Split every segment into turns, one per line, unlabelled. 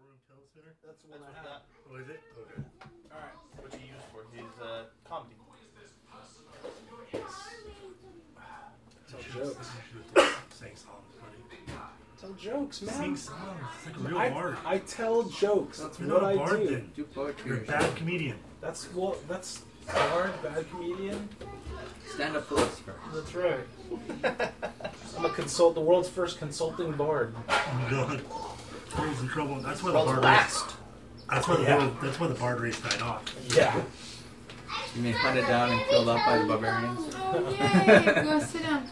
Center?
That's the
That's
one I
what
have.
that,
Oh, is it? Okay.
Alright. What he used for his uh, comedy.
Tell
You should
jokes.
have sang songs, buddy.
Tell jokes, man.
Sing songs. It's like a real
I,
bard.
I tell jokes. That's
You're
what
not a
I
bard
do.
then.
Do poetry.
You're a
or
bad comedian.
That's well. That's hard. Bad comedian.
something. Stand up philosopher.
That's right. I'm a consult. The world's first consulting bard.
Oh my god. World's in trouble. That's why the
World's
bard race.
last.
That's why the
Yeah.
world, That's why the bard race died off.
Yeah.
You mean hunted down and killed off by the barbarians?
Okay, go sit down.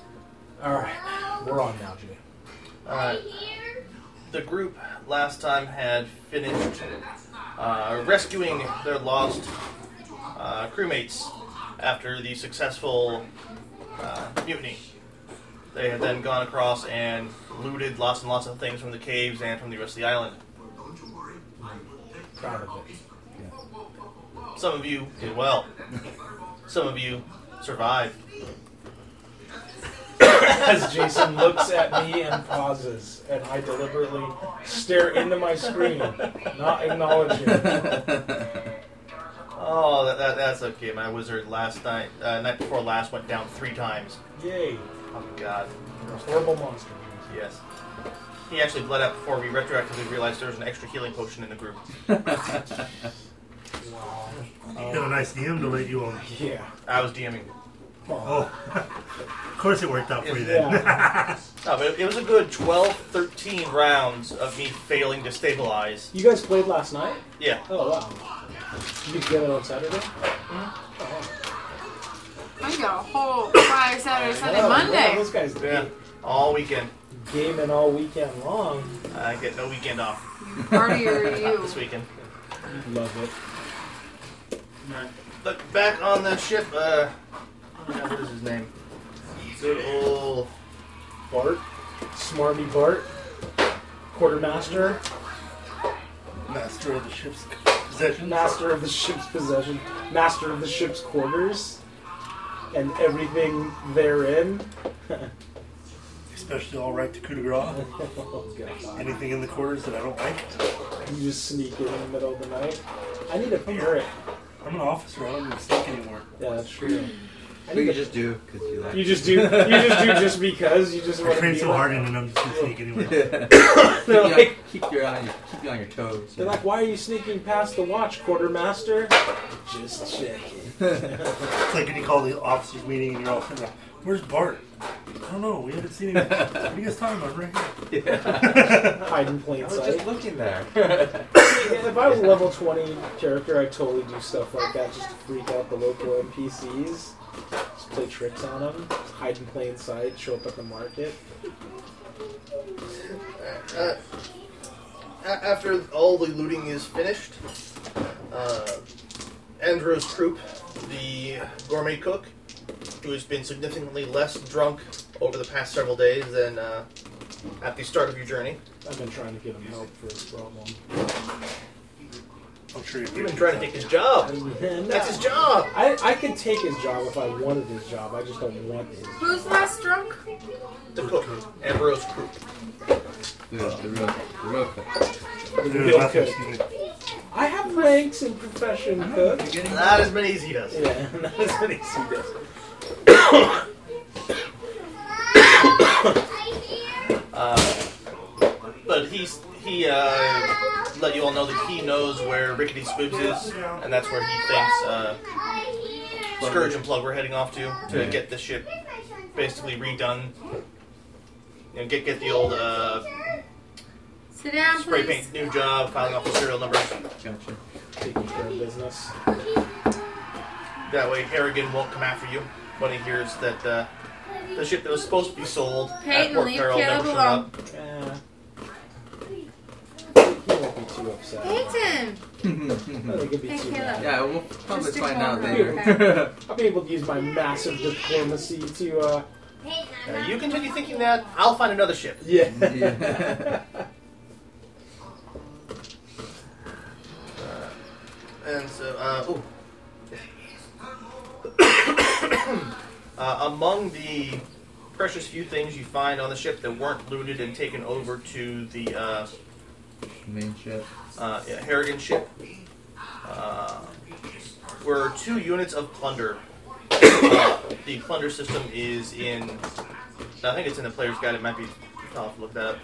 All right. We're on now, Jay.
Alright. The group last time had finished uh, rescuing their lost uh, crewmates after the successful uh, mutiny. They had then gone across and looted lots and lots of things from the caves and from the rest of the island.
Proud of it.
Some of you did well. Some of you survived.
As Jason looks at me and pauses, and I deliberately stare into my screen, not acknowledging.
Oh, that, that, that's okay. My wizard last night, uh, night before last, went down three times.
Yay!
Oh God,
You're a horrible monster.
yes. He actually bled out before we retroactively realized there was an extra healing potion in the group.
Jason.
Oh.
Wow. Oh.
You got a nice DM to let you on.
Yeah.
I was DMing.
Oh, of course it worked out for you then.
No, but it, it was a good 12, 13 rounds of me failing to stabilize.
You guys played last night?
Yeah,
Oh wow. You get together on Saturday?
I got a whole Friday, Saturday, Sunday,
Wow,
Oh,
wow,
Monday.
This guy's
yeah.
game,
All weekend.
gaming all weekend long.
I get no weekend off
Partier you.
this weekend.
Love it.
But back on the ship, uh, I don't know what is his name? Good old
Bart, smarmy Bart, quartermaster,
Master of the ship's possession.
master of the ship's possession, master of the ship's quarters, and everything therein.
Especially all right to coup de grace.
Oh god.
Anything in the quarters that I don't like.
You just sneak in in the middle of the night. I need a parrot.
I'm an officer. I don't even sneak anymore.
Yeah, that's true. I
But
need
you
a-
just do because you like.
you just do. You just do just because. You just
I
want to
train
be
so
like-
hard and then I'm just gonna sneak anywhere.
keep,
They're
you
like,
on, keep you on your keep you on your toes.
They're like, why are you sneaking past the watch, quartermaster? Just checking.
It's like when you call the officers meeting and you're all sitting there. Where's Bart? I don't know. We haven't seen him. what are you guys talking about? Right here.
Hide in plain
I was
sight.
just looking there.
Yeah, if I was a level 20 character, I'd totally do stuff like that just to freak out the local NPCs. Just play tricks on them. Hide in plain sight, show up at the market.
uh, a- after all the looting is finished, uh, Andrew's troop, the gourmet cook, who has been significantly less drunk over the past several days than uh, at the start of your journey.
I've been trying to get him help for his problem.
I'm Oh, sure you've
You've been trying to take his job.
And,
That's his
uh,
job.
I, I could take his job if I wanted his job. I just don't want his.
Who's less drunk?
The cook, Ambrose Troop.
The, the real, the real thing.
I have ranks in profession, cook.
You're getting
Not as many as he does.
Yeah, that's what he does.
Uh, but he's he uh, let you all know that he knows where Rickety Squibbs is, and that's where he thinks uh, Scourge and Plug we're heading off to to
Yeah.
get the ship basically redone. You know, get get the old uh,
Sit down,
spray
please.
paint, new job, filing off the serial numbers.
Gotcha.
Taking care of business.
That way, Harrigan won't come after you when he hears that uh, the ship that was supposed to be sold at
Peyton,
Port
leave
Peril never
Caleb
showed
alone.
up.
Eh. He won't be too upset.
Peyton!
I think he'll be
Hey,
too
Caleb.
mad.
yeah, we'll probably
Just a
find out
corner,
later.
I'll be able to use my massive diplomacy to, uh,
Uh, you continue thinking that, I'll find another ship.
yeah.
Yeah.
And so, uh, ooh. uh, among the precious few things you find on the ship that weren't looted and taken over to the uh,
main ship.
uh, yeah, Harrigan ship. Uh, were two units of plunder. uh, the plunder system is in. I think it's in the player's guide. It might be. I'll have to look that up.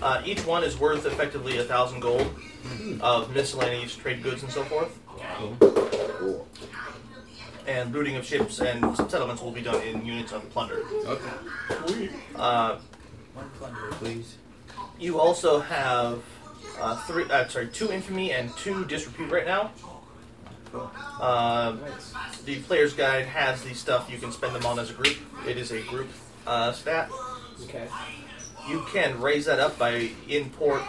Uh, each one is worth effectively a thousand gold of miscellaneous trade goods and so forth.
Cool.
And looting of ships and settlements will be done in units of plunder.
Okay.
Uh,
One plunder, please.
You also have uh, three. Uh, sorry, two infamy and two disrepute right now. Uh,
Nice.
the player's guide has the stuff you can spend them on as a group. It is a group uh, stat.
Okay.
You can raise that up by import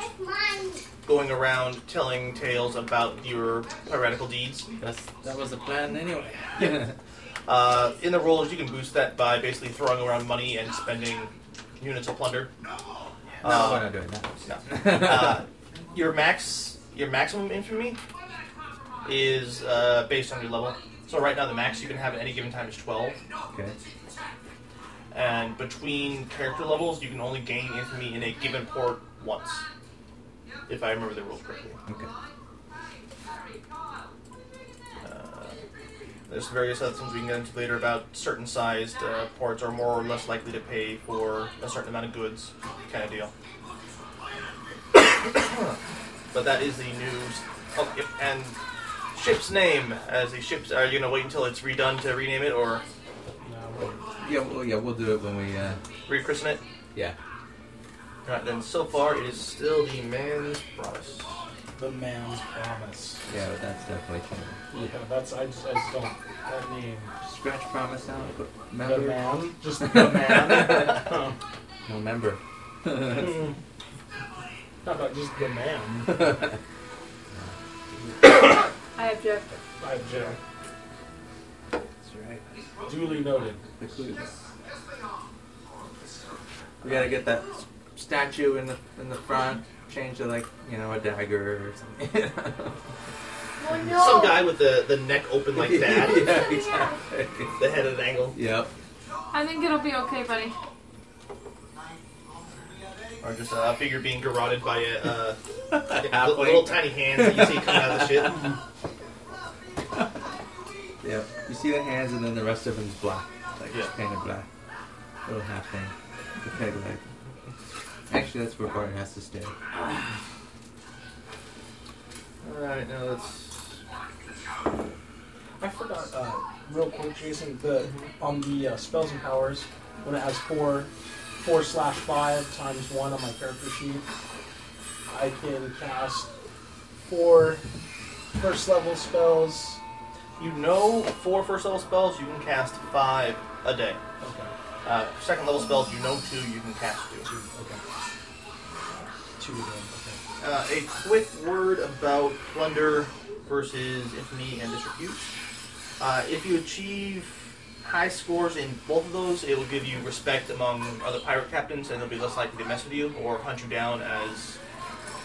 going around telling tales about your piratical deeds.
That's that was the plan anyway.
Uh, in the rules, you can boost that by basically throwing around money and spending units of plunder.
no,
Uh,
we're not doing that.
uh, your max your maximum infamy is uh, based on your level. So right now the max you can have at any given time is twelve,
okay.
and between character levels you can only gain infamy in a given port once, if I remember the rules correctly.
Okay.
Uh, there's various other things we can get into later about certain sized uh, ports are more or less likely to pay for a certain amount of goods, kind of deal. but that is the news. Oh, yep, and ship's name as the ships. Are you gonna wait until it's redone to rename it or
Yeah, well, yeah, we'll do it when we. Uh,
rechristen it?
yeah.
All right, then. So far, it is still the man's promise.
The man's promise.
Yeah, but that's definitely true.
Yeah, that's I just I just don't that name.
Scratch promise out. Put
The
member.
man, just the man. Um, Huh.
No member.
Hmm. How about just the man?
I object.
I object.
That's right.
Duly noted.
The clues. We gotta get that s- statue in the in the front. Change to like you know a dagger or something.
Oh no.
Some guy with the the neck open like that,
yeah, exactly.
the head at an angle,
Yep.
I think it'll be okay, buddy.
or just a figure being garroted by a. Uh, Yeah, the
Halfway.
little tiny hands that you see coming out of the shit.
Yep. You see the hands and then the rest of them's black. Like
Yeah.
just painted black. Little half thing. The peg leg. Actually, that's where Bart has to stay.
Alright, now that's.
I forgot, uh, real quick, Jason, the on the uh, spells and powers when it has four, four slash five times one on my character sheet, I can cast four first level spells.
You know, for first level spells, you can cast five a day.
Okay,
Uh, second level spells, you know two, you can cast two.
two, okay, two of them.
Uh, a quick word about plunder versus infamy and disrepute. Uh, if you achieve high scores in both of those, it will give you respect among other pirate captains, and they'll be less likely to mess with you or hunt you down as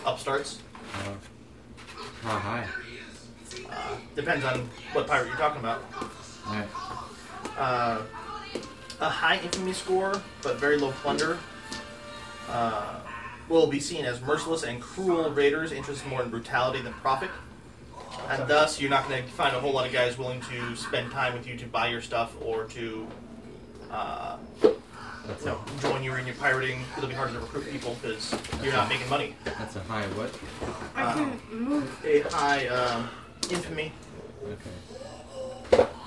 upstarts.
Uh, how high?
Uh, depends on what pirate you're talking about.
Alright.
uh, a high infamy score but very low plunder uh, will be seen as merciless and cruel raiders interested more in brutality than profit and thus you're not going to find a whole lot of guys willing to spend time with you to buy your stuff or to uh,
That's
you know, join you in your pirating it'll be harder to recruit people because you're not making money
a that's a high what?
I can move.
a high um, infamy
Okay.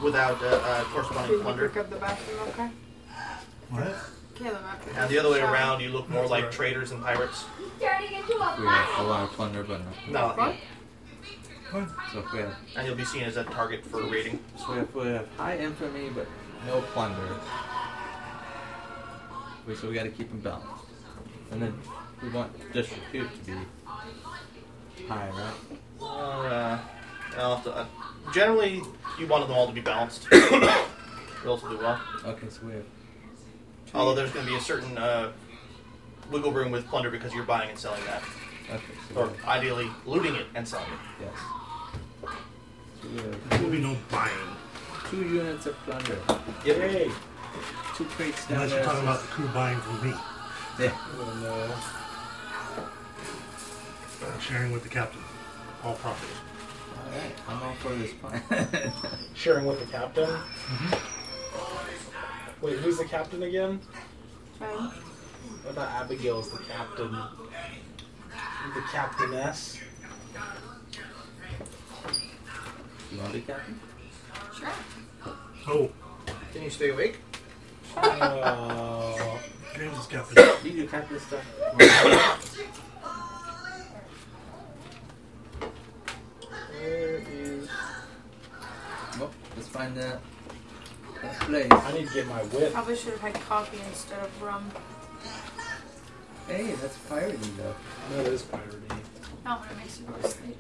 without uh, uh,
Did
corresponding
you
plunder
pick up the bathroom? Okay.
What?
Caleb, after
and the other way around you look more like traders and pirates
turning into a
We have a
fire.
lot of plunder, but not.
No,
What?
What?
So if we have,
and you'll be seen as a target for raiding.
so if we have high infamy but no plunder. We, so we gotta keep them balanced. And then we want disrepute to be high, right?
Or, uh, I'll have to, uh, generally, you wanted them all to be balanced relatively well.
Okay, so we have
Although there's going to be a certain uh, wiggle room with plunder because you're buying and selling that,
Okay. So
or
we have,
ideally looting it and selling it.
yes. So we have
There will be no buying.
uh, two units of plunder.
Yep.
Okay. Yay!
Two crates down
Unless
there.
you're talking
uh,
about the crew buying from me.
Yeah.
Oh,
Sharing with the captain. All profits.
Alright, I'm all for this plan.
Sharing with the captain. Wait, who's the captain again?
Try.
Mm-hmm. I thought Abigail's the captain. The captainess.
you want to be captain?
Sure.
Oh,
Can you stay awake?
Oh.
James is captain.
You do captain stuff. Oh,
where is?
well, let's find that, that place.
I need to get my whip.
Probably should have had coffee instead of rum.
Hey, that's pirating though.
That is pirating.
Not when it makes you go to sleep.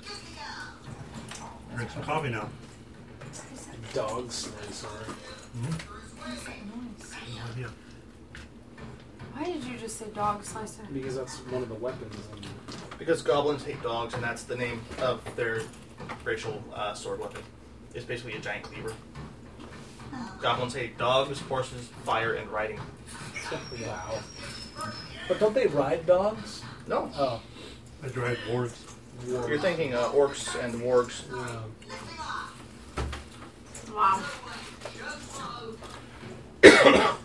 Drink some coffee now.
Dog slicer.
Yeah.
Why did you just say dog slicer?
Because that's one of the weapons. In
Because goblins hate dogs, and that's the name of their racial uh, sword weapon. It's basically a giant cleaver. Goblins hate dogs, horses, fire, and riding.
Wow. But don't they ride dogs?
No,
Oh.
I drive boards.
War.
you're thinking uh, orcs and wargs.
Yeah.
Wow. I will have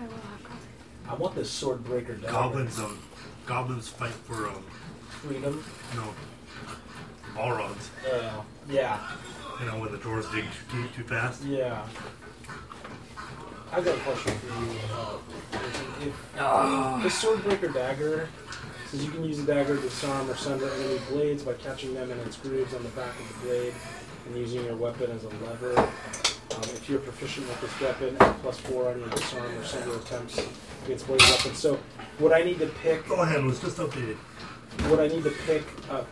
coffee.
I want this sword breaker dog.
Goblins, um, goblins fight for, um,
Freedom.
you know, Balrogs.
Uh, yeah.
You know, when the dwarves dig too deep too fast.
Yeah. I've got a question for you. Uh, if,
Ah.
if the Swordbreaker dagger says you can use the dagger to disarm or sunder enemy blades by catching them in its grooves on the back of the blade and using your weapon as a lever. Um, if you're proficient with this weapon, add plus four on your disarm or sunder attempts against blade weapons. So, would I need to pick?
Go ahead, it was just updated.
Would I need to pick up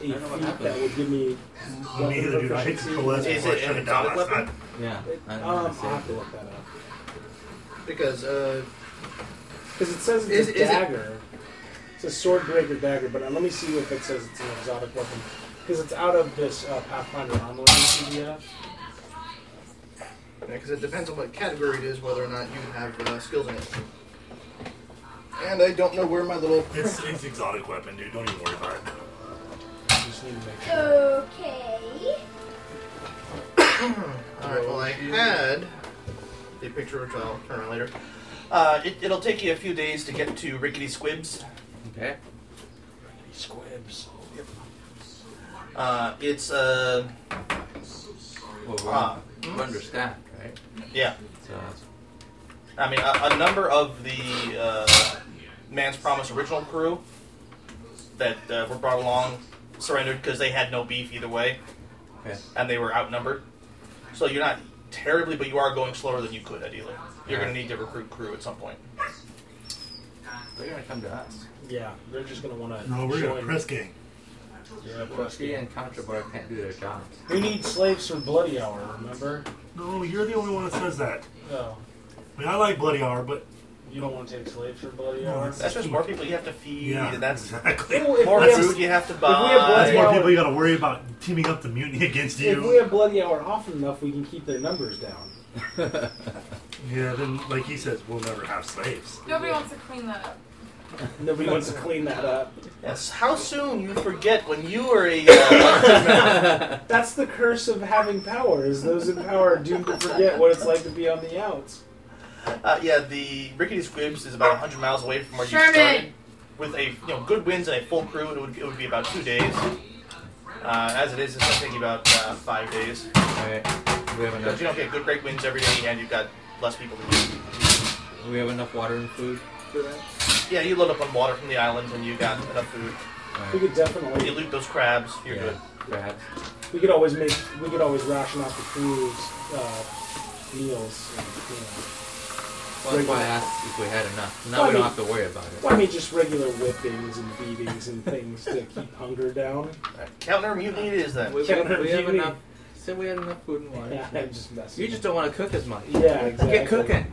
a
know what
feat that
happened.
would give me
Neither
weapon
do I. I hit
proficiency?
control S
Is
before I
it
shut
an
it down
exotic
last
weapon?
night.
Yeah.
It-
I
Um,
don't
I'll
wanna say
have to
it.
look that up.
Because uh,
Because it says it's
Is-
a
is it-
dagger. It's a sword breaker dagger, but uh, let me see if it says it's an exotic weapon. Because it's out of this uh, Pathfinder Online PDF.
because it depends on what category it is, whether or not you have uh, skills in it. And I don't know where my little
It's, it's exotic weapon, dude. Don't even worry about it.
I just need to make sure.
Okay.
All right. Well, I had the picture, which I'll turn around later. Uh, it, it'll take you a few days to get to Rickety Squibs.
Okay.
Squibs.
Uh, it's uh,
Well, we're,
Ah.
we're understaffed, right?
yeah.
So,
I mean, a, a number of the uh, Man's Promise original crew that uh, were brought along surrendered because they had no beef either way,
okay.
and they were outnumbered. So you're not terribly, but you are going slower than you could ideally. You're going to need to recruit crew at some point.
They're gonna come to us.
Yeah, they're just going to want to
No, we're
join.
gonna press gang.
Yeah, press
Rusty
game.
and Contrabar can't do their jobs.
We need slaves for Bloody Hour, remember?
No, you're the only one that says that.
Oh,
I mean, I like Bloody Hour, but
you don't want to take slaves for Bloody
No,
Hour?
it's-
That's just more people you have to feed,
yeah,
and that's
exactly.
Well, if,
more
we have,
food you have to
That's
have
buy.
blood-
more people you gotta worry about teaming up the mutiny against
if we
you.
have Bloody Hour often enough, we can keep their numbers down.
Yeah, then like he says, we'll never have slaves.
Nobody wants to clean that up.
Nobody wants to clean that up.
Yes. How soon you forget when you were a. Uh,
That's the curse of having power, is those in power are doomed to forget what it's like to be on the outs.
uh, yeah, the Rickety Squibs is about 100 miles away from where you started.
Sherman!
With a you know good winds and a full crew, it would, it would be about two days. Uh, as it is, it's I think about uh, five days.
Alright. We have
Because you don't
enough.
get good great winds every day, and you've got less people to use.
We have enough water and food for that.
Yeah, you load up on water from the island, and you got enough food.
We
Alright.
could definitely
You loot those crabs, you're
yeah.
good.
Perhaps.
We could always make. We could always ration out the crew's uh, meals. And, you know.
Well, that's why I
Regular-
asked if we had enough.
Well,
Now
I
we don't
mean-
have to worry about it.
Well, I mean, just regular whippings and beatings and things to keep hunger down.
Counter mutiny it is then.
We,
Counter
we have
mutiny.
enough. Said we had enough food and water.
Yeah, I'm just messing.
You just don't want to cook as much.
Yeah, exactly.
Get cooking.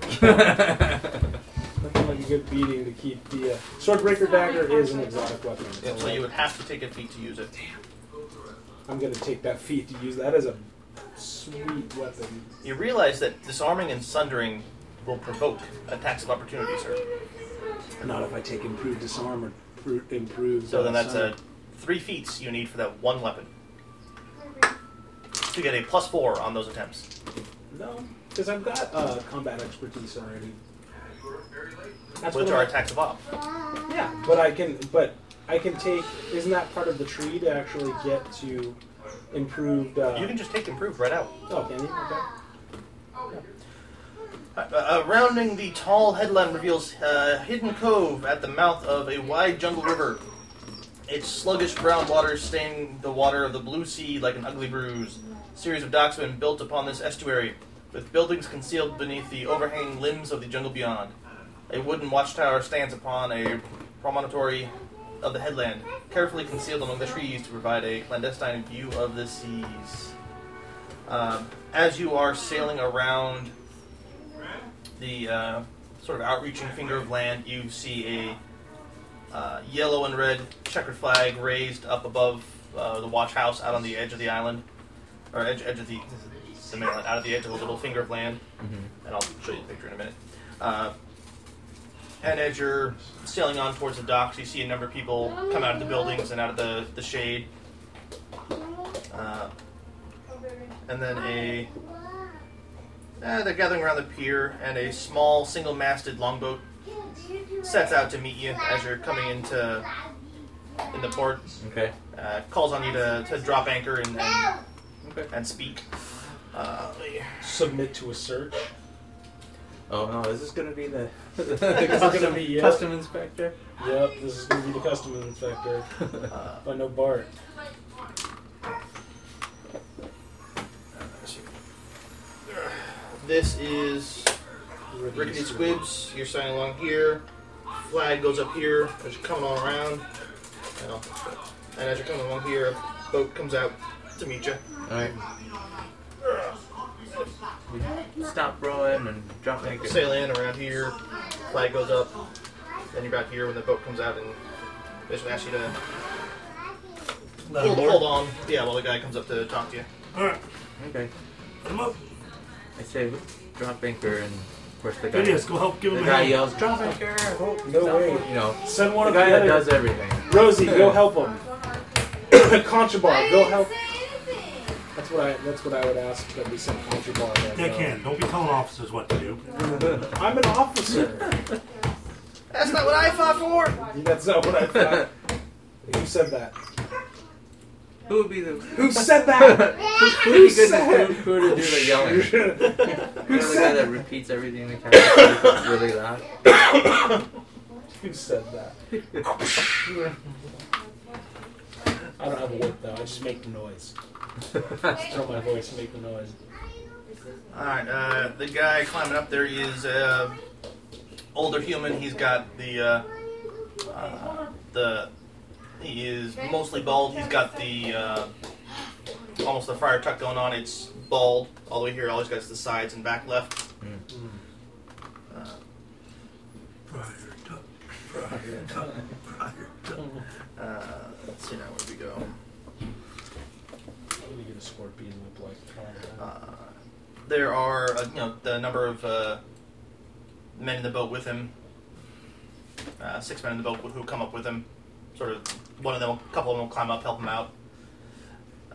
Nothing like a good beating to keep the uh, swordbreaker dagger is an exotic weapon. It's
Yeah, so
all
you
right.
would have to take a feat to use it.
I'm gonna take that feat to use that as a sweet weapon.
You realize that disarming and sundering will provoke attacks of opportunity, sir.
Not if I take improved disarm or
Pru- improves.
So then
uh,
that's a three feats you need for that one weapon to get a plus four on those attempts.
No, because I've got uh, combat expertise already. That's
which
what
are
I-
attacks of op.
Yeah, but I can, but I can take. Isn't that part of the tree to actually get to improved? Uh,
You can just take improve right out.
Oh, can you? Okay.
Uh, uh, rounding the tall headland reveals uh, hidden cove at the mouth of a wide jungle river. Its sluggish brown water staining the water of the blue sea like an ugly bruise. Series of docks have been built upon this estuary, with buildings concealed beneath the overhanging limbs of the jungle beyond. A wooden watchtower stands upon a promontory of the headland, carefully concealed among the trees to provide a clandestine view of the seas. Um, as you are sailing around the uh, sort of outreaching finger of land, you see a uh, yellow and red checkered flag raised up above uh, the watch house out on the edge of the island, or edge, edge of the, the mainland, out of the edge of the little finger of land.
Mm-hmm.
And I'll show you the picture in a minute. Uh, and as you're sailing on towards the docks, you see a number of people come out of the buildings and out of the, the shade. Uh, and then a uh, they're gathering around the pier, and a small single-masted longboat sets out to meet you as you're coming into in the port.
Okay.
Uh, calls on you to, to drop anchor and and,
Okay.
and speak. Uh,
Submit to a search.
Oh no, is this gonna be the, the
is
custom,
gonna be, yeah.
custom inspector?
Yep, this is gonna be the customs inspector.
uh,
But no Bart.
this is Rickety Squibs. You're signing along here. Flag goes up here as you're coming on around. And, I'll- and as you're coming along here, a boat comes out to meet you.
Alright. We Stop rowing and drop anchor.
sail in around here, flag goes up, then you're back here when the boat comes out and basically asks you to
Let
hold,
him board.
hold on. Yeah, while the guy comes up to talk to you.
All right,
Okay.
let him up.
I say drop anchor and of course the guy,
Phineas, go help give
the
him a
guy
hand.
yells, drop anchor!
No way.
You know.
Send one
The
of the
guy that
other.
does everything.
Rosie, go help him. Contrabar, go help. That's what I. That's what I would ask that we send Contrabar. right
They
now.
can. Don't be telling officers what to do.
I'm an officer.
That's not what I fought for!
That's not what I thought. Who said that?
Who would be the
Who said
who,
that?
who would be good
said-
who, who to do the yelling? You know the guy
said-
that repeats everything in the camera really loud?
Who said that? I don't have a whip though. I just make the noise. I throw my voice, make the noise.
Alright, uh, the guy climbing up there is uh, older human. He's got the. Uh, uh, the he is mostly bald. He's got the. Uh, almost the fire truck going on. It's bald all the way here. All he's got is the sides and back left. Uh,
Friar Tuck, Friar Tuck, Friar Tuck.
Uh, let's see now where we go.
I'm gonna get a scorpion whip like. that.
Uh, there are uh, you know the number of uh, men in the boat with him. Uh, six men in the boat who come up with him. Sort of one of them, a couple of them will climb up, help him out.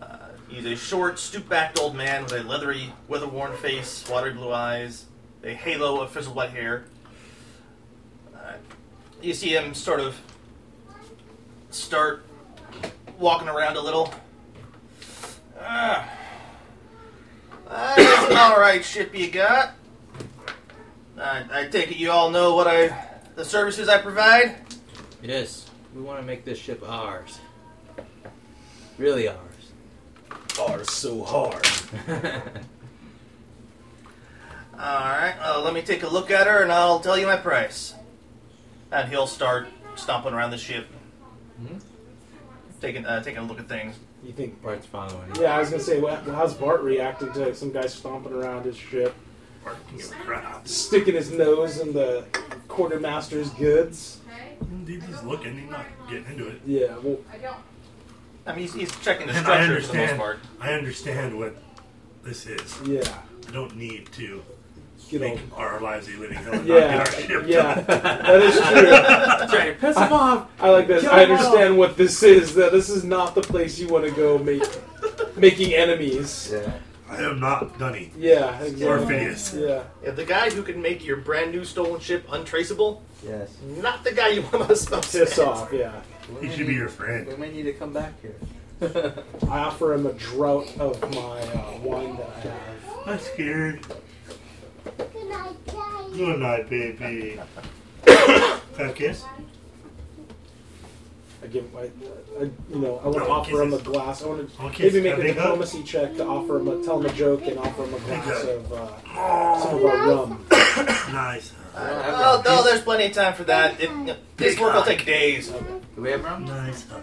Uh, he's a short, stoop-backed old man with a leathery, weather-worn face, watery blue eyes, a halo of frizzled white hair. Uh, you see him sort of start walking around a little. Ah. Uh, that's an alright ship you got. I, I take it you all know what I, the services I provide.
Yes. We want to make this ship ours. Really ours.
Are so hard.
Alright, uh, let me take a look at her and I'll tell you my price. And he'll start stomping around the ship,
Mhm.
taking uh, taking a look at things.
You think?
Bart's following.
Yeah, I was gonna say, wha- how's Bart reacting to some guy stomping around his ship,
Bark can give a crap.
sticking his nose in the quartermaster's goods?
Indeed, he's looking. He's not getting into it.
Yeah, well,
I mean, he's, he's checking the
And I
structure for the most
understand.
part.
I understand what this is.
yeah.
I don't need to
Good old.
make our lives a living hell and not
Yeah,
get our ship
yeah,
done.
that is true.
Trying to piss him off.
I like this.
Kill
I
them all.
understand what this is. That this is not the place you want to go make making enemies.
Yeah.
I am not Dunny
Yeah,
or
exactly.
Phineas.
Yeah,
Yeah, the guy who can make your brand new stolen ship untraceable,
Yes.
not the guy you want to spell
piss off. Yeah,
He should be your friend.
We may need to come back here.
I offer him a draught of my uh, wine that I have.
I'm scared.
Good night, Daddy.
Good night, baby. Can I kiss?
I give my, I, you know, I want to
No,
offer him a
kisses.
glass. I want to
Oh, kiss.
maybe make
A
a
big hug.
diplomacy check to offer him a, tell him a joke and offer him a glass
hug.
of uh, some
Oh,
of our rum.
nice.
Oh, no, there's plenty of time for that. It, this work will take days.
Do we have rum?
Nice. hug.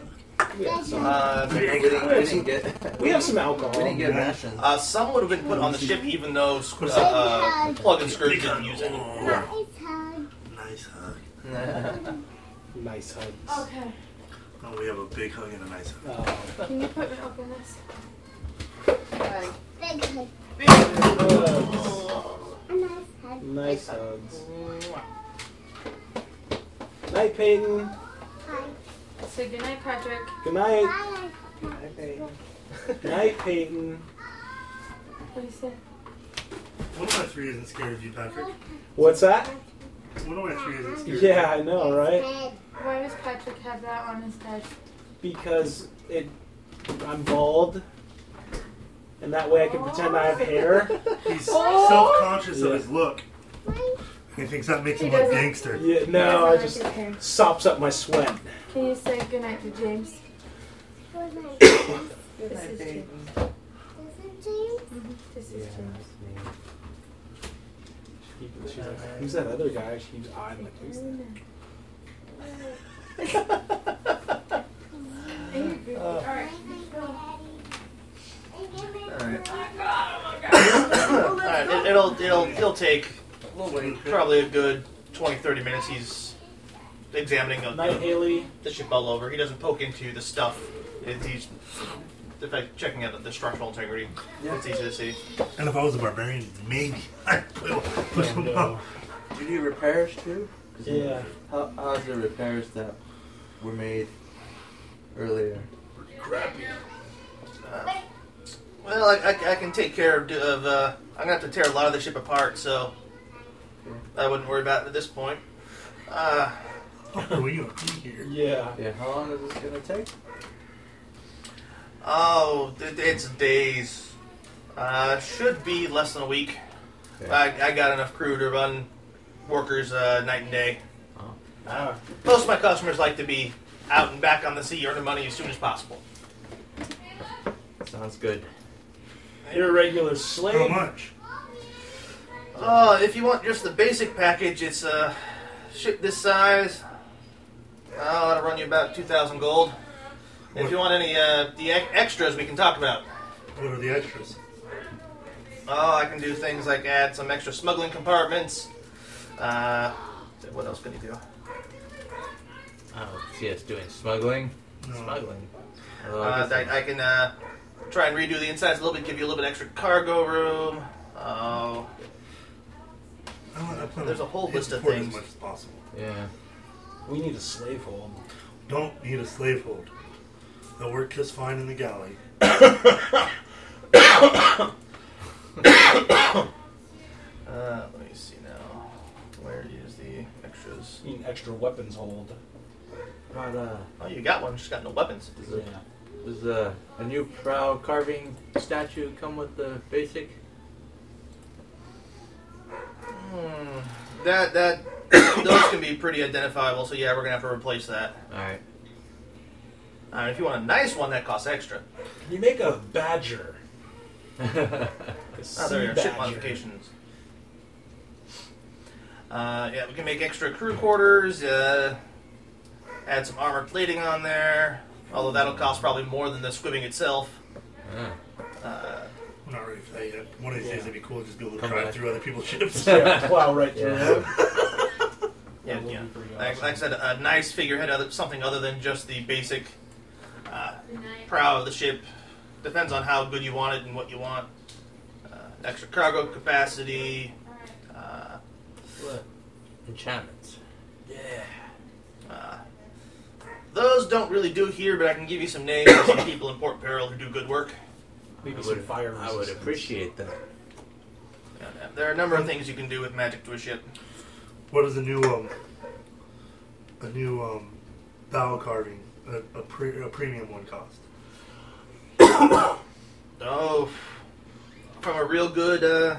Yeah, so-
Uh,
We didn't, we didn't get.
we have some
We didn't
alcohol.
get rations.
uh, some would have been put on the ship even though uh, uh, Plug and Scourge didn't use any.
Oh,
Nice hug.
Nice hug.
Nice hugs.
Okay.
Oh, we have a big hug and a nice hug.
Uh,
Can you put me up in this?
Big hug.
Uh, hugs.
A nice hug.
Nice hugs. Night, Peyton.
Hi.
Say goodnight, Patrick.
Good night.
Bye.
Night, Peyton.
What do you say?
One of my three isn't scared of you, Patrick.
What's that?
One of my three isn't scared. of you.
Yeah, I know, right?
Head.
Why does Patrick have that on his head?
Because it, I'm bald, and that way I can pretend I have hair.
He's
Oh.
self-conscious of
Yeah.
his look.
Bye.
He thinks that makes
He
him look
doesn't.
gangster.
Yeah, no, I just sops up my sweat.
Can you say goodnight to James?
Good night, James.
This is James.
Isn't James?
This is James.
She's like, who's that other guy? She keeps eyeing like, who's that? Uh,
Alright.
Alright.
Alright, it, it'll, it'll, it'll take probably a good 20, 30 minutes. He's examining the,
Night,
the,
Haley.
the ship all over. He doesn't poke into the stuff. It, he's, in fact, checking out the structural integrity. It's easy to see.
And if I was a barbarian, maybe I'd push him
no.
up.
Do you do repairs too? 'Cause
Yeah.
How, how's the repairs that were made earlier?
Crappy.
Well, I, I, I can take care of. of uh, I'm gonna have to tear a lot of the ship apart, so I wouldn't worry about it at this point. Uh,
Are Oh, we gonna be here?
Yeah.
Yeah. How long is this gonna take?
oh, it, it's days. Uh, should be less than a week.
Okay.
I, I got enough crew to run workers uh, night and day.
Oh.
Ah.
Uh, most of my customers like to be out and back on the sea, earning money as soon as possible.
Sounds good.
You're a regular
How
slave.
much?
Oh, if you want just the basic package, it's a ship this size. I'll that'll run you about 2,000 gold. If you want any uh, the ex- extras, we can talk about.
What are the extras?
Oh, I can do things like add some extra smuggling compartments. Uh, what else can you do?
Oh, see us doing smuggling.
No.
Smuggling. Although I
Uh,
guess
I, I can uh, try and redo the insides a little bit, give you a little bit extra cargo room. Oh,
I want- I plan
There's
on
a whole
hitting
list of
port As
things.
much as possible.
Yeah.
We need a slave hold.
Don't need a slave hold. They'll work just fine in the galley.
uh, let me see now. Where is the extras?
We need an extra weapons hold.
But uh,
Oh, you got one, just got no weapons.
does a does a, a new prow carving statue come with the basic?
Hmm. That that those can be pretty identifiable. So yeah, we're gonna have to replace that.
All right.
Uh, if you want a nice one, that costs extra.
You make a badger. A sea
Oh, there you go. Ship
badger.
modifications. Uh, yeah, we can make extra crew quarters. Uh, add some armor plating on there. Although that'll cost probably more than the squibbing itself.
Ah.
Uh,
I'm not ready for that yet. One of these days it'd be cool to just be able to
Come
drive
back.
through other people's ships.
Yeah, plow right through
Yeah.
it.
yeah,
That would
yeah.
be pretty
Like, like I said, a nice figurehead, other, something other than just the basic uh, prow of the ship. Depends on how good you want it and what you want. Uh, extra cargo capacity, uh,
enchantments.
Yeah.
Uh, those don't really do here, but I can give you some names of some people in Port Peril who do good work.
Maybe
I
some
would-
fire
I would
resistance.
appreciate that.
Yeah, There are a number of things you can do with magic to a ship.
What is a new um a new um bow carving a, a, pre, a premium one cost?
Oh, from a real good uh,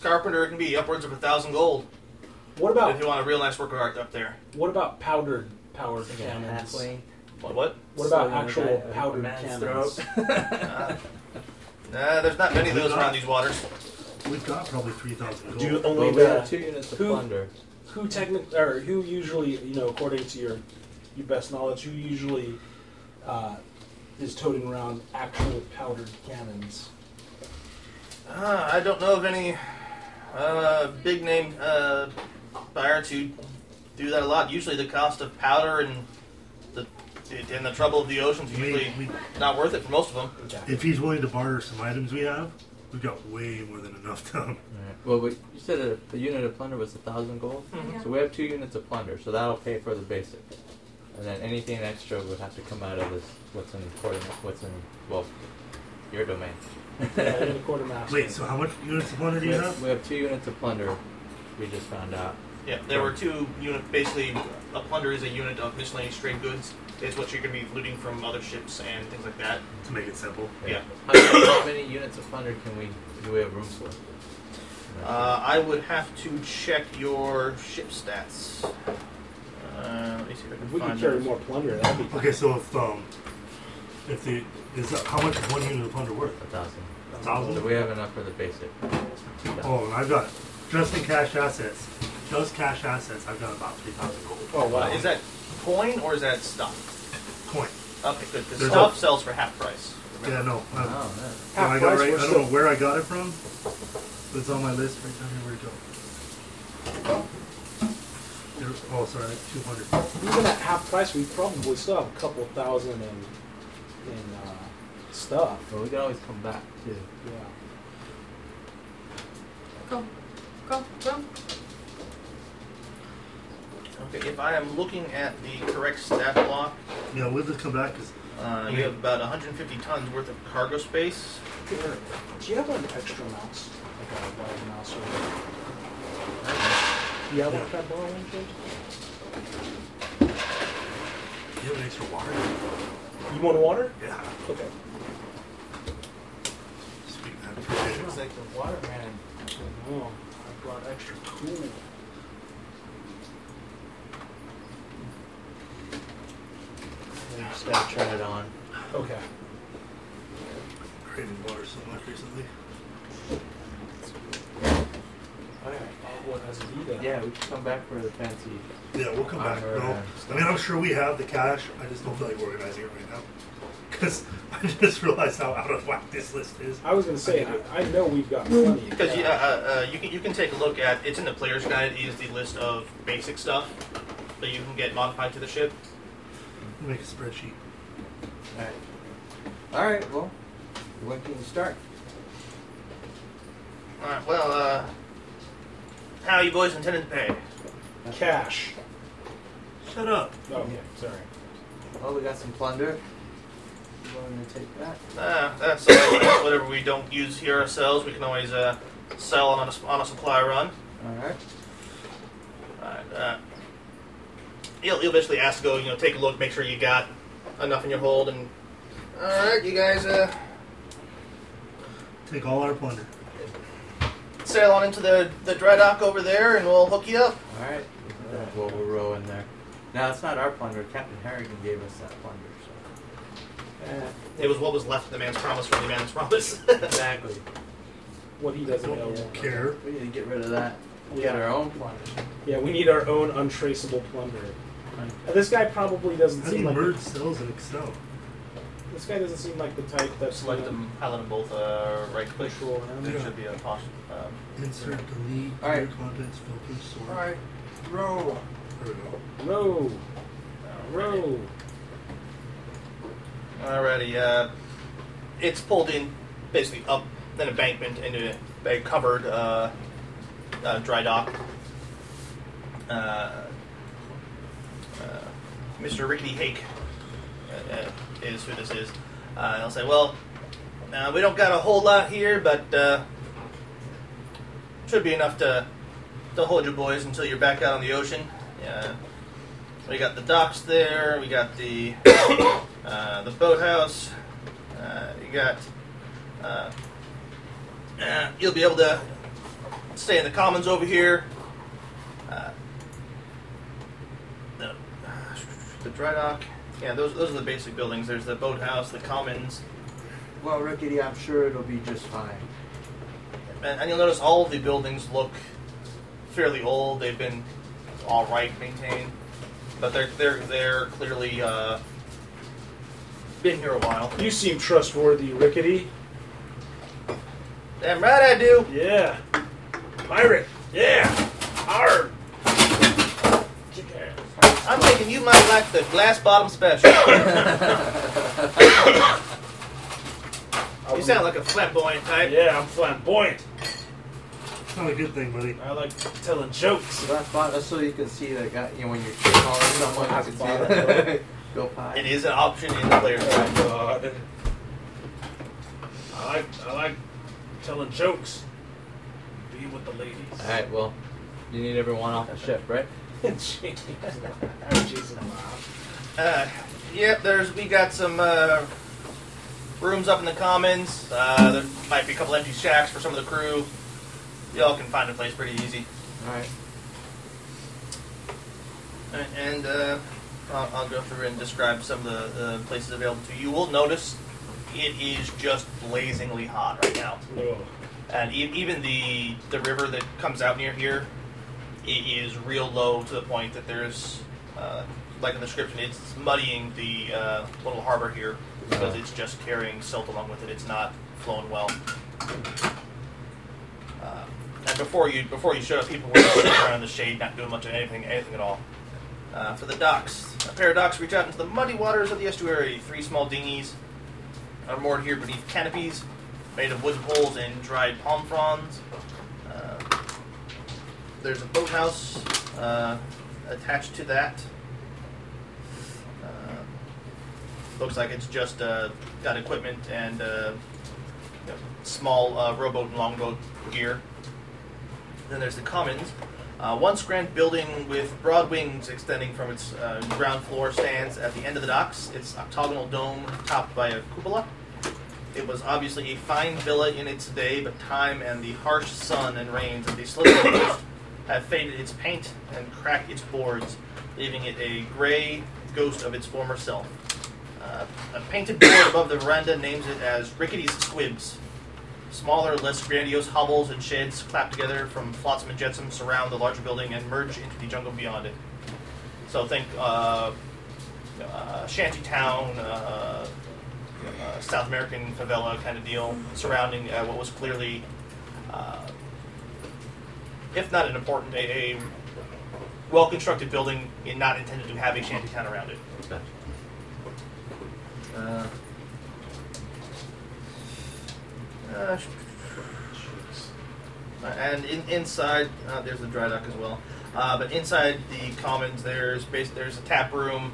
carpenter, it can be upwards of a thousand gold
What
if you
about
want a real nice work of art up there.
what about powdered powered
Like a
cannons?
halfling
What? What?
What about
slowing a
actual
guy up a
powdered
man's
cannons?
Uh, nah, there's not many of those around these waters.
We've got probably three thousand gold.
Do you
Well,
only
we have
the-
two units of
who-
plunder.
who technically or who usually you know according to your your best knowledge who usually uh, is toting around actual powdered cannons?
Uh, I don't know of any uh, big name uh, pirates who do that a lot. Usually, the cost of powder and the and the trouble of the oceans is
We-
usually
we-
not worth it for most of them.
Okay.
if he's willing to barter some items we have, we've got way more than enough time.
Alright. Well, we, you said a, a unit of plunder was a thousand gold,
mhm.
Yeah.
so we have two units of plunder, so that'll pay for the basic, and then anything extra would have to come out of this. What's in coordin- What's in well, your domain.
Yeah, you're the quartermaster.
Wait, so how much units of plunder do
we,
you
have,
have?
we have two units of plunder. We just found out.
Yeah, there were two unit. Basically, a plunder is a unit of miscellaneous trade goods. It's what you're going to be looting from other ships and things like that.
To make it simple.
Yeah.
How, many- how many units of plunder can we do? We have room for.
Uh, I would have to check your ship stats. Uh, let me see if I can
If we
find
could carry
those.
more plunder, that'd be
Okay, so if um if the is how much is one unit of plunder worth?
a thousand.
A
So
thousand?
we have enough for the basic.
Oh, and I've got just in cash assets. Just cash assets, I've got about three thousand gold.
Oh wow!
Uh, is that coin or is that stuff?
Coin.
Okay, good. The
There's
stuff
a-
sells for half price.
Yeah, no. I-
Oh, nice.
Yeah, I
Half
got
Ah.
it right.
price, we're
I don't
still-
know where I got it from, but it's on my list right down here where to go. There- Oh, sorry, two hundred.
even at half price, we probably still have a couple thousand in in uh, stuff.
Well, we can always come back too.
Yeah.
Go, go, go.
Okay, if I am looking at the correct stat block,
Yeah, we'll just come back because
uh, you have about 150 tons worth of cargo space.
Here, do you have an extra mouse, like a wild mouse? Or do you have one? Can I borrow one, James?
you have an extra water.
You want water?
Yeah.
Okay.
Speaking of that,
like the water man.
Oh, I brought extra cool.
You just gotta turn it on.
Okay.
craving water so much recently.
Alright. What has Vita?
Yeah, we can come back for the fancy.
Yeah, we'll come back.
Water
No,
and
I
stuff.
mean I'm sure we have the cash. I just don't feel like organizing it right now because I just realized how out of whack this list is.
I was gonna say, I, I know we've got plenty. of
Because you, uh,
cash.
uh, uh, you can you can take a look at it's in the player's guide. It Is the list of basic stuff that you can get modified to the ship.
Make a spreadsheet.
Alright. Alright, well, when can you start?
All right. Well, uh, how you boys intended to pay?
cash.
Shut up.
Oh, okay. Sorry.
Oh, we got some plunder. You want to take that?
Uh, that's uh, whatever we don't use here ourselves. We can always uh, sell on a on a supply run.
Alright.
Alright, uh, you'll, you'll basically ask to go, you know, take a look, make sure you got enough in your hold, and all right, you guys uh,
Take all our plunder.
sail on into the the dry dock over there, and we'll hook you up.
Alright. Well, we'll row in there. Now, it's not our plunder. Captain Harrigan gave us that plunder, so.
It was what was left of the man's promise from the man's promise.
Exactly.
What he doesn't know.
Don't care.
We need to get rid of that. We got our own plunder.
Yeah, we need our own untraceable plunder. Uh, This guy probably doesn't
How do
seem
you
like
merge cells in Excel?
this guy doesn't seem like the type that's
Select them, highlight them both, uh, right click.
control around.
Yeah.
It should be a posh. Um,
Insert, delete,
All right.
clear contents, filter, sort.
row.
There we go.
Row,
uh, alrighty.
row.
Alrighty, uh, it's pulled in basically up an embankment into a covered uh, uh, dry dock. uh, uh, Mr. Rickety Hake uh, uh, is who this is. Uh, he'll say, "Well, uh, we don't got a whole lot here, but uh, should be enough to to hold you boys until you're back out on the ocean." Uh, we got the docks there. We got the uh, the boathouse. Uh, you got. Uh, uh, you'll be able to stay in the commons over here. Uh, the, the dry dock. Yeah, those those are the basic buildings. There's the boathouse, the commons,
Well, Rickety, I'm sure it'll be just fine.
and, and you'll notice all of the buildings look fairly old. They've been all right maintained, but they're they're they're clearly uh, been here a while.
You seem trustworthy, Rickety.
Damn right I do.
Yeah. Pirate. Yeah. Arr. Kick ass.
I'm thinking you might like the glass bottom special. you sound like a flamboyant type.
Yeah, I'm flamboyant.
It's not a good thing, buddy.
I like telling jokes.
So that's, fine. that's so you can see that guy, you know, when you're calling someone, you can see that. Go pie.
It is an option in the player guide.
God. I like I like telling jokes. Be with the ladies.
Alright, well, you need everyone off the ship, right?
Jeez. Jeez, I'm off.
Uh, yep, there's we got some uh, rooms up in the commons. Uh, there might be a couple empty shacks for some of the crew. Y'all can find a place pretty easy.
Alright.
And, and uh, I'll, I'll go through and describe some of the uh, places available to you. You will notice it is just blazingly hot right now.
No.
and e- even the the river that comes out near here it is real low to the point that there's uh, like in the description it's muddying the uh, little harbor here because
Yeah.
it's just carrying silt along with it it's not flowing well uh, and before you before you showed up people were sitting around in the shade not doing much of anything anything at all uh, for the docks a pair of docks reach out into the muddy waters of the estuary three small dinghies are moored here beneath canopies made of wooden poles and dried palm fronds. Uh, there's a boathouse uh, attached to that. Uh, looks like it's just uh, got equipment and uh, you know, small uh, rowboat and longboat gear. Then there's the commons. Uh, once grand building with broad wings extending from its uh, ground floor stands at the end of the docks. Its octagonal dome topped by a cupola. It was obviously a fine villa in its day, but time and the harsh sun and rains of the slippery coast have faded its paint and cracked its boards, leaving it a gray ghost of its former self. Uh, a painted board above the veranda names it as Rickety's Squibs. Smaller, less grandiose hovels and sheds clapped together from flotsam and jetsam surround the larger building and merge into the jungle beyond it. So think uh, uh, shantytown, uh, uh, South American favela kind of deal surrounding uh, what was clearly, uh, if not an important, a, a well constructed building and not intended to have a shantytown around it.
Gotcha.
Uh, uh, and in, inside, uh, there's the dry dock as well. Uh, but inside the commons, there's bas- there's a tap room.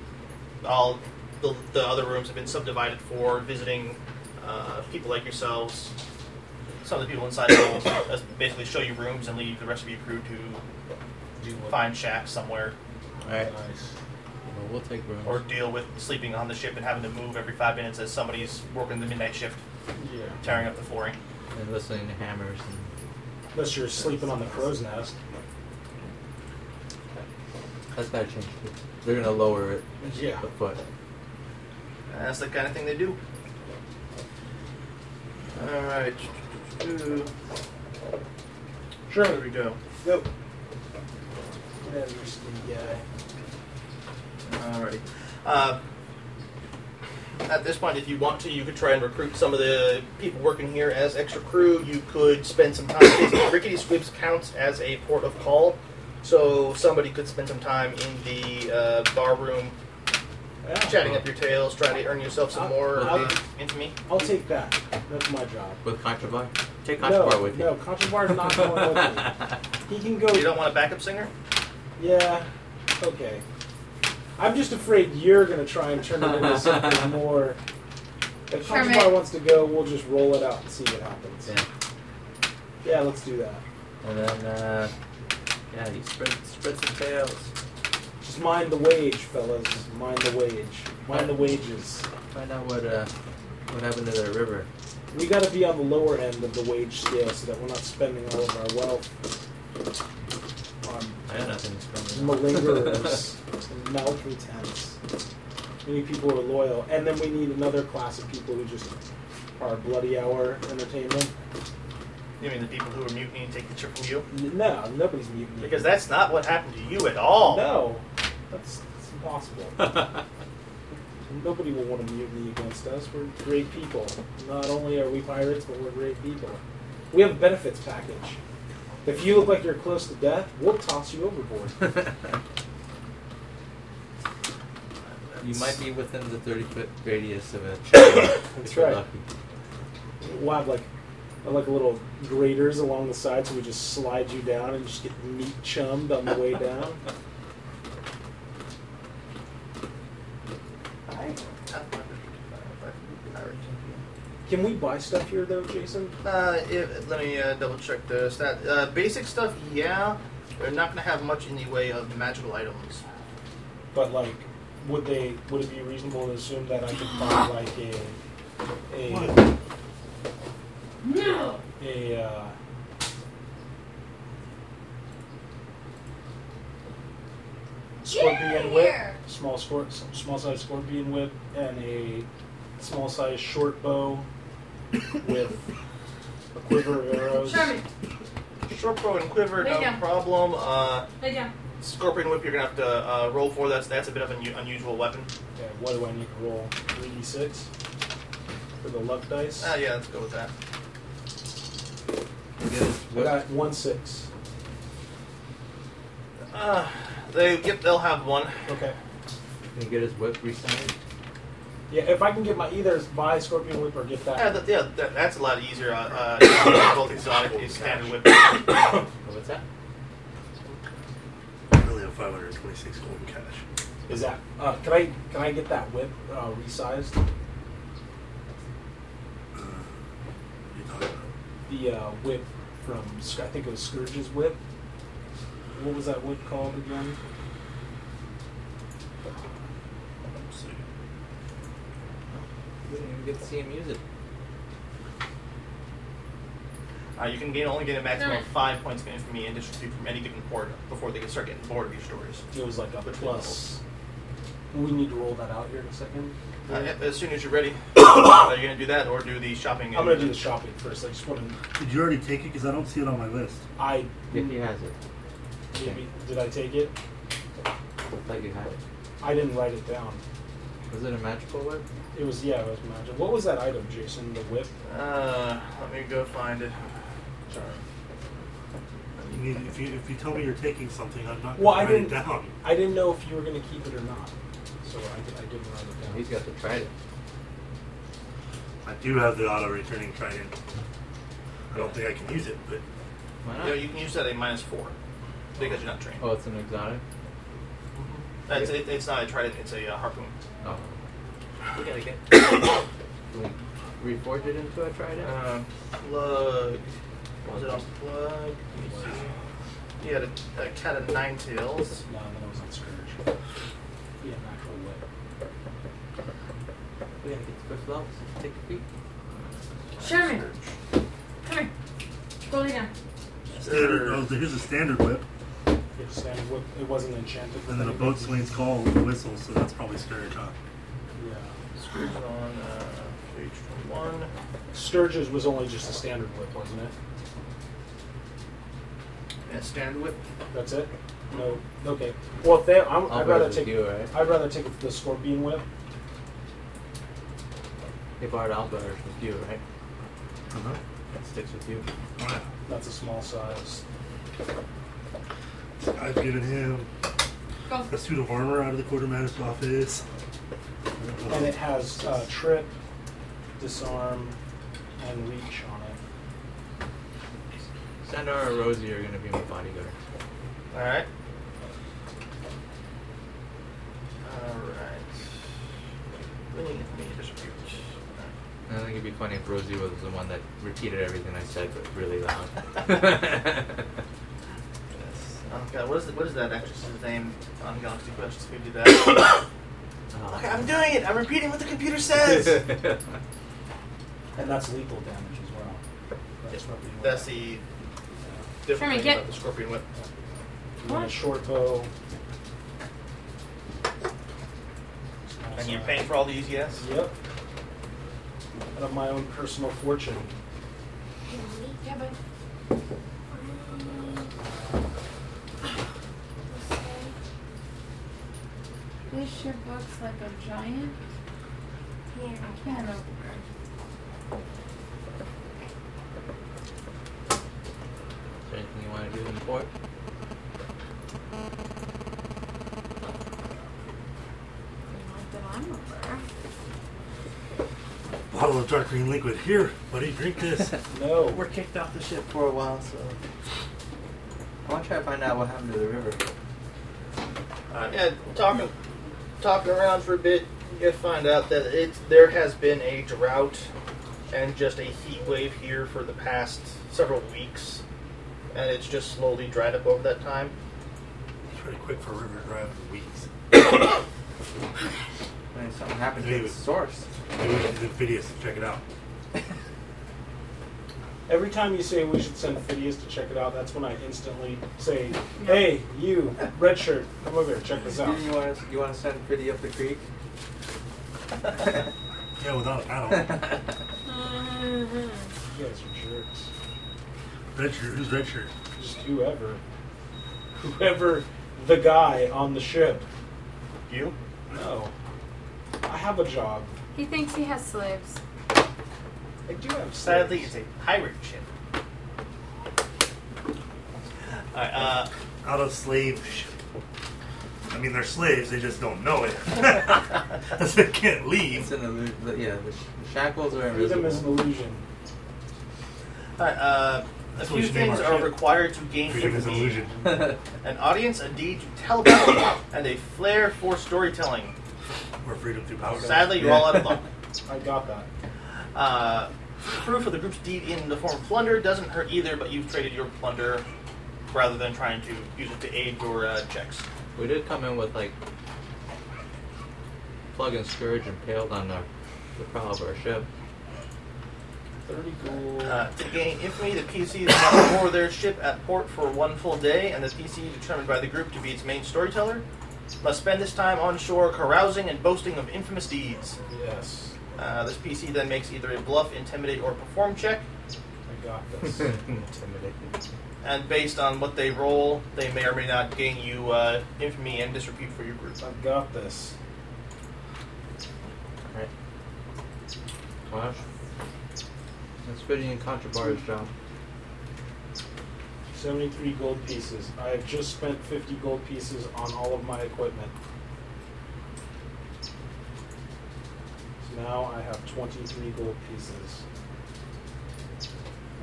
All the, the other rooms have been subdivided for visiting uh, people like yourselves. Some of the people inside will uh, basically show you rooms and leave the rest of your crew to
Do what?
find shacks somewhere
Alright.
Nice.
Well, we'll take rooms.
or deal with sleeping on the ship and having to move every five minutes as somebody's working the midnight shift,
Yeah.
tearing up the flooring.
and listening to hammers and
Unless you're sleeping on the crow's nest.
that's gotta change too. They're gonna lower it
Yeah.
a foot.
And that's the kind of thing they do. All right.
Sure.
There we go.
Go. Whatever, skinny guy.
Alrighty. Uh, at this point, if you want to, you could try and recruit some of the people working here as extra crew. You could spend some time. visiting- Rickety Squibs counts as a port of call, so somebody could spend some time in the uh, bar room, chatting up your tales, trying to earn yourself some more
I'll-
uh, infamy.
I'll take that. That's my job.
With contrabar? Take
no,
contrabar with
no,
you.
Contrabar's not going with me. He can go.
You don't want a backup singer?
Yeah. Okay. I'm just afraid you're gonna try and turn it into something more. If
Kermit.
Kanjima wants to go, we'll just roll it out and see what happens.
Yeah.
Yeah, let's do that.
And then, uh, yeah, you spread, spread some tails.
Just mind the wage, fellas. Mind the wage. Mind the wages.
Find out what, uh, what happened to the river.
We gotta be on the lower end of the wage scale so that we're not spending all of our wealth on
I got nothing from
malingerers and malcontents. We need people who are loyal. And then we need another class of people who just are bloody hour entertainment.
You mean the people who are mutiny and take the triple U?
N- No, nobody's mutiny.
Because that's not what happened to you at all.
No. That's, that's impossible. Nobody will want to mutiny against us. We're great people. Not only are we pirates, but we're great people. We have a benefits package. If you look like you're close to death, we'll toss you overboard.
you might be within the 30 foot radius of it. That's
right. We'll have like, like little graters along the side, so we just slide you down and just get meat chummed on the way down. Can we buy stuff here though, Jason?
Uh, if, let me uh, double check the stat. Uh, basic stuff, yeah. They're not going to have much in the way of magical items.
But like, would they? Would it be reasonable to assume that I could buy like a a
What?
a uh,
outta
scorpion whip,
here.
small scor- small size scorpion whip, and a small size short bow with a quiver of arrows.
Sherman,
Short bow and quiver,
Lay
no
down.
problem. Uh,
lay down.
scorpion whip, you're going to have to uh, roll for. That's that's a bit of an u- unusual weapon.
Okay, what do I need to roll? Three d six for the luck dice.
Ah, yeah, let's go with that.
I got one six.
Uh, they get, they'll have one.
Okay.
Can you get his whip resigned?
Yeah, if I can get my either buy Scorpion Whip or get that.
Yeah, that, yeah that, that's a lot easier. Uh, uh, both exotic and standard Uh, whip.
Oh, what's that?
I only have 526 gold in cash.
Is that uh, can I can I get that whip uh, resized?
Uh, you talking about?
The uh, whip from Sc- I think it was Scourge's whip. What was that whip called again?
We didn't even get to see him use it.
Uh, you can gain, only gain a maximum of five points gained from any industry from any given port before they can start getting bored of your stories.
It was like a
Which
plus. We need to roll that out here in a second.
Uh, yep, as soon as you're ready, are you gonna do that or do the shopping?
I'm gonna do the shopping first. I just want to.
Did you already take it? Because I don't see it on my list.
I
If he has it.
maybe did I take it?
I thought you had it.
I didn't write it down.
Was it a magical whip?
It was yeah, it was magic. What was that item, Jason? The whip.
Uh, let me go find it.
Sorry.
You need, if, you, if you tell me you're taking something, I'm not
Well, I
going to write it
didn't-
down.
I didn't know if you were gonna keep it or not, so I, I didn't write it down.
Oh, He's got the trident.
I do have the auto returning trident. I don't think I can use it, but
Why
Yeah,
not?
you can use that at a minus four because you're not trained.
oh, it's an exotic?
That's, it, it's not a trident; it's a uh, harpoon.
Oh.
We gotta get
Can we reforge it into a trident?
uh, plug. What was it on plug? Let me see. He had a, a cat of nine tails.
No, then I was on Scourge. Yeah, natural way.
we gotta get to fifth level, so take a peek.
Sherman, come here. Go lay down.
standard, oh, here's a standard whip,
It, just had- it wasn't enchanted.
and then a boatswain's call with a whistle, so that's probably Scourge, huh?
Yeah.
Screws on uh, page twenty-one.
Sturges was only just a standard whip, wasn't it?
And standard whip.
That's it. No. Okay. Well, if they, I'm,
I'll
I'd
go
rather
with
take.
you, right?
I'd rather take the scorpion whip.
Hey, Bard Alvarez with you, right?
Uh-huh.
That sticks with you.
That's a small size.
I've given him
Go.
a suit of armor out of the quartermaster's office.
And it has uh, trip, disarm, and reach on it.
Sandor or Rosie are gonna be my bodyguard.
All right. Alright. Winning is being dispute.
I think it'd be funny if Rosie was the one that repeated everything I said, but really loud.
Yes. Oh god, what is, the, what is that actress's name on Galaxy Quest who did that? okay, I'm doing it! I'm repeating what the computer says!
And that's lethal damage as well. That's what we want.
That's the
Trying to
different thing
get-
about the Scorpion Whip.
You want a short bow.
And you're paying for all these, yes?
Yep. Out of my own personal fortune.
Yeah, but this sure looks like a giant can opener.
Is there anything you want to do in port?
Not that I'm aware of.
Bottle of dark green liquid. Here, buddy, drink this.
No.
We're kicked off the ship for a while, so. I want to try to find out what happened to the river.
Uh, yeah, talking talking around for a bit, you find out that it's there has been a drought and just a heat wave here for the past several weeks, and it's just slowly dried up over that time.
it's pretty quick for a river drive in weeks.
I mean, something happened to
Maybe.
the source.
Maybe we should do videos to check it out.
Every time you say we should send Phidias to check it out, that's when I instantly say, "Hey, you, red shirt, come over here, check this out."
You want to you want to send Pretty up the creek?
Yeah, without a paddle.
You guys are jerks.
Red shirt. Who's red shirt?
Just whoever, whoever, the guy on the ship.
You?
No, I have a job.
He thinks he has slaves.
I do have.
Sadly,
slaves.
it's a pirate ship. Alright, uh,
Out of slave. ship. I mean, they're slaves. They just don't know it. That's they can't
It's
leave.
an illusion. Yeah, the, sh- the shackles are
freedom is an
invisible.
illusion.
alright, uh, a
That's what we
few
should name
things
our
are
ship.
required to gain
Freedom is an
empathy.
illusion.
An audience, a deed to tell about, and a flair for storytelling.
Or freedom through power.
Sadly, you're all out of luck.
I got that.
Uh, proof of the group's deed in the form of plunder doesn't hurt either, but you've traded your plunder rather than trying to use it to aid your uh, checks.
We did come in with like plug and scourge impaled on our, the prow of our ship.
Thirty gold.
Uh, to gain infamy, the PCs must moor their ship at port for one full day, and the PC determined by the group to be its main storyteller must spend this time on shore carousing and boasting of infamous deeds.
yes,
Uh, this PC then makes either a bluff, intimidate, or perform check,
I got this.
Intimidating.
and based on what they roll, they may or may not gain you uh, infamy and disrepute for your group.
I got this.
Alright. Flash. That's fitting in Contrabar's job.
Seventy-three gold pieces. I have just spent fifty gold pieces on all of my equipment. So now I have twenty-three gold pieces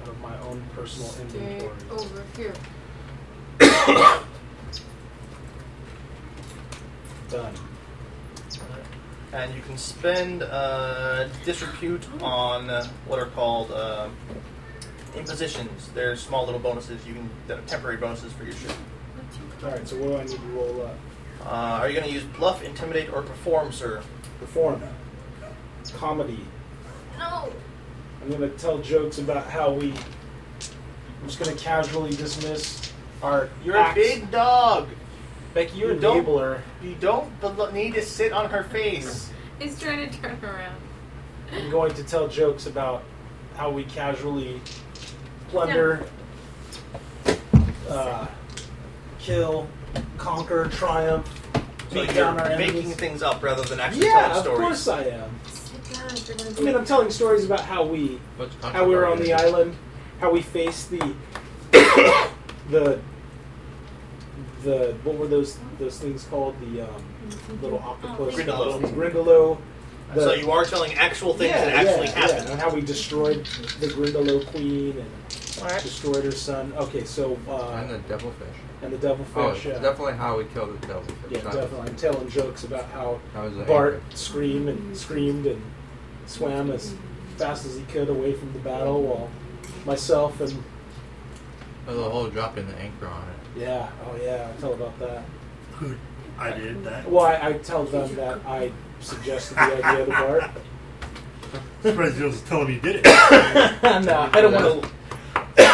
out of my own personal
Stay
inventory.
over here.
Done.
And you can spend uh, disrepute on uh, what are called uh, impositions. They're small little bonuses. You can that are temporary bonuses for your ship.
All right. So what do I need to roll up?
Uh, are you going to use bluff, intimidate, or perform, sir?
Perform. Comedy.
No.
I'm gonna tell jokes about how we. I'm just gonna casually dismiss our.
You're
acts.
a big dog.
Becky.
you don't-
enabler.
You don't bel- need to sit on her face.
He's trying to turn around.
I'm going to tell jokes about how we casually plunder, uh, kill, conquer, triumph,
So
beat
you're
down our
making
enemies.
things up rather than actually
yeah,
telling
of
stories.
course I am.
Sit down. You're gonna
I mean, I'm telling stories about how we,
What's
how we were
Contrabar
on the
gonna do?
island, how we faced the, the, the what were those those things called? The um, little octopus,
Grindelow.
Grindelow. The,
so you are telling actual things that actually
yeah,
happened.
and how we destroyed the Grindelow Queen and
Alright.
destroyed her son. Okay, so
And
uh,
the devilfish.
and the devilfish.
Oh, it's
yeah,
definitely how we killed the devilfish.
yeah,
not-
definitely. I'm telling jokes about how
That was like
Bart screamed and screamed and swam as fast as he could away from the battle, while myself and
There was a whole drop in the anchor on it.
yeah, oh yeah, I tell about that.
Who I did that.
Well, I, I tell them that I suggested the idea to Bart.
Surprised you was telling me you did it.
no, I don't want to.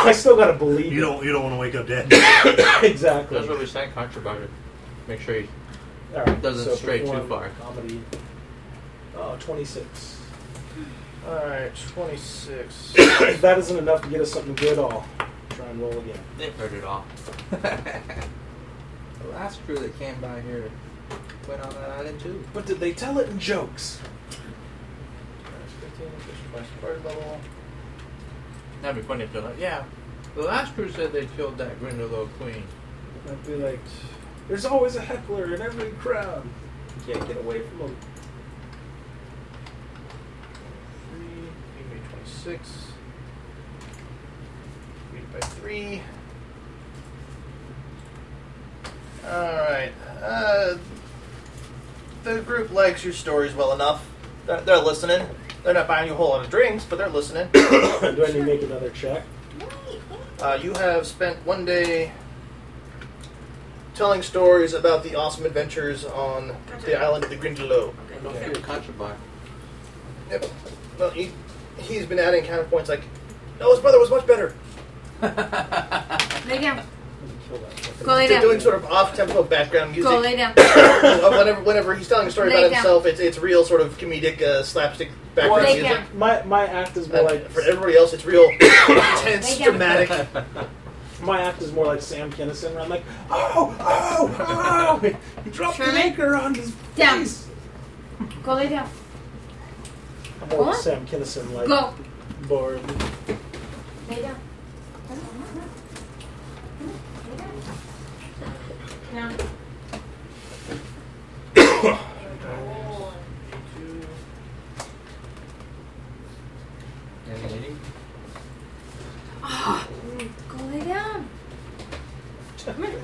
I still gotta believe
You don't. You don't want to wake up dead.
it. exactly.
That's what we sent Contra about it. Make sure you.
All right,
Doesn't
so
stray too
perform
far.
Comedy. Oh, 26.
Alright, 26.
if that isn't enough to get us something good, I'll try and roll again.
They heard it all. the last crew that came by here went on that island too.
But did they tell it in jokes?
Minus 15, which is my support level.
That'd be funny if they're like, yeah. The last crew said they killed that Grindelow queen.
I'd be like, there's always a heckler in every crowd. You can't get away from them.
3, you made 26. 3 by 3. Alright. Uh, the group likes your stories well enough. They're, they're listening. They're not buying you a whole lot of drinks, but they're listening.
Do I need to make another check?
Uh, you have spent one day telling stories about the awesome adventures on the island of the Grindelow.
Don't feel Contra bar.
Yep. Well, he, he's been adding counterpoints like, no, his brother was much better.
Lay down.
Let me kill that. fucker.
Go lay
They're
down.
doing sort of off-tempo background music.
Go lay down.
Uh, whenever, whenever he's telling a story
Lay
about
down.
himself, it's, it's real sort of comedic uh, slapstick background
Lay
music.
down.
My, my act is more
And
like
for everybody else, it's real intense,
Lay down.
dramatic.
my act is more like Sam Kinison, where I'm like, oh, oh, oh! He dropped the
Sherman?
anchor on his
Down.
face.
Go lay down.
I'm more like
Huh?
Sam Kinison, like
Go.
Bard.
Lay down. Now,
And eating?
ah, go lay down. Come here.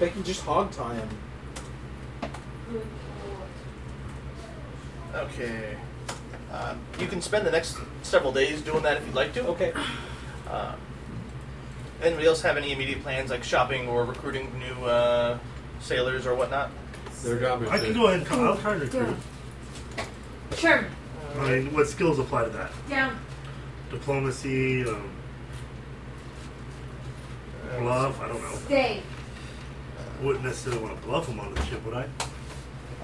They can just hog tie him.
Okay. Uh, you can spend the next several days doing that if you'd like to.
Okay.
Uh, anybody else have any immediate plans, like shopping or recruiting new uh, sailors or whatnot?
Their job is
I can
to-
go ahead and I'll try to recruit.
Down. Sherman,
I mean, what skills apply to that?
down.
Diplomacy, um, bluff. I don't know.
Stay.
Wouldn't necessarily want to bluff them onto the ship, would I?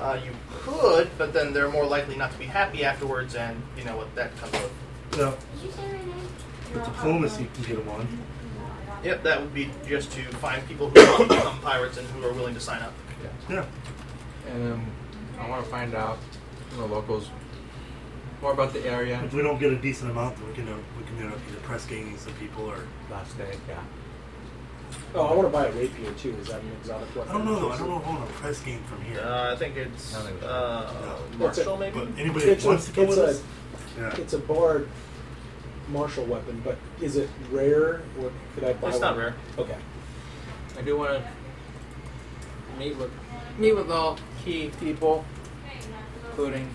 Uh, you could, but then they're more likely not to be happy afterwards, and you know what that comes with.
No.
Did you say my name?
But diplomacy can get them on.
Yep, that would be just to find people who want to become pirates and who are willing to sign up.
Yeah.
And um, I want to find out from the locals more about the area.
If we don't get a decent amount, then we can uh, we can end up either press ganging some people or
Last day, yeah.
Oh, I want to buy a rapier too. Is that an exotic weapon?
I don't know though. I don't know if I want a press game from here.
Uh, I think it's uh,
That's it.
Marshall, maybe.
but anybody that
It's a,
wants to come
it's
with us,
a,
yeah.
it's a bard martial weapon, but is it rare or could I buy
It's
one?
not rare.
Okay.
I do want to meet with meet with all key people, including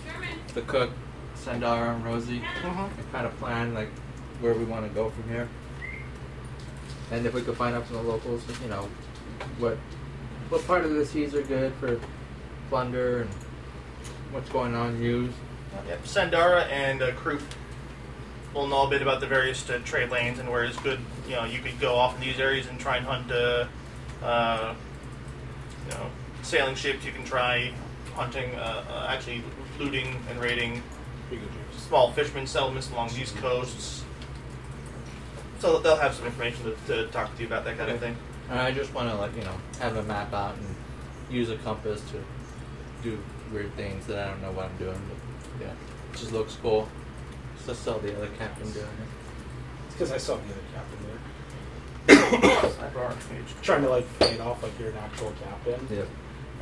the cook, Sandara, and Rosie, and kind of plan like where we want to go from here. And if we could find out from the locals, you know, what what part of the seas are good for plunder and what's going on news.
Yep, Sandara and uh, Croup will know a bit about the various uh, trade lanes and where it's good. You know, you could go off in these areas and try and hunt, uh, uh, you know, sailing ships. You can try hunting, uh, uh, actually looting and raiding small fishermen settlements along these coasts. So they'll have some information to, to talk to you about that kind of thing.
And I just want to like you know have a map out and use a compass to do weird things that I don't know what I'm doing. But yeah, it just looks cool. So saw the other captain doing it.
It's because I saw the other captain there.
Sidebar page.
Trying to like play it off like you're an actual captain.
Yep.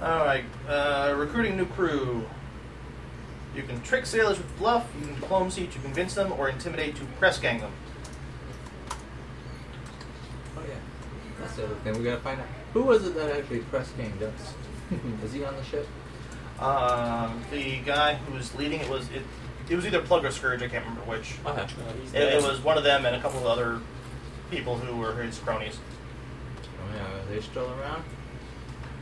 All right, uh, recruiting new crew. You can trick sailors with bluff, you can diplomacy to convince them, or intimidate to press gang them.
Oh, That's the other thing we gotta find out. Who was it that actually pressed gang dust? Is he on the ship?
Um, the guy who was leading it was it, it was either Plug or Scourge. I can't remember which.
Okay.
Uh, he's
It, it
dead.
was one of them and a couple of other people who were his cronies.
Oh yeah, are they still around?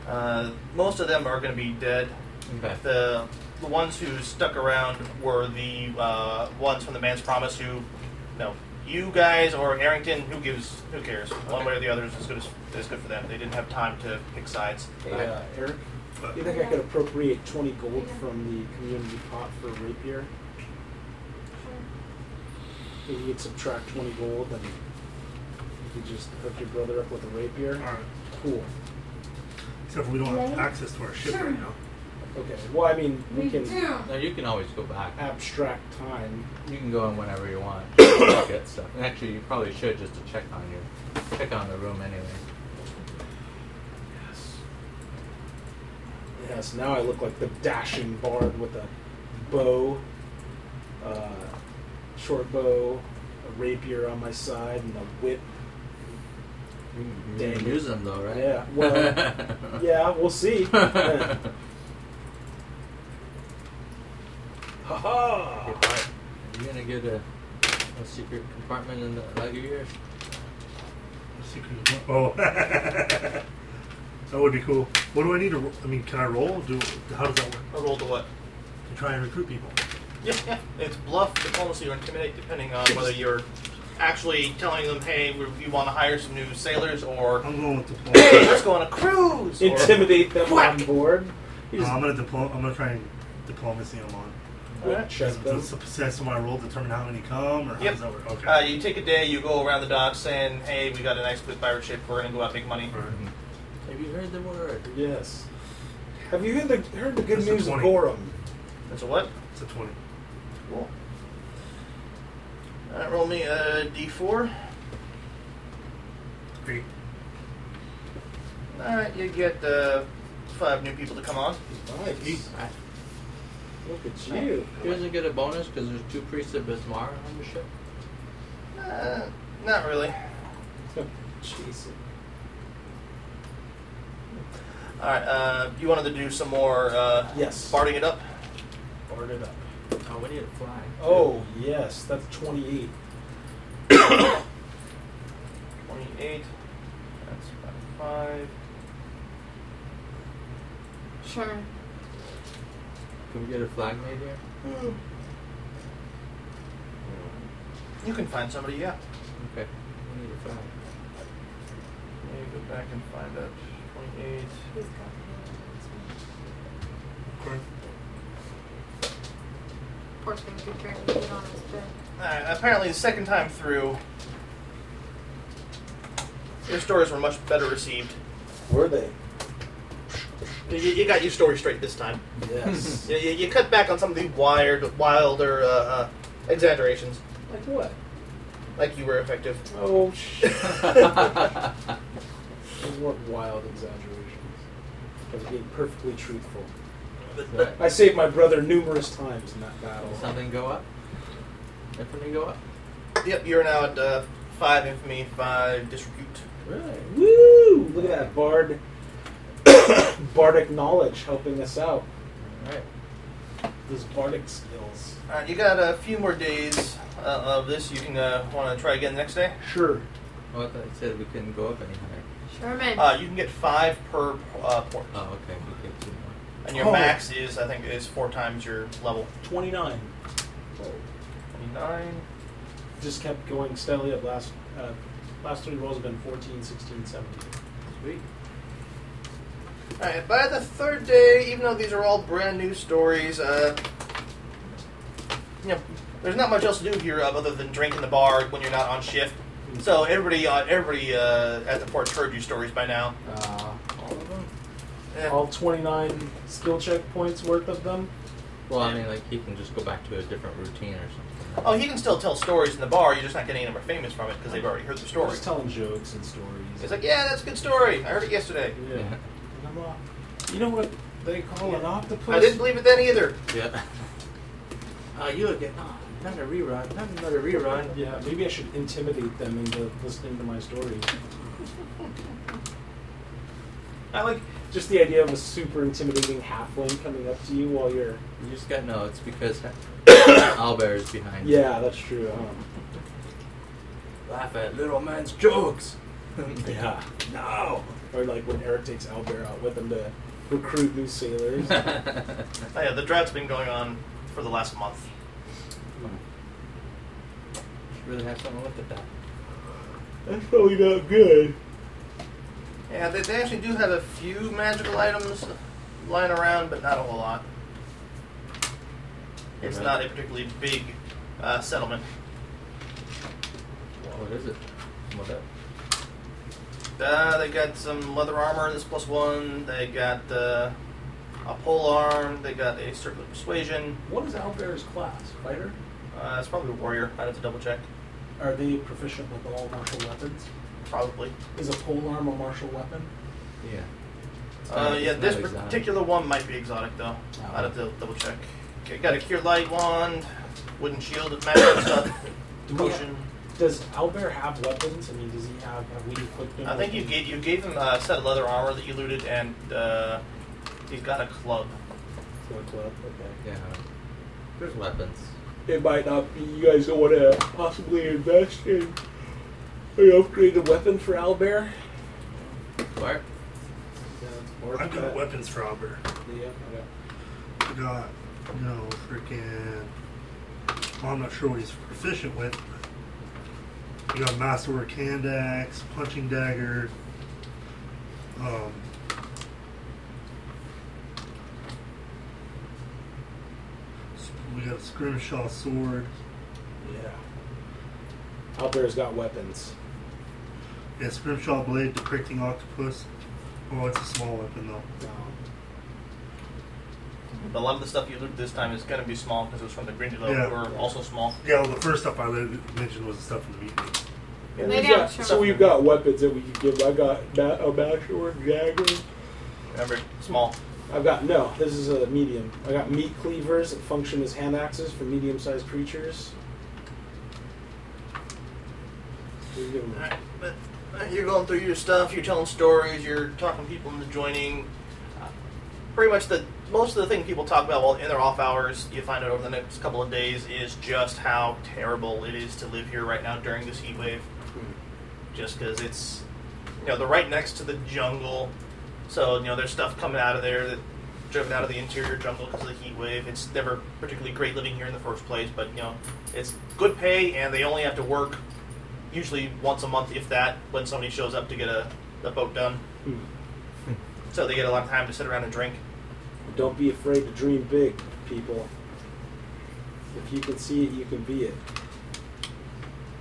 Uh, most of them are going to be dead.
Okay.
The the ones who stuck around were the uh, ones from the Man's Promise who, no, you guys or Harrington. Who gives? Who cares? One
Okay.
way or the other is as good as, as good for them. They didn't have time to pick sides.
Hey, uh, Eric, you think I could appropriate 20 gold from the community pot for rapier? Maybe you could subtract 20 gold and you could just hook your brother up with a rapier?
Alright.
Cool.
Except we don't have access to our ship right now.
Okay. Well, I mean, we
We
can
do.
No, you can always go back.
abstract time.
You can go in whenever you want. Look at stuff. And actually, you probably should just to check on your check on the room anyway.
Yes, now I look like the dashing bard with a bow, uh, short bow, a rapier on my side, and a whip.
You can
Dang it.
use them though, right?
Mm-hmm. Yeah, well, Yeah, we'll see. Ha ha!
You're gonna get a, a secret compartment in the like yours.
Secret of- Oh. that would be cool. What do I need to ro- I mean, can I roll? Do How does that work?
A roll to what?
To try and recruit people.
Yeah, yeah. It's bluff, diplomacy, or intimidate, depending on whether you're actually telling them, "Hey, we, we want to hire some new sailors," or
I'm going with diplomacy.
"Hey, let's go on a cruise." or-
Intimidate them
Whack!
on board. You
Uh,
just
I'm gonna diplo- I'm gonna try and diplomacy them on.
whack check them.
Does the success of my roll determine how many come, or how
Yep.
does that work? Okay.
Uh, you take a day, you go around the docks saying, "Hey, we got a nice good pirate ship. We're gonna go out and make money."
Alright.
Have you heard the word?
Yes. Have you heard the, heard the good
That's a
news of
20.
Gorum?
That's a what?
It's a twenty.
Cool. All right, roll me a d4.
Great.
All right, you get uh, five new people to come on.
Nice.
Alright.
Look at you.
He doesn't get a bonus because there's two priests of Bismar on the ship.
Uh, not really.
Jesus.
All right, uh, you wanted to do some more uh,
Yes.
barding it up.
Bard it up.
Oh, we need a flag.
Oh, yes. That's 28.
28. That's about five.
Sure.
Can we get a flag made here?
You can find somebody, yeah.
Okay. We need a flag.
Let me go back and find that. 28.
He's got
Great.
Pork's gonna be trying to get on his bed.
Alright, apparently, the second time through, your stories were much better received.
Were they?
You, you you got your story straight this time.
Yes.
You, you, you cut back on some of the wired, wilder uh, uh, exaggerations,
like what?
like you were effective.
Oh, shit.
Alright,
Those weren't wild exaggerations. I was being perfectly truthful. I saved my brother numerous times in that battle.
Will something go up? Definitely go up.
yep, you're now at uh, five infamy, five disrepute.
Right. Woo! Look at that bard. bardic knowledge helping us out.
Alright.
Those bardic skills.
Alright, you got a few more days uh, of this. You can uh, want to try again the next day.
Sure.
Well, Oh, I thought it said we couldn't go up any higher.
Sherman.
Uh, you can get five per uh, port,
Oh, okay. We get two more.
and your
Oh.
max is I think is four times your level.
29.
Twenty nine.
Just kept going steadily up last. Uh, last three rolls have been 14, 16, 17.
Sweet.
Alright, by the third day, even though these are all brand new stories, uh, you know, there's not much else to do here uh, other than drink in the bar when you're not on shift. So everybody, uh, everybody uh, at the port's heard your stories by now.
Uh,
All of them?
Eh,
all 29 skill checkpoints worth of them.
Well, I mean, like, he can just go back to a different routine or something.
Oh, he can still tell stories in the bar. You're just not getting any more famous from it because they've already heard the
We're
story.
Just telling jokes and stories.
It's like, yeah, that's a good story. I heard it yesterday.
Yeah. And I'm off. You know what they call an octopus?
I didn't believe it then either.
Yeah. Oh, you again. Oh, not a rerun. Not another rerun.
Yeah, maybe I should intimidate them into listening to my story.
I like
Just the idea of a super intimidating halfling coming up to you while you're.
You just got no. It's because Albert is behind. you.
Yeah, that's true. Um,
Laugh at little man's jokes.
yeah. No. Or like when Eric takes Albert out with him to recruit new sailors.
Oh, yeah, the drought's been going on for the last month.
really have someone look at that.
that's probably not good.
Yeah, they, they actually do have a few magical items lying around, but not a whole lot. It's
Right.
not a particularly big uh, settlement.
What is it? What up?
Uh, they got some leather armor that's plus one. They got uh, a pole arm. They got a circular persuasion.
What is Albert's class? Fighter?
Uh, it's probably a warrior. I'd have to double check.
Are they proficient with all martial weapons?
Probably.
Is a polearm a martial weapon?
Yeah. It's
Uh,
not-
yeah,
it's
this
not exotic.
particular one might be exotic though.
Oh.
I'd have to double check. Okay, got a cure light wand, wooden shield of magic stuff,
Do we
potion.
Does Albert have weapons? I mean, does he have? Have we equipped him?
I think you
with-
gave you gave him a set of leather armor that you looted, and uh, he's got a club.
So it's up, okay.
Yeah. There's weapons.
It might not be. You guys don't want to possibly invest in an upgraded weapon for Albert.
What?
I've got weapons for Albert.
Yeah. Okay.
I got no freaking. Well, I'm not sure what he's proficient with. We got masterwork hand axe, punching dagger. Um, s- we got a scrimshaw sword.
Yeah. Albert's got weapons.
Yeah, scrimshaw blade depicting octopus. Oh, it's a small weapon though.
But a lot of the stuff you looted this time is going to be small because it was from the Grindylow,
Yeah.
who are also small.
Yeah, well, the first stuff I mentioned was the stuff from the mutiny.
Yeah,
Maybe
we've
I'm
got-
sure-
so we've got weapons that we can give. I got ma- a masterwork dagger.
Remember, small.
I've got no. This is a medium. I got meat cleavers that function as hand axes for medium-sized creatures. What do you give 'em?
Alright, but uh, you're going through your stuff, you're telling stories, you're talking to people in the joining. Uh, Pretty much the most of the thing people talk about while in their off hours, you find out over the next couple of days, is just how terrible it is to live here right now during this heat wave.
Hmm.
Just because it's, you know, they're right next to the jungle, so you know there's stuff coming out of there that driven out of the interior jungle because of the heat wave. It's never particularly great living here in the first place, but you know it's good pay, and they only have to work usually once a month, if that, when somebody shows up to get a the boat done.
Hmm.
So they get a lot of time to sit around and drink.
Don't be afraid to dream big, people. If you can see it, you can be it.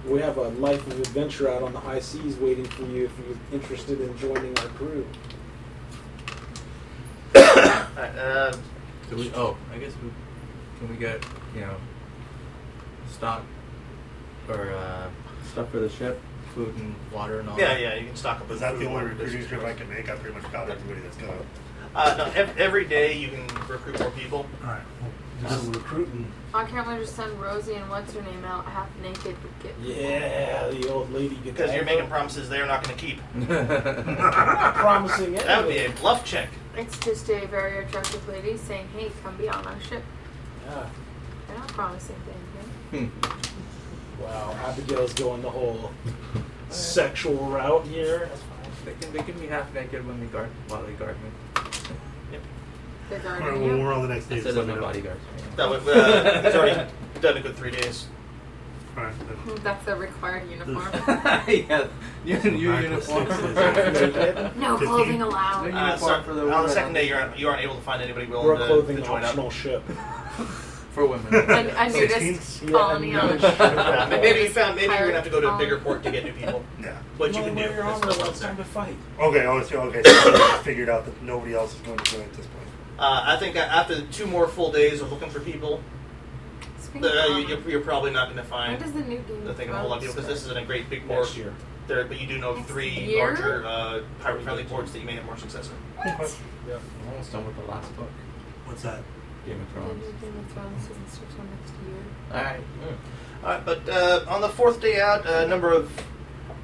We have a life of adventure out on the high seas waiting for you if you're interested in joining our crew.
Alright, uh,
Do we? Oh, I guess we. Can we get you know stock or uh, stuff for the ship, food and water and all
yeah,
that?
yeah, you can stock up.
Is
with
that
food
the
and
only
water
recruiting
business.
trip I can make? I pretty much got everybody that's got it.
Uh, no, ev- every day you can recruit more people.
Alright, well, just recruiting.
Why can't we just send Rosie and what's her name out half naked? to Get
Yeah, the old lady gets
Because you're making promises they're not going to keep.
not promising anything.
That would be a bluff check.
It's just a very attractive lady saying, "Hey, come be on our ship."
Yeah.
They're not promising anything.
Wow, Abigail's going the whole sexual route here.
They can they can be half naked when they guard while they guard me.
They're
Alright,
guarding
well,
you.
we're on the next
I
day. just
said
let
that my
me know.
bodyguards.
That would, uh, it's already done a good three days.
Alright, then.
Mm, That's a required uniform.
yeah, new, new
Nine plus
uniform.
six is-
no
Fifteen?
clothing allowed.
Maybe-
Uh,
Uniform
so
for the
on
women.
the second day, you aren't, you aren't able to find anybody
We're
willing
a
to,
clothing
to join up.
optional ship.
for women.
A, a nudist
Sixteen?
colony
Yeah,
on
no.
the ship.
Uh, maybe you found maybe you're gonna have to go
Um,
to a bigger port to get new people,
Yeah.
but you can do.
Wear your
There's
armor
still
when
one
it's
there.
time to fight.
Okay, I was okay. So I figured out that nobody else is going to do it at this point.
Uh, I think after two more full days of looking for people,
Speaking
uh,
of
you,
colony,
you're, you're probably not going to
when
find
um, does the new game
the thing a whole lot of people because this isn't a great big port.
Next year.
There, but you do know
Next
three
year?
larger uh, pirate-friendly ports that you may have more success in.
What?
Yeah.
I'm almost done with the last book,
What's that?
Game of
The new
Thrones.
Game of Thrones season starts on next year.
All right. Mm.
All right, but uh, on the fourth day out, a number of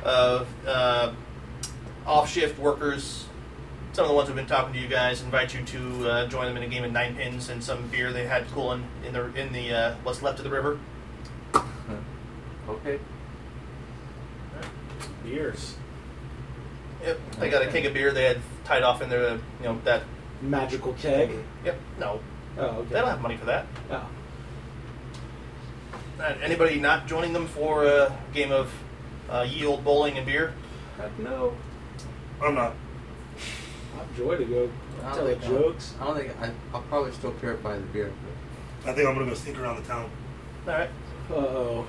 of uh, off shift workers. Some of the ones who've been talking to you guys invite you to uh, join them in a game of nine pins and some beer they had cooling in the in the uh, what's left of the river.
Okay.
Beers.
Yep, they got a keg of beer they had tied off in their, you know, that.
Magical keg.
Yep, no,
Oh, okay.
they don't have money for that.
Oh.
Uh, anybody not joining them for a game of uh, ye old bowling and beer?
Heck no.
I'm not.
I'm joy to go
I
tell
don't think
jokes.
I don't think I, I'll probably still purify the beer.
I think I'm gonna go sneak around the town.
All right.
Uh oh.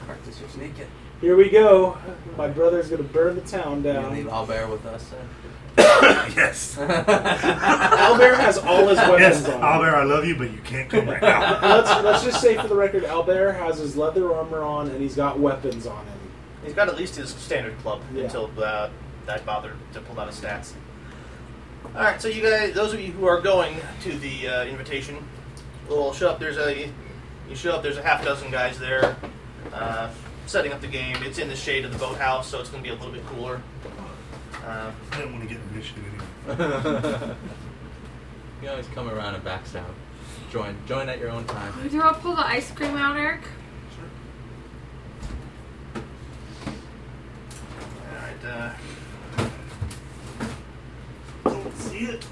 But practice your sneaking.
Here we go. My brother's gonna burn the town
You leave
down.
Albert with us. eh?
yes.
Albert has all his weapons
Yes,
on.
Albert, I love you, but you can't come right now.
let's let's just say for the record, Albert has his leather armor on and he's got weapons on him.
He's got at least his standard club
Yeah.
until uh, I bothered to pull out his stats. All right, so you guys, those of you who are going to the uh, invitation, will show up. There's a you show up. There's a half dozen guys there uh, setting up the game. It's in the shade of the boathouse, so it's going to be a little bit cooler. Uh,
I didn't want to get in this shit anyway.
you always come around and backstab.
Join. Join at your own time.
Do you want to pull the ice cream out, Eric?
all right. Uh,
Don't see it.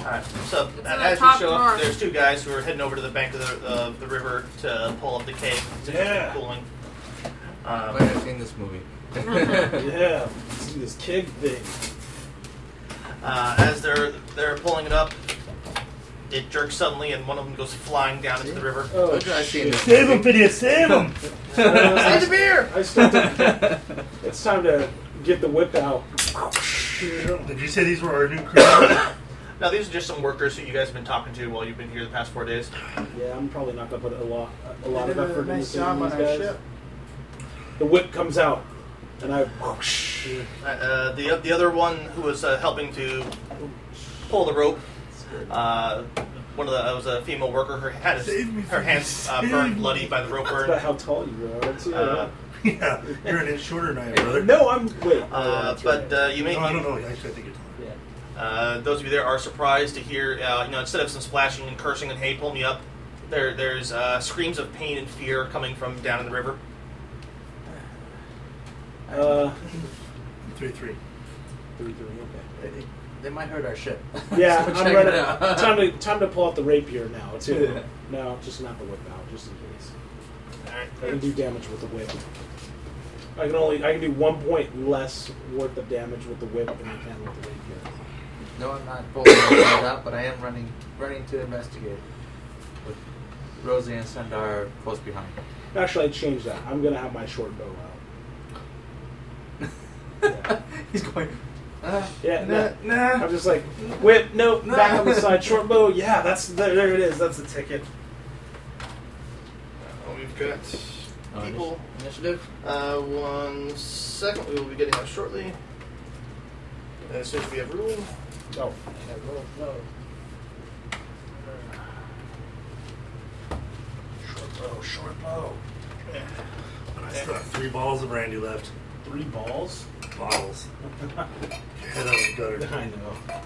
Alright, so uh,
It's in the
as you
top
show
drawer.
up, there's two guys who are heading over to the bank of the, of the river to pull up the cake. It's
Yeah.
cooling.
I've
Um,
never seen this movie.
Yeah. Let's do this keg thing.
uh, as they're they're pulling it up, it jerks suddenly, and one of them goes flying down into the river.
Oh,
Told you I've seen
shit.
this.
Save him, Phineas, save him!
Save the beer!
I still don't- it's time to get the whip out.
Did you say these were our new crew?
Now these are just some workers who you guys have been talking to while you've been here the past four days.
Yeah, I'm probably not gonna put a lot a lot
They
of
did a
effort
nice
into saving
job on
these
our
guys.
ship.
The whip comes out, and I
Uh, Uh, the the other one who was uh, helping to pull the rope, uh, one of the I was a female worker. Her had
Save me,
her hands uh,
save
burned
me.
bloody by the rope
It's
burn.
about how tall you are. It's, yeah.
Uh,
yeah, you're an inch shorter than I am, brother.
no, I'm wait.
Uh, but uh, you may
No, I don't know. Actually, I think you're taller.
Yeah.
Uh, those of you there are surprised to hear, uh, you know, instead of some splashing and cursing and hey, pull me up, there there's uh, screams of pain and fear coming from down in the river.
Uh,
Three, three.
three, three, okay.
They- They might hurt our ship.
Yeah,
so
I'm
check
ready.
it out.
time to time to pull out the rapier now too.
Yeah.
No, just not the whip out, just in case.
Alright.
I can do damage with the whip. I can only I can do one point less worth of damage with the whip than I can with the rapier.
No, I'm not pulling it out, but I am running, running to investigate. With Rosie and Sundar close behind.
Actually, I changed that. I'm gonna have my short bow out. Yeah.
He's going.
"Uh,
Ah,
Yeah,
nah, nah.
I'm just like whip. Nope.
No.
Back on the side. Short bow. Yeah, that's there, there. It is. That's the ticket.
Uh, we've got
Oh,
people.
initi- Initiative.
Uh, one second, we will be getting that shortly. As soon as we have room.
Oh,
Short bow, short bow. And I still have three balls of brandy left.
three balls.
Bottles. Your head out of the gutter.
I know.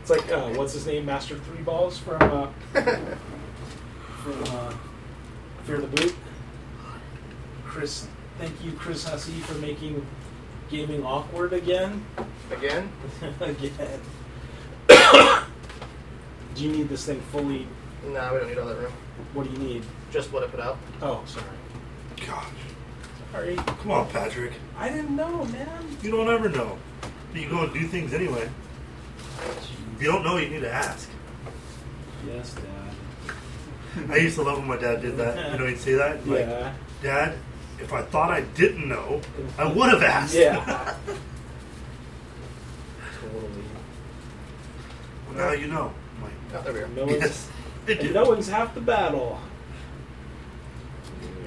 It's like uh, what's his name, Master Three Balls from uh, from uh, Fear the Boot. Chris, thank you, Chris Hussey, for making gaming awkward again.
Again?
again. do you need this thing fully?
Nah, we don't need all that room.
What do you need?
Just what I put out.
Oh, sorry.
Gosh.
Sorry.
Come on, Patrick.
I didn't know, man.
You don't ever know. But you go and do things anyway. If you don't know, you need to ask.
Yes, Dad.
I used to love when my dad did that. You know, he'd say that. Like,
Yeah.
Dad, if I thought I didn't know, I would have asked.
Yeah. Totally.
well, now you know. I'm like,
Oh, there we are.
No one's,
yes. It
and
did.
no one's half the battle.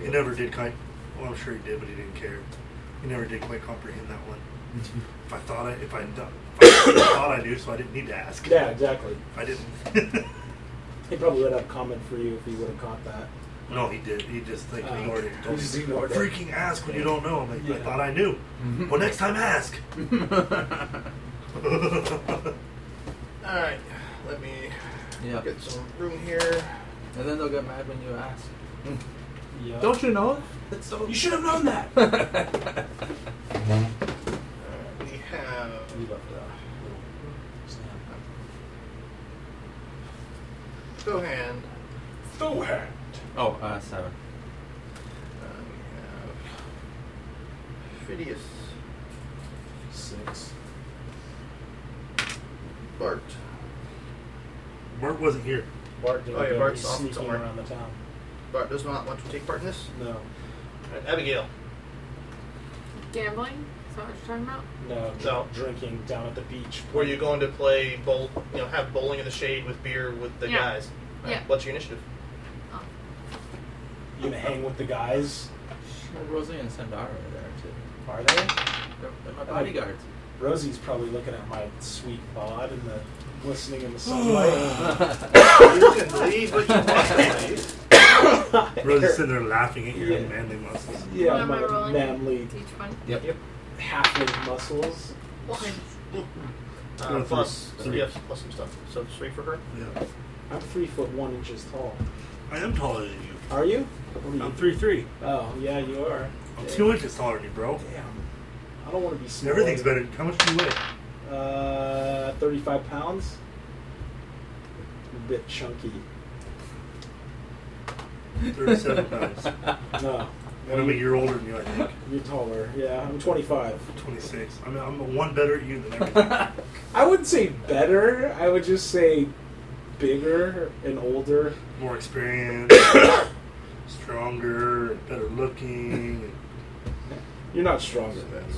He never did quite. Well, I'm sure he did, but he didn't care. He never did quite comprehend that one. if I thought I, if I, do- if I thought I knew, so I didn't need to ask.
Yeah, exactly.
If I didn't.
He probably would have a comment for you if he would have caught that.
No, he did. He just like
Oh.
ignored it. Don't
He just ignored it.
freaking ask when you don't know. I'm like, I
Yeah.
thought I knew. Well, next time ask.
Alright, let me
yeah.
get some room here.
And then they'll get mad when you ask.
Yeah.
Don't you know? That's so.
You should have known that.
Alright, we have.
We left a little snap.
Go hand.
Throw her.
oh, uh, seven.
Uh, we have. Phidias.
Six.
Bart.
Bart wasn't here.
Bart did
Oh, yeah,
go.
Bart's
He's
off
sneaking
somewhere.
around the town.
Bart does not want to take part in this.
No,
Alright, Abigail.
Gambling? Is that what you're talking about?
no,
No.
drinking down at the beach.
Were you going to play bowl, you know, have bowling in the shade with beer with the
Yeah.
guys? Alright,
Yeah.
What's your initiative?
Oh.
You gonna hang with the guys?
Well, Rosie and Sandara are there too.
Are they?
They're, they're
Oh.
my bodyguards.
Rosie's probably looking at my sweet bod and the glistening in the sunlight.
you can believe what you want, please.
Really sitting there laughing at your
Yeah.
manly muscles.
yeah,
What am I
my
rolling?
manly
Each one?
halfling muscles.
Okay.
Uh,
Three.
plus, so
Three.
yes, plus some stuff. So three for her.
Yeah.
I'm three foot one inches tall.
I am taller than you.
Are you? What are you?
I'm three three.
Oh yeah, you are.
I'm two inches taller than you, bro.
Damn. I don't want to be small.
Everything's better. How much do you weigh?
Uh, 35 pounds. A bit chunky.
Thirty-seven pounds.
No.
And I'm a year older than you, I think.
You're taller. Yeah, I'm 25.
Twenty-six. I'm, I'm one better at you than everything.
I wouldn't say better. I would just say bigger and older.
More experienced, stronger, better looking.
You're not stronger.
So that's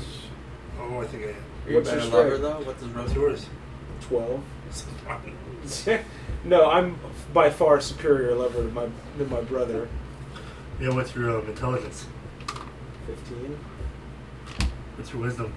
Oh, I think I
Are
What's
you a
your
better
strength?
lover though? What's his
am.
Rosie?
What's yours?
12. no, I'm by far superior lover to my than my brother.
Yeah, what's your um, intelligence?
15.
What's your wisdom?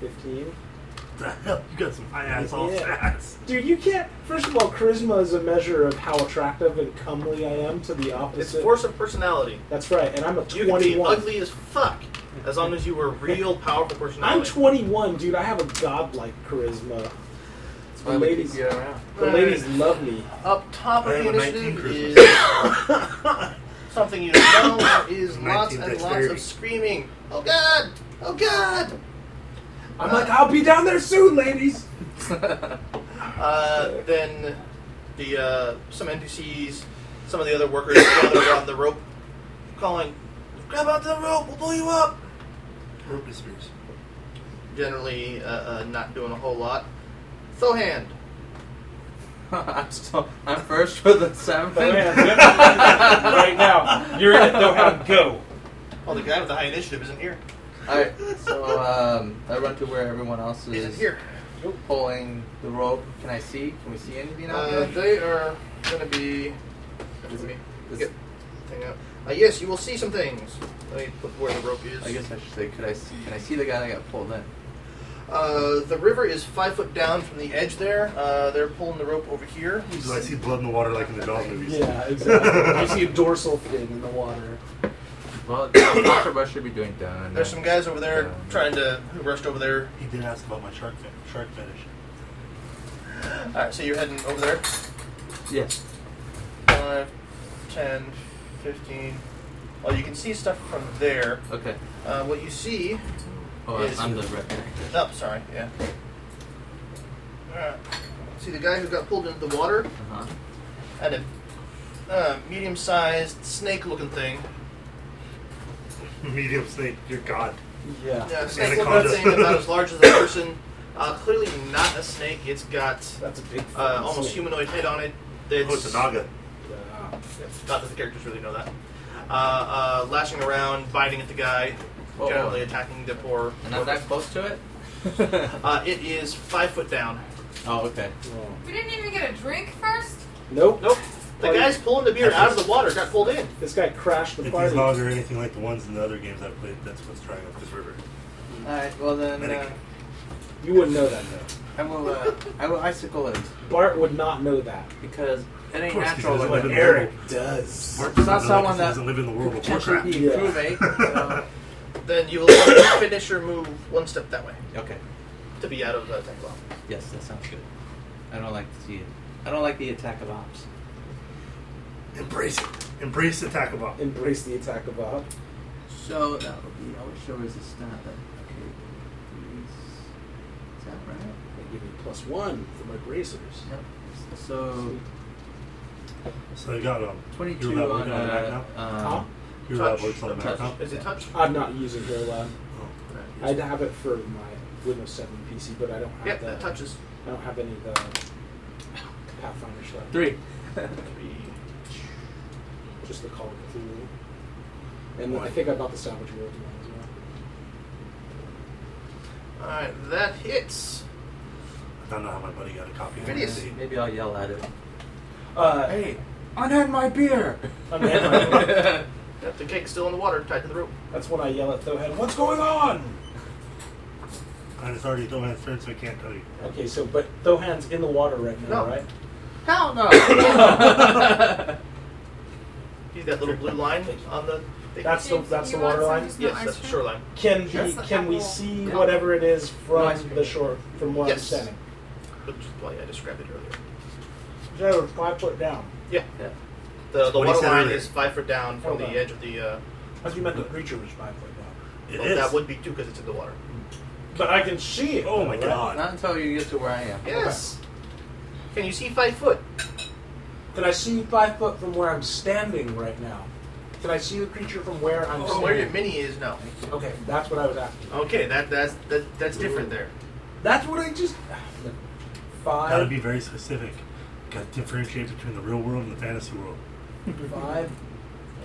15.
What the hell? You got some high ass all
Yeah.
fast.
Dude, you can't. First of all, charisma is a measure of how attractive and comely I am to the
it's
opposite.
force of personality.
That's right, and I'm a
You can be
21.
ugly as fuck as long as you were a real powerful personality.
I'm 21, dude. I have a godlike charisma.
That's
The
why we
ladies,
keep you around.
the ladies love me.
Up top
I
of the
have a 19
initiative is
charisma.
something you know there is
A 19
lots and lots
dexterity.
of screaming. Oh god! Oh god!
I'm like, I'll be down there soon, ladies.
Uh, then the uh, some NPCs, some of the other workers gather around the rope, calling, "Grab onto the rope! We'll blow you up!"
Rope is yours.
Generally, uh, uh, not doing a whole lot. Thohand,
I'm still. I'm first with a seven.
Oh,
right now, you're in it. Know how to go.
oh,
Hmm.
the guy with the high initiative isn't here.
Alright, so um, I run to where everyone else is
Isn't here.
pulling the rope. Can I see? Can we see anything out
Uh,
there?
they are going to be. Let
Is-
me
is-
get the thing up. Uh, yes, you will see some things. Let me put where the rope is.
I guess I should say, could I see, can I see the guy that got pulled in?
Uh, the river is five foot down from the edge there. Uh, they're pulling the rope over here.
So I see blood in the water like in the dog movies.
Yeah, exactly. I see a dorsal fin in the water.
well, Monster Rush should be doing done.
There's some guys over there
Yeah.
trying to who rushed over there.
He did ask about my shark fe- shark fetish.
All right, so you're heading over there.
Yes.
Five, ten, fifteen. Well, you can see stuff from there.
Okay.
Uh, what you see?
Oh,
Yes.
I'm the red guy.
Oh, sorry. Yeah. Uh, see the guy who got pulled into the water
Uh-huh.
and a uh, medium-sized snake-looking thing.
Medium snake, dear God.
Yeah,
Yeah,
Anaconda.
snake-looking thing about as large as a person. Uh, clearly not a snake. It's got
that's a big.
uh,
fucking
almost
snake.
humanoid head on it. It's,
Oh, it's a naga.
Yeah.
Not that the characters really know that. Uh, uh, lashing around, biting at the guy,
Whoa,
generally
whoa.
attacking the poor.
And I'm that close to it.
Uh, it is five foot down.
oh, okay.
Oh.
We didn't even get a drink first?
Nope.
Nope. The
Party.
guy's pulling the beer out of the water. Got pulled in.
This guy crashed the
If
party.
these logs are anything like the ones in the other games I played, that's what's drying up this river.
Alright, well then,
Medic.
uh,
You wouldn't know that though.
I will, uh, I will icicle it.
Bart would not know that.
Because
It ain't
course,
natural
because
like
living
Eric.
does.
Mark
It's
doesn't
not
know
someone
because he
that
doesn't live in the world of
Potentially
Warcraft.
be
Yeah.
crewmate. so-
Then you will let your finisher move one step that way
Okay.
to be out of uh, tank level.
Yes, that sounds good. I don't like to see it. I don't like the attack of ops.
Embrace it. Embrace the Takaba.
Embrace the attack of Bob.
So that would be, I would show her as a stat then. Okay. Is is that right?
I give you plus one for my bracers.
Yep. So
So you got um,
22
Your level
on,
on the back
uh,
now?
Huh?
uh,
Your
Touch.
level is on the
Touch.
back now.
Is it touch?
I'm not using Hero Lab.
Oh.
I'd have it for my Windows 7 PC, but I don't have
Yep,
the,
that touches.
I don't have any of the Pathfinder stuff.
three.
Just the Call of Cthulhu. And
One.
I think I bought the Salvage World one as well.
Alright, that hits.
I don't know how my buddy got a copy. of
Phineas.
it.
Maybe I'll yell at it.
Uh,
Hey, unhand my beer!
Unhand my
beer.
Yep, the cake's still in the water, tied to the rope.
That's when I yell at Thohead, what's going on?
I just already don't have friends, so I can't tell you.
Okay, so, but Thohan's in the water right now,
No.
right?
Hell no.
He's that little blue line on the. thing.
That's the, that's the water line?
yes, that's the shoreline.
Can,
That's
we,
the
can we
apple.
see
Yeah.
whatever it is from
Nice.
the shore, from where
Yes.
I'm standing?
Which is why I described it earlier.
Joe, five foot down.
Yeah.
Yeah.
The, the
What he
water
said
line
earlier.
is five foot down from
Hold
the
on.
edge of the. Uh,
I you meant the creature was five foot down.
It
well,
is.
That would be two because it's in the water.
But I can see it.
oh my
right?
god.
Not until you get to where I am.
Yes. Can you see five foot?
Can I see five foot from where I'm standing right now? Can I see the creature from where I'm
From
Oh.
standing?
Oh, where your mini is, no.
okay, that's what I was after.
Okay, that that's that, that's different there.
That's what I just.
Gotta
Five,
be very specific. Gotta differentiate between the real world and the fantasy world.
five,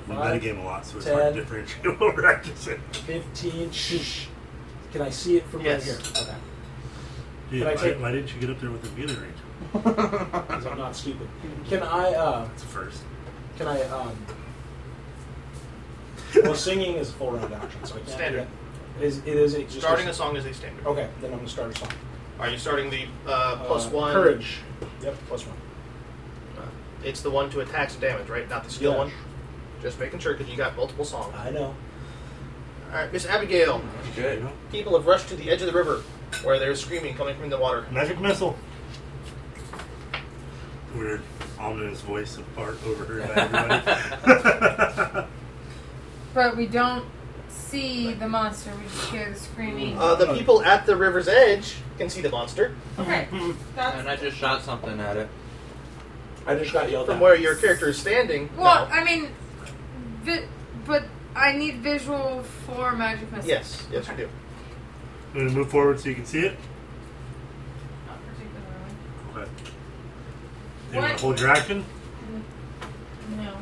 We
Five,
metagame a lot, so it's hard
ten.
to differentiate what we're actually
fifteen. Shh. Can I see it from
Yes.
right here? Okay.
Dude,
Can I
why,
take-
why didn't you get up there with the meter range?
'Cause I'm not stupid. Can I? Uh,
That's a first.
can I? Um, well, singing is a full round action, so I can't. do
Standard.
that. Is it is it just
Starting a song is a standard.
Oh.
Okay, then I'm gonna start a song.
Are you starting the uh, plus
Uh,
one?
Courage. Yep, plus one.
It's the one to attacks and damage, right? Not the skill
Yeah.
one. Just making sure because you got multiple songs.
I know.
All right, Miss Abigail.
You
Good.
know?
People have rushed to the edge of the river, where there's screaming coming from the water.
Magic missile. Weird, ominous voice of Bart overheard by everybody.
But we don't see the monster. We just hear the screaming.
Uh, the people at the river's edge can see the monster
Okay,
mm-hmm.
And I
that's.
just shot something at it.
I just got yelled
from
at.
where your character is standing.
Well,
now.
I mean, vi- but I need visual for magic missile.
yes, yes, you do.
I'm gonna move forward so you can see it.
Not particularly.
Okay. You want
What?
to hold your action?
No.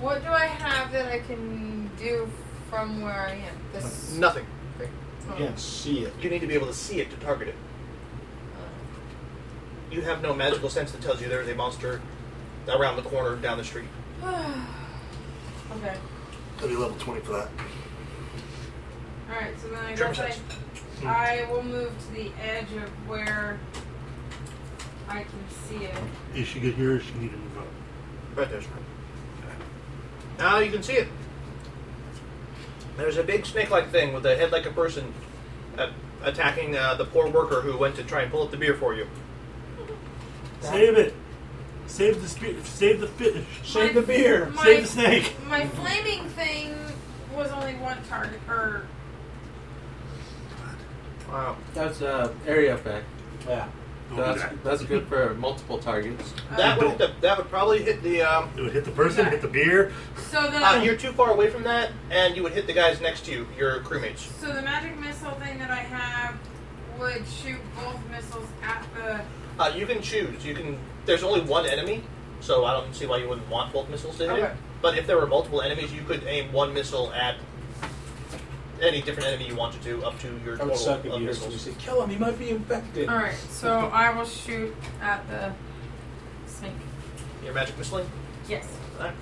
What do I have that I can do from where I am? This.
Nothing.
You can't see it.
You need to be able to see it to target it. You have no magical sense that tells you there is a monster around the corner down the street.
okay.
That'd be level 20 for that.
All right. So then I
Drum
guess I, I will move to the edge of where I can see it.
Is she good here or she need to move up?
Right there. Now you can see it. There's a big snake-like thing with a head like a person uh, attacking uh, the poor worker who went to try and pull up the beer for you.
Save it! Save the spe- save the fish!
Shave the beard.
My-
Save the snake!
My flaming thing was only one target, or
Wow.
That's uh, area effect.
Yeah.
Don't do
That's
that.
that's good for multiple targets.
uh,
That would hit the, that would probably hit the. Um,
It would hit the person, hit the beer.
so the
uh, you're too far away from that, and you would hit the guys next to you, your crewmates.
so the magic missile thing that I have would shoot both missiles at the.
Uh, you can choose. You can. There's only one enemy, so I don't see why you wouldn't want both missiles to hit.
Okay.
It. But if there were multiple enemies, you could aim one missile at any different enemy you wanted to, up to your
I would
total
suck if
of
you heard me
missiles.
say, kill him, he might be infected.
All right, so I will shoot at the snake.
Your magic missile.
Yes.
Alright.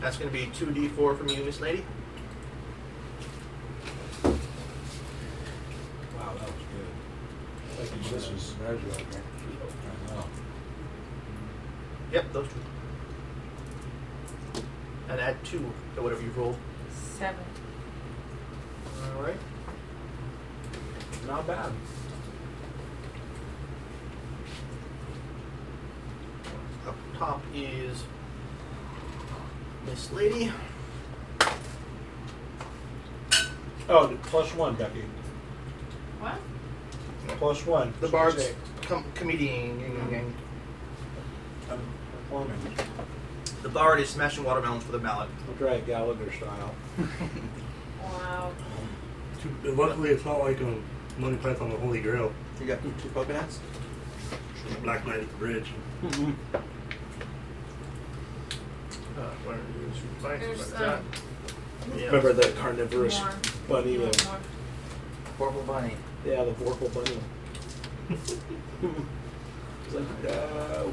That's going to be two d4 from you, Miss Lady.
Wow, that was good. Like, this was
There's your- I know.
Yep, those two. And add two to whatever you roll.
Seven.
All right.
Not bad.
Up top is Miss Lady.
Oh, plus one, Becky.
What?
Plus one.
The bard's com- comedian.
I'm performing.
The bard is smashing watermelons with a mallet.
I'll try it Gallagher style.
Wow.
But Luckily, it's not like um, Money Python the Holy Grail.
You got two coconuts?
Black Knight at the Bridge.
Uh, where is your bike?
There's
Like
um,
that. uh, Yeah.
Remember the carnivorous
more.
bunny?
More.
The,
Purple bunny.
yeah, the vorpal bunny. It's like, uh, no.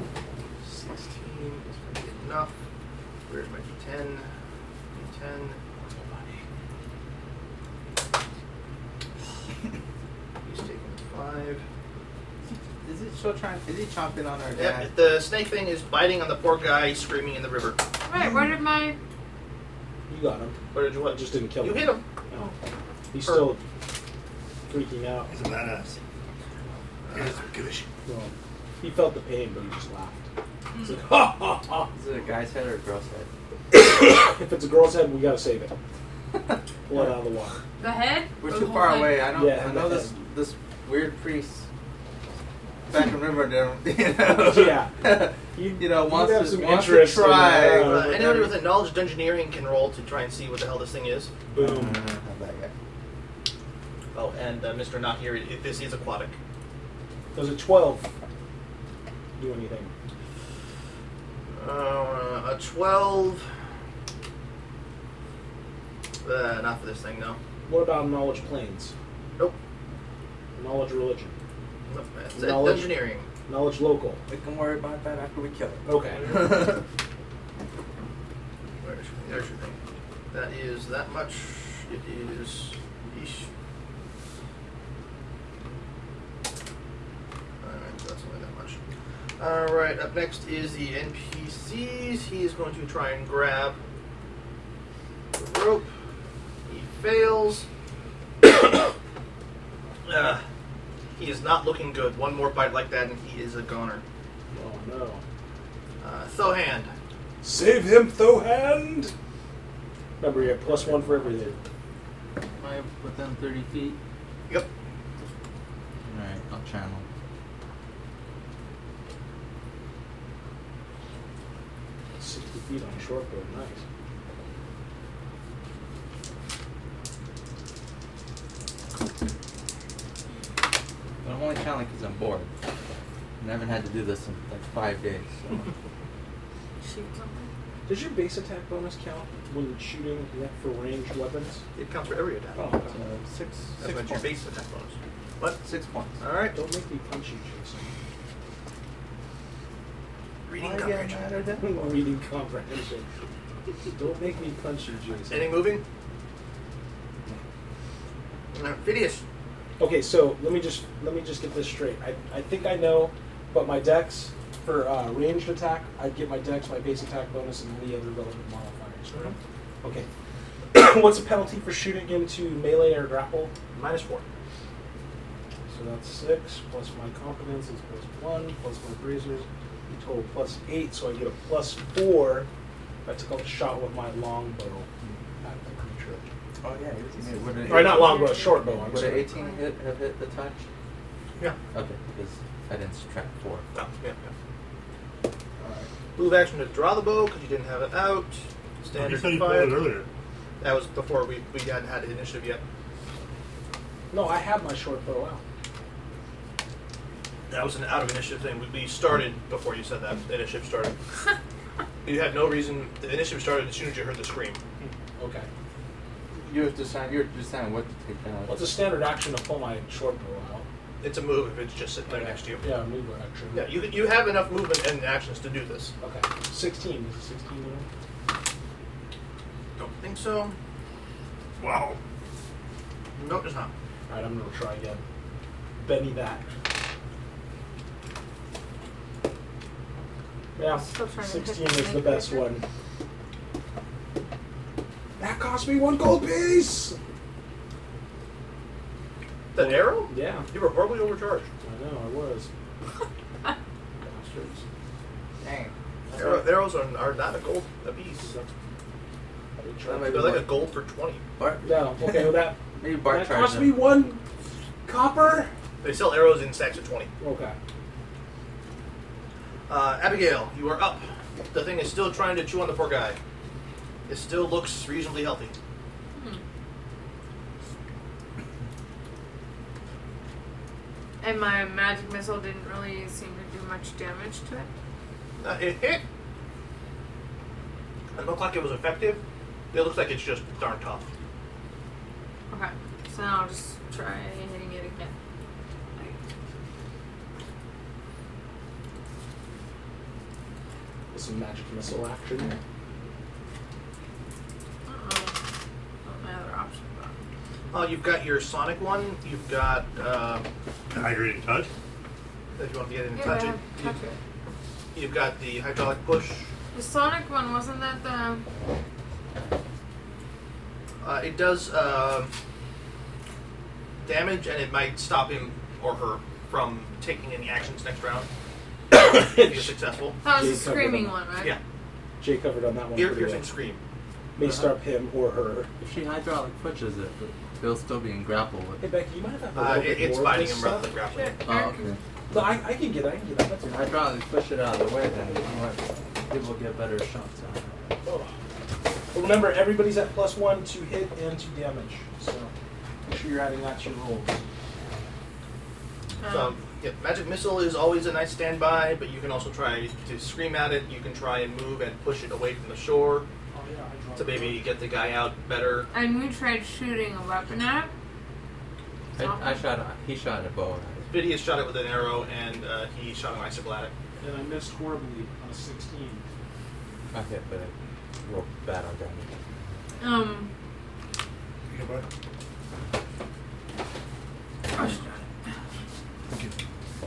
16 is gonna be enough. Where's my D10? D10. He's taking five.
Is it still trying? Is he chomping on our
Yeah,
dad?
the snake thing is biting on the poor guy screaming in the river.
Wait, where did my?
You got him.
What did you
I
what?
just didn't kill
you
him.
hit him.
Oh.
He's still freaking out.
He's a badass. He doesn't give a shit.
Well, he felt the pain, but he just laughed.
Mm.
It's like, ha ha ha.
Is it a guy's head or a girl's head?
If it's a girl's head, we gotta save it. Blood out of the water.
The head? Or
We're
the
too
whole
far
thing?
away. I don't.
Yeah,
I know
the
this
head.
this weird priest back in Riverdale. You know.
Yeah. You,
You know, wants
have
to-
some
wants to
interest in
try,
that,
Uh,
but-
anybody with a knowledge of engineering can roll to try and see what the hell this thing is.
boom.
Oh, and uh, Mr. Not Here, it, this is aquatic.
Does a 12 do anything?
Uh, a 12. Uh, not for this thing, though.
What about knowledge planes?
Nope.
Knowledge religion?
Nope. It's it's
Knowledge.
engineering.
Knowledge local?
We can worry about that after we kill him.
Okay.
Where's, there's your thing. That is that much. It is. Yeesh. Alright, so that's only that much. Alright, up next is the NPCs. He is going to try and grab the rope. He fails. Ah, he is not looking good. One more bite like that, and he is a goner.
Oh no.
Uh, Thohand.
Save him, Thohand! Remember, you have plus one for everything.
Am I within 30 feet?
Yep.
Alright, I'll channel.
Sixty feet on a shortboard, nice.
But I'm only channeling because I'm bored. And I haven't had to do this in like five days. So.
Shoot something.
Does your base attack bonus count when shooting that for ranged weapons?
It counts for every attack.
Oh,
So,
okay.
six,
That's
six
what your
points. Oh,
base attack bonus.
Six points.
All right.
Don't make me punch you, Jason.
Reading
Why
coverage.
get mad at that?
Reading comprehension. Don't make me punch you, Jason.
Anything moving? Uh, Phidias.
Okay, so let me just let me just get this straight. I, I think I know, but my dex for uh, ranged attack, I'd get my dex, my base attack bonus, and any other relevant modifiers. Right? Okay. What's the penalty for shooting into melee or grapple?
Minus four.
So that's six plus my competence is plus one plus my brazers. You total plus eight, so I get a plus four. if I took a shot with my longbow at the creature.
Oh, yeah. It would an
Or not longbow, short bow.
Would
I'm
an
sorry.
18 hit, have hit the touch?
Yeah.
Okay, because I didn't subtract four.
Oh, yeah, yeah. Move action to draw the bow because you didn't have it out.
You
Standard
said you pulled it
fire.
earlier.
That was before we, we hadn't had initiative yet.
No, I have my short bow out.
That was an out of initiative thing. We- We started before you said that. The initiative started. you had no reason. The initiative started as soon as you heard the scream.
Okay.
You have to decide. You have to decide what to take down.
Well, it's a standard action to pull my short bow out.
It's a move if it's just sitting there next to you.
Yeah, move action.
Yeah, you, you have enough movement and actions to do this.
Okay. 16. Is it 16 you know?
Don't think so.
Wow.
Nope, it's not.
Alright, I'm going to try again. Benny that. Yeah,
Still trying to
sixteen
pick-
is the
make
best
picture.
one. That cost me one gold piece.
The arrow?
Yeah,
You were horribly overcharged.
I know I was. Bastards.
Dang.
Arrow, arrows are, are not a gold a piece.
They
That
charged-
might be
They're like a
Bart-
gold for twenty.
Bart,
No, okay, well that
maybe Bart
that cost
charged
me
him.
one copper.
They sell arrows in sacks of twenty.
Okay.
Uh, Abigail, you are up. The thing is still trying to chew on the poor guy. It still looks reasonably healthy.
And my magic missile didn't really seem to do much damage to it.
Uh, it hit. It looked like it was effective. It looks like it's just darn tough.
Okay, so now I'll just try hitting it again.
This is magic missile action.
Uh oh. Not my other option, but.
Uh, you've got your Sonic one. You've got uh,
Hydrated touch.
if you want to get in and
Yeah,
touch it.
I have to touch it.
You, have got the hydraulic push.
The Sonic one, wasn't that the.
Uh, it does um damage, and it might stop him or her from taking any actions next round if you're successful.
That was
Yeah, you covered
the screaming
them.
one, right?
Yeah,
Jay covered on that one.
ear
pretty well.
piercing scream.
May
Uh-huh.
stop him or her.
If she hydraulic pushes it, they'll still be in grapple
Hey
with.
Becky, you might have a little
Uh,
bit
it, it's
more of
biting
this
him rather than
stuff.
grappling.
Shit,
Oh,
Eric,
okay.
No, I, I can get, I can get. That's
If
all
I hydraulic push it out of the way, then you know what? people get better shots on it.
right. Oh. Well, remember, everybody's at plus one to hit and to damage, so make sure you're adding that to your rolls.
Oh,
Uh-huh.
So,
um,
yeah, magic missile is always a nice standby, but you can also try to scream at it. You can try and move and push it away from the shore to maybe get the guy out better.
And we tried shooting a weapon at.
I, I shot. a- He shot a bow.
Vidius shot it with an arrow, and uh, he shot an icicle at it.
And I missed horribly on a 16.
I hit, but I rolled bad on damage.
Um.
You know what?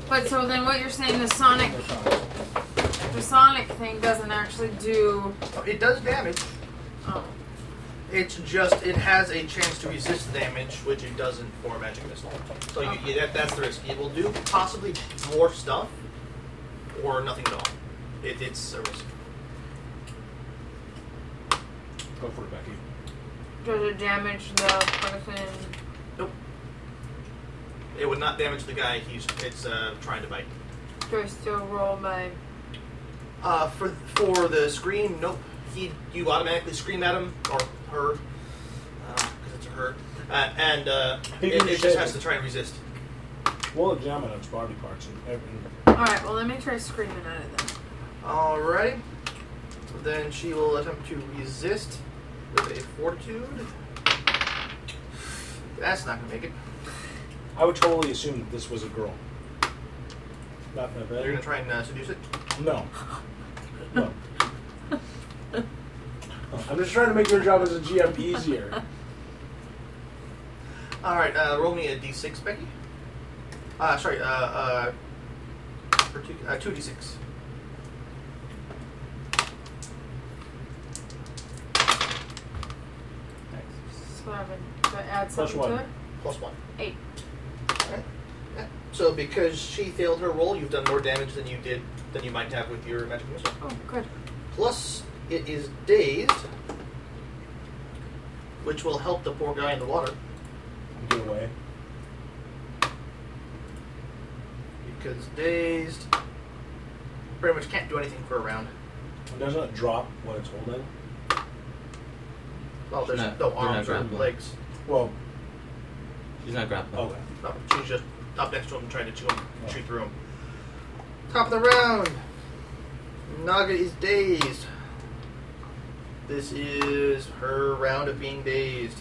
But so then what you're saying the sonic the sonic thing doesn't actually do
It does damage.
oh.
It's just it has a chance to resist damage, which it doesn't for magic missile. So you, you, that, that's the risk. It will do possibly more stuff, or nothing at all. It, it's a risk.
Go for it, Becky.
does it damage the person
It would not damage the guy he's it's uh, trying to bite.
do I still roll my
Uh, for for the scream, nope. He you automatically scream at him or her because it's a her, uh, and uh,
Think
it,
you
it just
should.
has to try and resist.
We'll examine its body parts and everything.
Alright, well let me try screaming at it then.
Alrighty. Then she will attempt to resist with a fortitude. That's not gonna make it.
I would totally assume that this was a girl. Not that
You're gonna
bad.
try and uh, seduce it.
No. No. I'm just trying to make your job as a GM easier.
All right, uh, roll me a d6, Becky. Uh, sorry, uh, uh, for two, uh, two d6.
Seven. Do I add
Plus
something
one.
to it?
Plus one.
Eight.
Yeah. So because she failed her roll, you've done more damage than you did than you might have with your magic missile.
Oh good.
Plus, it is dazed, which will help the poor guy in the water
Get away.
because dazed pretty much can't do anything for a round.
Doesn't it drop what it's holding?
Well, there's
Not-
no
they're
arms
not
or
grappling.
legs.
Well,
She's not grappling.
okay.
No, she's just up next to him trying to chew him, chew through him. Top of the round. Naga is dazed. This is her round of being dazed.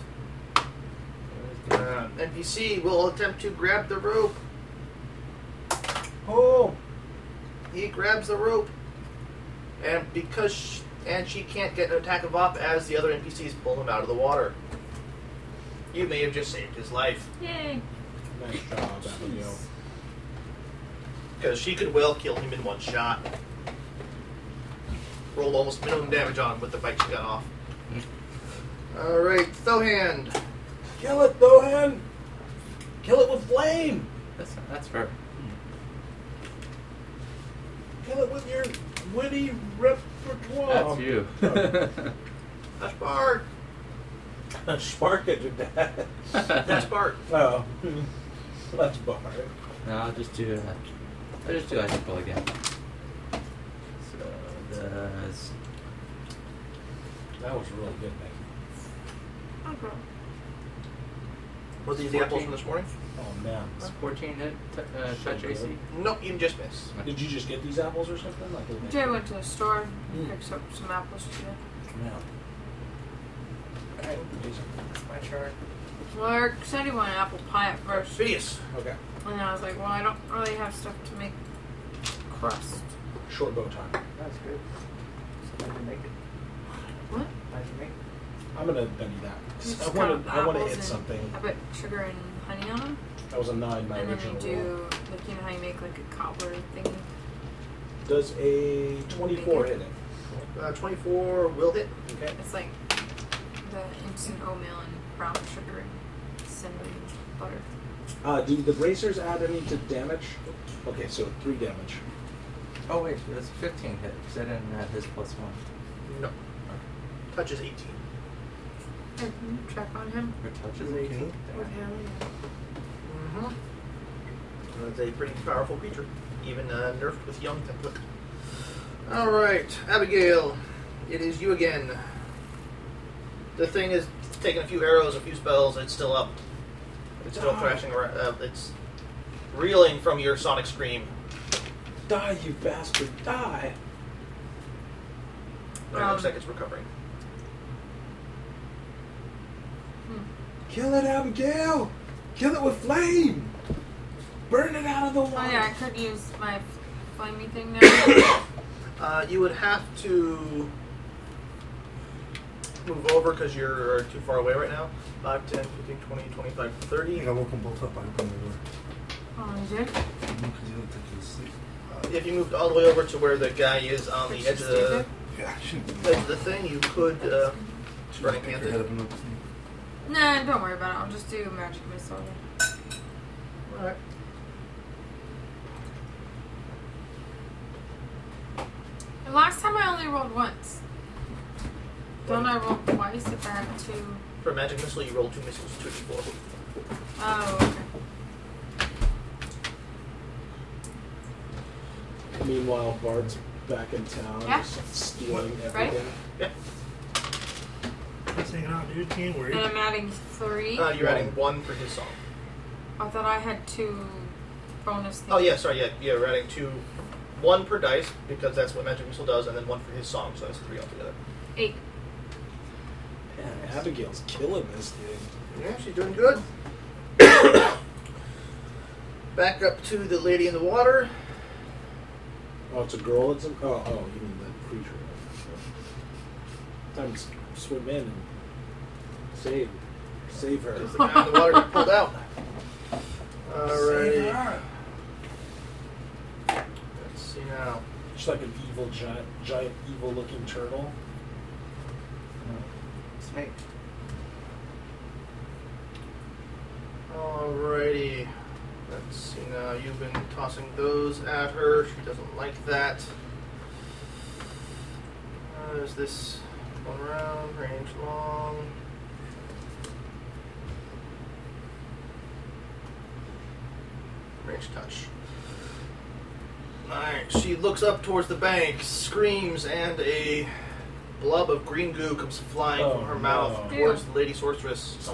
Uh, NPC will attempt to grab the rope.
Oh!
He grabs the rope, and because sh and she can't get an attack of op as the other NPCs pull him out of the water. You may have just saved his life
Yay.
Nice job, Abigail.
because she could well kill him in one shot. rolled almost minimum damage on with the bite she got off. All right, Thohand.
Kill it, Thohan! Kill it with flame!
That's, that's her.
Kill it with your witty repertoire!
That's you.
That's Bart.
Spark it to death.
That's Bart.
Oh. Let's bar it.
No, I'll just do. Uh, I'll just do a hit roll again. So that's
That was really good, Nick.
Was these the apples from this morning?
Oh, man.
it's 14 hit t- uh, touch AC.
Nope, you just missed.
Did you just get these apples or something? Like, did they-
Jay went to the store,
Mm.
and picked up some apples today.
Yeah. Alright, Jason.
My turn.
Well, I said he wanted apple pie at first,
Phineas.
Okay.
and I was like, well, I don't really have stuff to make crust.
Short bow time.
That's good. So how'd you make it?
What?
How'd you make it?
I'm gonna bendy that.
You just
I want
count
to.
the
I want to
apples
hit
and-
something.
I put sugar and honey on them,
That was a nine. My
and then you
original roll.
do, like, you know how you make like a cobbler thing.
Does a 24 hit it?
Uh, 24 will hit.
Okay.
It's like the instant oatmeal and brown sugar and cinnamon and butter.
Uh, do the bracers add any to damage? Okay, so three damage.
Oh wait, so that's 15 hit because I didn't add his plus one.
No. Touch is 18.
Check on him.
Your touch is
Okay.
18.
With him.
Mm-hmm. That's a pretty powerful creature, even uh, nerfed with young template. All right, Abigail, it is you again. The thing is taking a few arrows, a few spells. It's still up. It's still thrashing around. Uh, it's reeling from your sonic scream.
Die, you bastard! Die!
But it looks like it's recovering.
Hmm.
Kill it, Abigail! Kill it with flame! Burn it out of the
Oh
water!
yeah, I could use my flamey thing now.
Uh, you would have to move over because you're too far away right now. 5, 10, 15, 20, 25,
I
30.
think I woke them both up. I opened the door
oh, you did?
because he looked like he was asleep.
If you moved all the way over to where the guy is on the
Which
edge of
is
the,
Yeah, I shouldn't.
edge of the thing, you could uh,
shouldn't
running
pick your head
handed.
up and look at me.
Nah, don't worry about it. I'll just do magic missile. again.
Alright.
The Last time I only rolled once. Don't I roll twice if I have two?
For magic missile, you roll two missiles, two d4.
Oh, okay.
Meanwhile, Bart's back in town,
Yeah.
stealing everything.
Right?
Just hanging out, "Oh, dude. Can't worry.
And I'm adding three.
Uh, you're
Right.
adding one for his song.
I thought I had two bonus things.
Oh yeah, sorry, yeah, yeah, we're adding two, one per dice because that's what magic missile does, and then one for his song, so that's three altogether.
Eight.
Man, Abigail's killing this dude.
Yeah, she's doing good. Back up to the lady in the water.
Oh, it's a girl. It's a oh, oh, you mean the creature? Time to s- swim in and save, save her.
Is the guy in the water got pulled out?
Save
Alrighty.
her.
Let's see now.
She's like an evil giant, giant evil-looking turtle.
Snake.
Alrighty. Let's see now. You've been tossing those at her. She doesn't like that. Uh, is this one round, range long? Range touch. Alright, she looks up towards the bank, screams, and a blob of green goo comes flying
Oh,
from her mouth
no.
towards the Lady Sorceress.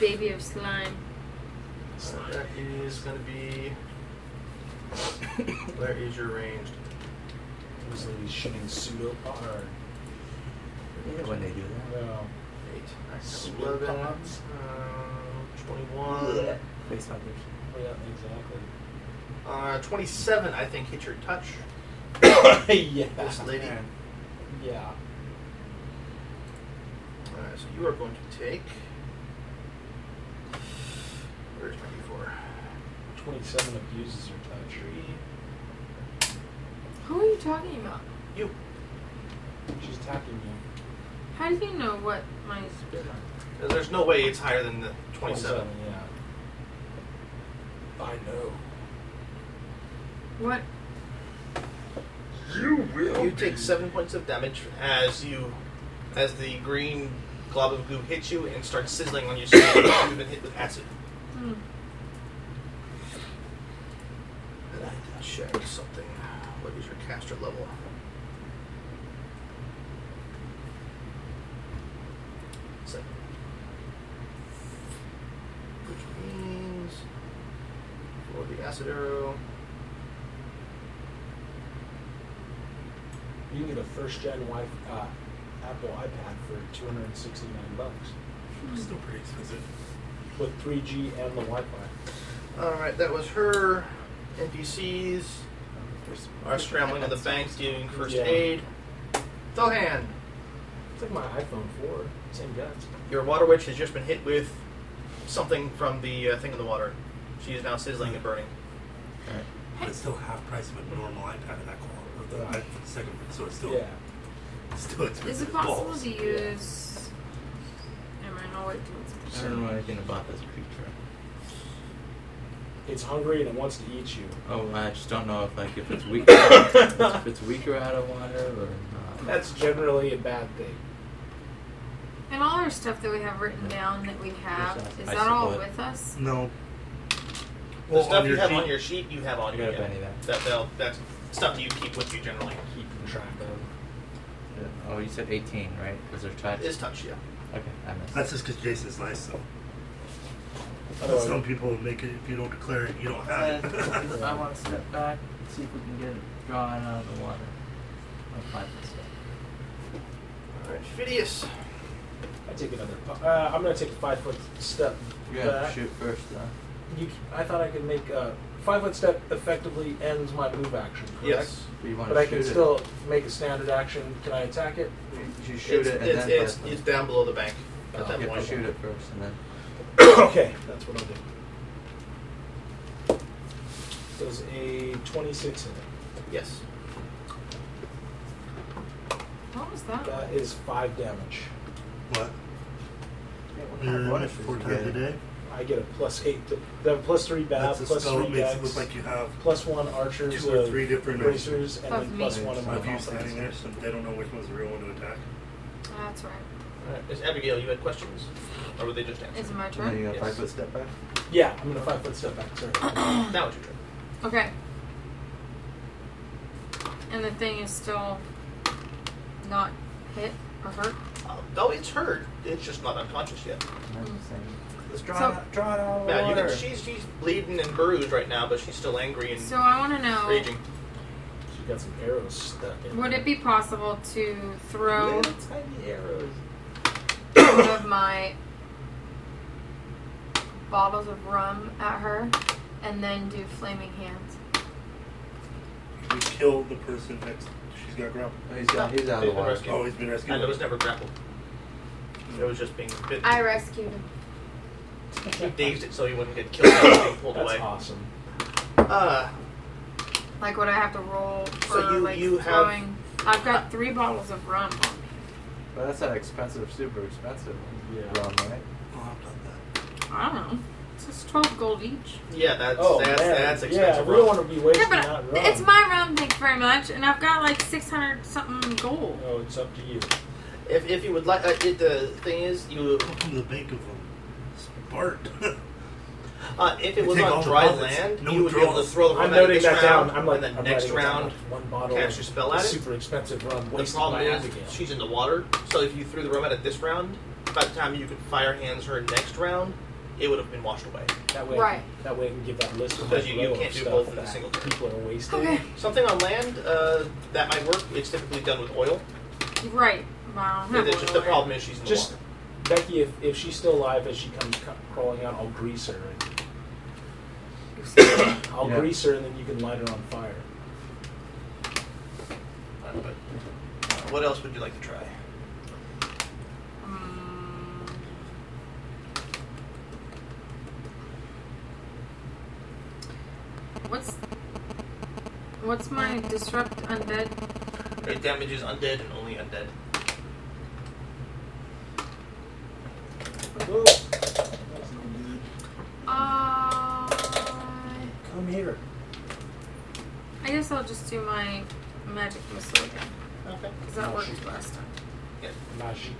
Baby of slime.
Uh, that is going to be. Where is your ranged?
This lady's shooting pseudo or
Yeah, when they do
no,
8, nine, ten,
Sweet
11, uh,
pops.
21,
that. Face huggers.
yeah, exactly.
uh, 27, I think, hit your touch. This
yeah,
lady.
And
yeah.
Alright, so you are going to take. Where's my d4?
Twenty-seven abuses her touch.
Who are you talking about?
You.
She's attacking you.
How do you know what my speed?
There's no way it's higher than the 27.
Yeah. I know.
What?
You will.
You take seven points of damage as you, as the green glob of goo hits you and starts sizzling on your skin. You've been hit with acid.
Hmm.
And I can check something. What is your caster level? Seven. Which means for the acid arrow.
You can get a first gen wife, uh, Apple iPad for 269 bucks
Still pretty expensive.
with 3G and the Wi Fi.
Alright, that was her. NPCs are scrambling to the banks, doing first
Yeah.
aid. Thohan,
It's like my iPhone 4, same guns.
your water witch has just been hit with something from the uh, thing in the water. She is now sizzling and burning.
But it's still half price of a normal iPad of that quality. Or the, i- second, so it's still
Yeah.
still expensive.
Is
as
it possible
balls.
to use? Never mind. I'll wait till it's.
I don't know anything about this creature.
It's hungry and it wants to eat you.
Oh, I just don't know if like if it's weak, if it's weaker out of water or not.
That's generally a bad thing.
And all our stuff that we have written down that we have is
I
that all
support.
with us?
No.
The stuff you have on your sheet, you have on
I
you.
got a
yeah.
penny there.
That, that'll, that's stuff that you keep with you generally.
Keeping track of.
Oh, you said 18, right? Because they're touch.
Is touch, yeah.
Okay, I missed.
That's just because Jason's nice, though.
Otherwise,
Some people make it if you don't declare it, you don't have it.
I want to step back and see if we can get it drawn out of the water. I'll find this stuff.
Alright, Phidias.
I take another. pu- Uh, I'm gonna take a five foot step.
You gotta
back.
shoot first, though.
You, c- I thought I could make a five foot step effectively ends my move action. Correct?
Yes.
But you want
But
to
I
shoot
can
it.
still make a standard action. Can I attack it?
You shoot
it's,
it and
it's,
then
it's,
first
it's down below the bank at
Oh,
that
you have
point.
to shoot it first and then.
okay, that's what I'll do. Does a 26 in it?
Yes.
What was that?
That is five damage.
What?
what kind of
You're
bonus
at
is
Mm, four
it
times a
getting?
day?
I get a plus eight. To, then plus three bad,
That's a
plus
spell
three
that makes
dex,
it look like you have
plus one archers,
two or
uh,
three different
bracers, and
Plus
then
me.
plus one of my
of you
combat.
standing there, so they don't know which one's the real one to attack.
That's right.
Alright, Miss Abigail, you had questions? Or were they just answered?
Is it my
And then
turn?
you got
Yes.
five foot step back.
Yeah, I'm gonna five foot step back. Sorry.
Now it's your turn.
Okay. And the thing is still not hit or hurt.
Uh, no, it's hurt. It's just not unconscious yet.
And then just saying, Let's draw
So-
it out, draw it out of the
Yeah, you
water.
can, she's, she's bleeding and bruised right now, but she's still angry and
So I want to know:
raging.
She got some arrows stuck in.
Would it be possible to throw
Little tiny arrows.
one of my bottles of rum at her, and then do flaming hands?
You kill the person next. She's got grappled.
Oh, he's, out, he's out of
They've
the
been
water.
rescued.
Oh, he's been rescued.
And it was never grappled. It was just being bitten.
I rescued him.
You dazed it so you wouldn't get killed by being pulled
That's
away.
awesome.
Uh,
Like, would I have to roll for
So you-
like
you have-
throwing? I've got three bottles of rum. on me.
But that's not expensive, super expensive.
Yeah.
Rum, right?
Oh, I've done that.
I don't know. It's just twelve gold each.
yeah, that's
Oh
that's,
man,
that's
yeah,
expensive.
we don't
rock.
want to be wasting
Yeah, but
that
I-
rum.
it's my rum. Thanks very much. And I've got like six hundred something gold.
Oh, it's up to you.
If, if you would like, uh, it, the thing is, you
Welcome to the bank of um, Spark.
uh, if
They
it was
take all
on
the
dry
profits.
land,
No
you would be able to
withdrawals.
throw the
I'm
rum
noting
at
that
this
down.
round,
I'm like,
and then
I'm
next
writing it down,
round.
like, one bottle.
cast your spell at it.
super expensive um, rum
The
wasted
problem
by
is
Abigail.
she's in the water, so if you threw the rum at it this round, by the time you could fire hands her next round, it would have been washed away.
That way,
Right.
That way, I can give that list of
Because you- you
row of
can't do
stuff
both in a
that
single turn.
People are wasting.
Okay.
Something on land uh, that might work. It's typically done with oil.
Right. Wow.
It's just the problem is she's in the
Just
water.
Becky, if, if she's still alive as she comes cu- crawling out, I'll grease her. And I'll
Yeah.
grease her, and then you can light her on fire.
Uh, but, uh, what else would you like to try?
Um, what's what's my disrupt undead?
It damages undead and only undead.
Whoa. That's not good.
Uh,
Come here.
I guess I'll just do my magic missile again.
Okay.
Because that worked last time.
Magic.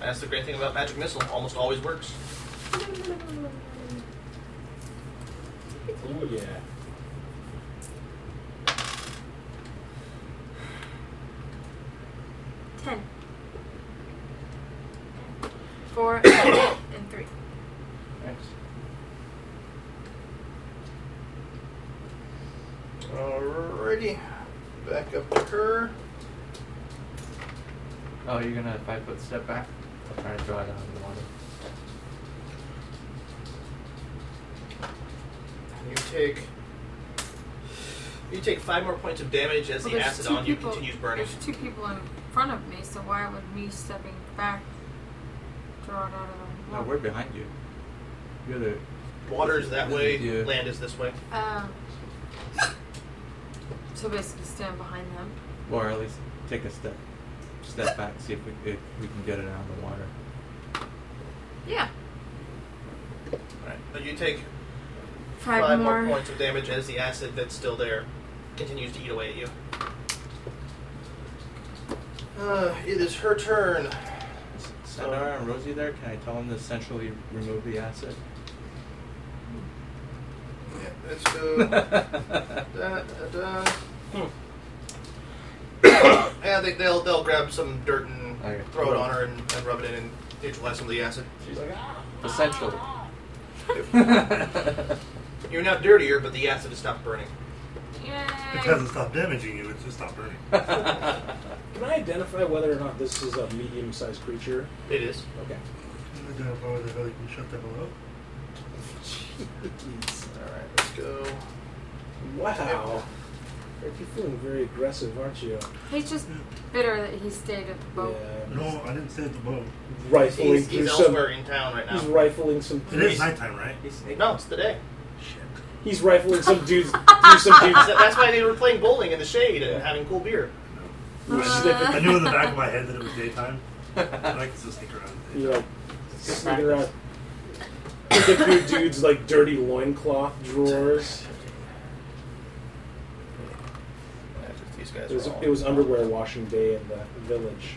That's the great thing about magic missile. Almost always works.
Oh yeah.
Ten. Four, and three.
Alrighty. Back up to her.
Oh, you're gonna five foot step back? I'll try to draw it out of the water.
You take. You take five more points of damage as
Well,
the
there's
acid
two
on you
people-
continues burning.
There's two people in front of me, so why would me stepping back draw it out of the
No, we're behind you. You're the.
Water is that way.
Yeah.
Land is this way.
Um, so basically stand behind them.
Or at least take a step. Step back, see if we, if we can get it out of the water.
Yeah.
Alright. But you take
Five, more.
points of damage as the acid that's still there continues to eat away at you. Uh, it is her turn.
S- Sandara and Rosie there, can I tell them to essentially remove the acid?
Yeah, let's go. Da, da, da.
Hmm.
yeah, they, they'll they'll grab some dirt and
Okay.
throw it on her and, and rub it in and neutralize some of the acid.
She's like, essentially.
You're now dirtier, but the acid has stopped burning.
Yay.
Because it stopped damaging you, it's just stopped burning.
Can I identify whether or not this is a medium-sized creature?
It is.
Okay.
Identify where the hell you can shut the hell up.
Jeez.
All right, let's go.
Wow. Rick, You're feeling very aggressive, aren't you?
He's just bitter that he stayed at the boat.
No, I didn't say it's a boat.
Rifling
He's,
through
he's
some.
elsewhere in town right
He's
now.
rifling some.
It is nighttime, right?
No, it's the day.
He's rifling some dudes through some dudes.
So that's why they were playing bowling in the shade and having cool beer.
I knew in the back of my head that it was daytime. And I could still sneak around. in
You
the
like sneaking out, pick up your dude's like dirty loincloth drawers.
Yeah, just these guys
It was,
are all-
it was underwear washing day in the village.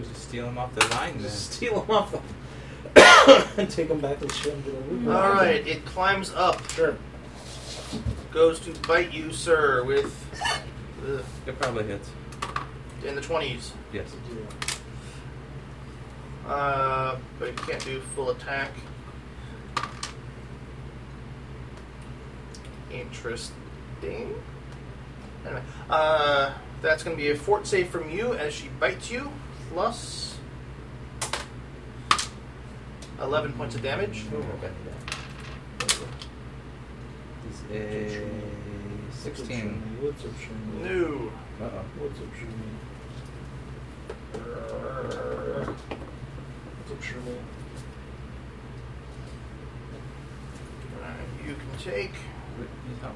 Just steal them off the line then.
Just steal them off and take them back and shit them to the room.
All right, it climbs up,
Sure.
goes to bite you, sir, with ugh,
It probably hits.
in the twenties.
Yes.
Uh, but you can't do full attack. Interesting. Anyway, uh, that's going to be a fort save from you as she bites you, plus 11 points of damage.
This is 16.
What's up, Sherman?
No.
Uh oh.
What's up, Sherman? What's up, Sherman?
You can take.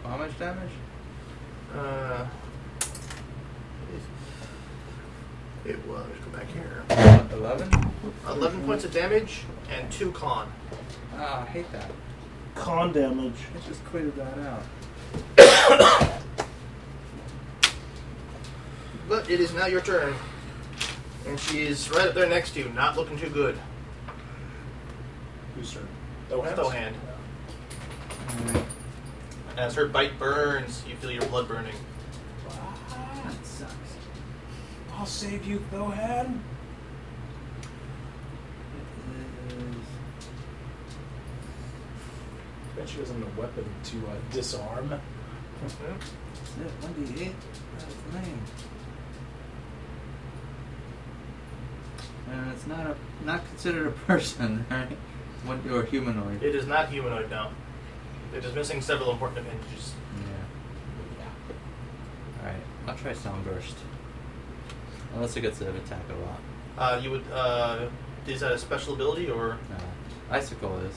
How much damage?
Uh, it- it was. Go back here.
11?
11 points of damage and 2 con.
Ah, I hate that.
Con damage.
I just cleared that out.
But it is now your turn. And she's right up there next to you, not looking too good.
Who's turn?
Stohand. As her bite burns, you feel your blood burning.
That sucks. I'll save you, Thohan. Bet she doesn't have a weapon to uh, disarm.
Mm-hmm.
Is it 1d8? eh? That's lame. Uh, it's not a not considered a person, right? One or humanoid.
It is not humanoid now. It is missing several important appendages.
Yeah. Alright, I'll try Soundburst. Unless it gets an attack a lot.
Uh, you would. Uh, is that a special ability or.
No. Icicle is.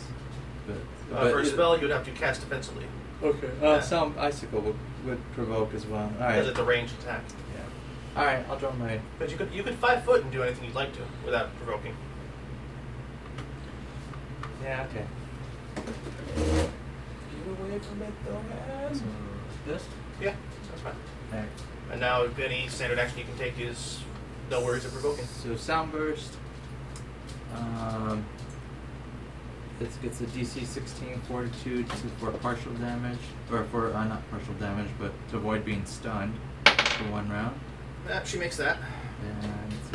But,
Uh,
but
for a
it-
spell, you would have to cast defensively.
Okay. Uh, some icicle would, would provoke as well. All
Because
right.
it's a ranged attack.
Yeah. All right. I'll draw my.
But you could you could five foot and do anything you'd like to without provoking.
Yeah. Okay. Get away from it, though,
Hmm.
man. This.
Yeah, that's fine.
All right.
And now any standard action you can take is no worries of provoking.
So sound burst. Um, this gets a DC 16 fortitude to, for partial damage, or for uh, not partial damage, but to avoid being stunned for one round.
Uh, she makes that.
And it's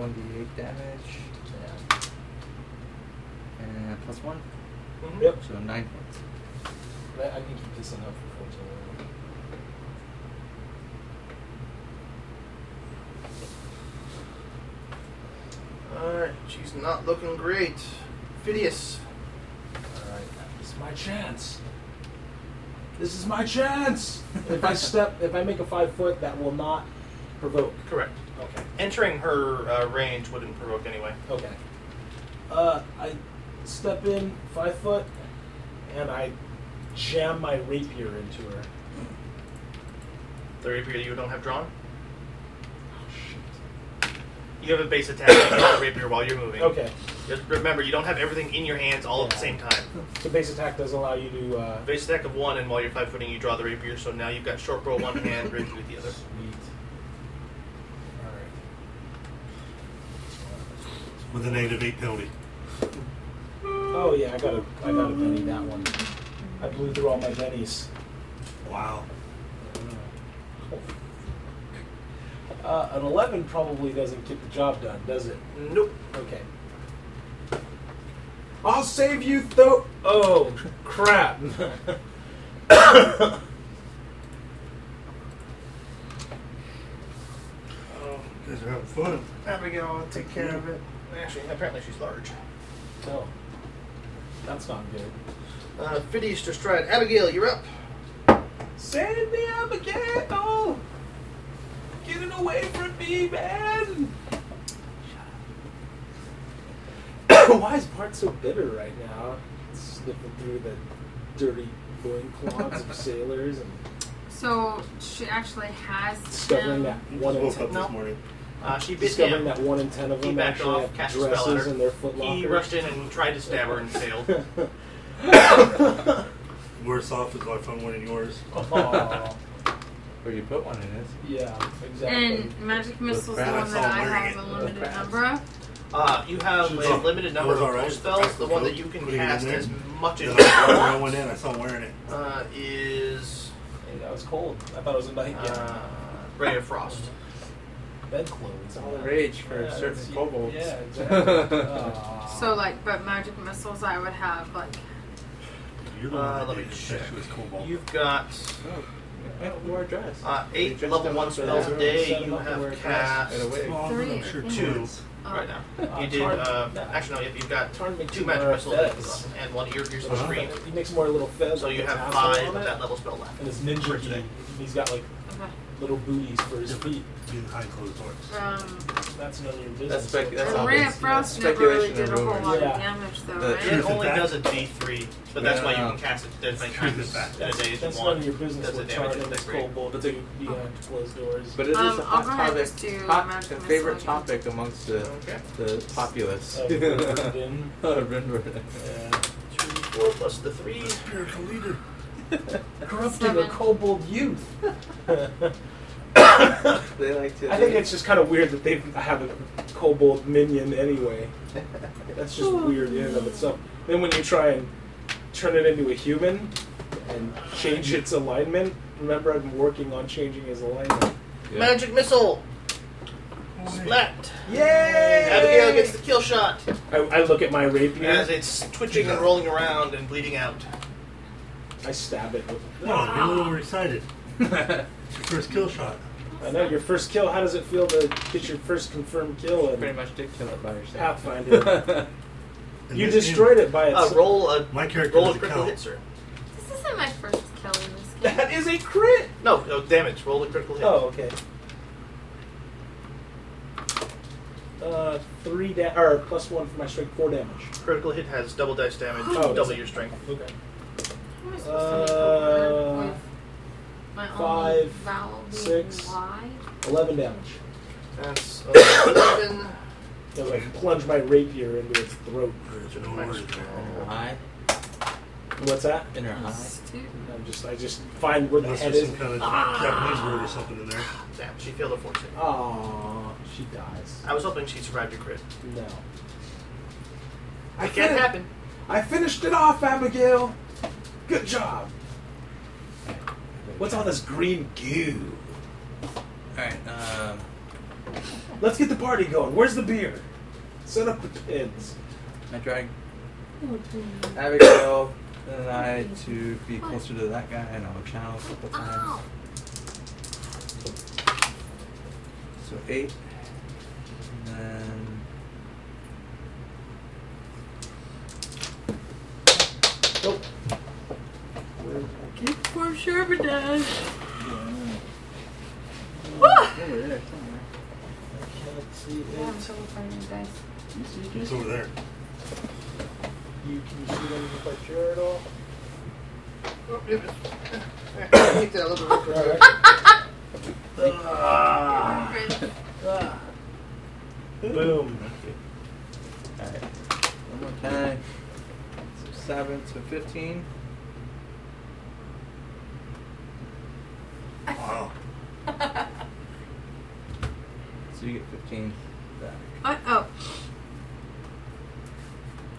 1d8 damage. And plus one,
Mhm.
Yep.
so nine points.
I, I can keep this enough for 14.
Alright, she's not looking great. Phidias.
Alright, this is my chance. This is my chance! if I step, if I make a five foot, that will not provoke.
Correct.
Okay.
Entering her uh, range wouldn't provoke anyway.
Okay. Uh, I step in five foot, and I jam my rapier into her.
The rapier you don't have drawn? Oh, You have a base attack and draw a rapier while you're moving.
Okay.
Just remember, you don't have everything in your hands all at the
Yeah.
same time.
So base attack does allow you to. Uh,
Base attack of one, and while you're five footing, you draw the rapier. So now you've got short bow one hand, rapier with the other.
Sweet.
with a negative eight penalty.
Alright. Oh yeah, I got a, I got a penny that one. I blew through all my pennies.
Wow.
Uh, an eleven probably doesn't get the job done, does it?
Nope.
Okay. I'll save you, though. Oh, crap.
You guys are having fun.
Abigail, I'll take care of it. Actually, apparently she's large.
no. That's not good.
Uh, Phidias just tried. Abigail, you're up.
Save me up again! Oh! Getting away from me, man! Why is Bart so bitter right now? Sniffing through the dirty loincloths of sailors and
So she actually has
discovering
him.
that one in
woke
ten,
up
No.
this morning.
Uh, she bit
discovering
him.
that one in ten of
He
them
backed
actually
off,
have
cast a spell at
dresses in their
her.
footlockers.
He rushed in and tried to stab her and failed.
Worse off is my phone winning yours.
Oh.
Aw,
Or you put one in it.
yeah, exactly.
And magic missiles the
crap,
one
I saw
that I
him wearing
have
it.
a
Oh,
limited
crap.
number of.
Uh, you have
She's
a
up.
limited number
That was
of
Oh, all right.
spells. The one that you can
Putting it in
cast
there.
as much as
Then I,
you
when I
want
went in, I saw him wearing it.
uh, is
Hey, that was cold. I thought it was a night.
uh,
Ah.
Ray of Frost.
bedclothes.
All the rage for
Yeah,
certain
that's-
kobolds.
Yeah, exactly. Aw.
So like, but magic missiles I would have like.
You're the
Uh,
one that
let me
did it.
check.
That shit was cobalt.
You've got
Oh, I wore a dress.
uh, eight
They
level
dressed
one
up
spells a
as-
Set
day.
'em
You
up and wear a
have cast
And a wig.
Well,
Three.
I'm sure
Yeah.
two.
right now.
Uh,
You did
turn-
uh,
no.
actually no. Yep, you've got
Turn me
two
to
magic
more
missiles left
fez.
and one ear gear
Uh-huh.
screen.
He makes more little fez.
So
like
you
a
have
tassel
five
on
of
it.
that level spell left.
And his ninja
today.
gi. He's got like little booties for his feet.
Do the high closed doors.
Uh,
Um,
That's none of your
That's
business.
spec- that's
and
all
Ray
they-
of
yeah,
Frost never really
speculation
did a
and
whole
rumors.
lot
Yeah.
of damage though,
The
It
right?
Truth in
only
fact.
does a D3, but that's why you
Yeah.
can cast it as many
Truth
times
is
as fast in a
That's,
day as you
that's none
want.
of your business
Does
what
it damage
Tarn
at
and his
that rate?
kobold
But
do
the-
behind closed doors.
But it is
Um,
a
I'll
hot
go ahead and
topic,
just do
hot,
magic
a favorite
missile again.
topic amongst the,
Okay.
the populace.
Uh, burned in.
Renward.
Yeah.
Two, four plus the three.
Spiritual leader.
Corrupting a
Seven.
kobold youth.
They like to.
I think it's just kind of weird that they have a kobold minion anyway. That's just weird in and of itself. Then when you try and turn it into a human and change its alignment, remember I'm working on changing his alignment.
Yeah.
Magic missile! Splat!
Yay!
Abigail gets the kill shot
I, I look at my rapier.
as it's twitching and rolling around and bleeding out.
I stab it with.
Oh, you're a little overexcited. It's your first kill shot.
I know your first kill. How does it feel to get your first confirmed kill
Pretty
and
much did kill it by yourself.
Pathfinder?
And
you
then-
destroyed it by
Uh,
itself.
roll a
My character
roll a
doesn't
critical
count.
hit, sir.
This isn't my first kill in this game.
That is a crit.
No, no damage. Roll a critical hit.
Oh, okay. Uh, three da- or plus one for my strength, four damage.
Critical hit has double dice damage,
Oh,
double
is it?
your strength.
Okay.
How am I supposed to make
Uh,
My only
Five,
vowel being
six.
Y.
11 damage.
That's eleven.
As I plunge my rapier into its throat.
There's no words.
Eye
What's that?
in her eye.
Stupid.
I'm just, I just find where the
That's
head
just
is.
some kind of
Ah.
Japanese word or something in there.
Damn, she failed a fourteen.
Aww, she dies.
I was hoping she survived your crit.
No.
It can't
fin-
happen.
I finished it off, Abigail. Good job. What's all this green goo?
Alright, um,
Let's get the party going. Where's the beer? Set up the pins.
I drag Abigail and I to be closer to that guy and I'll channel a couple
Oh,
times.
Oh.
So eight. And then
Nope.
Get for sure, but does.
Oh,
Over there, somewhere.
Can't see it.
Yeah, I'm so afraid of dice.
You see it,
It's
Jason?
over there.
You can see them with my chair at all.
Take that little bit.
Right.
Friend.
Boom.
Alright. One more time. So seven to fifteen.
Wow.
So you get fifteen back.
What? Oh.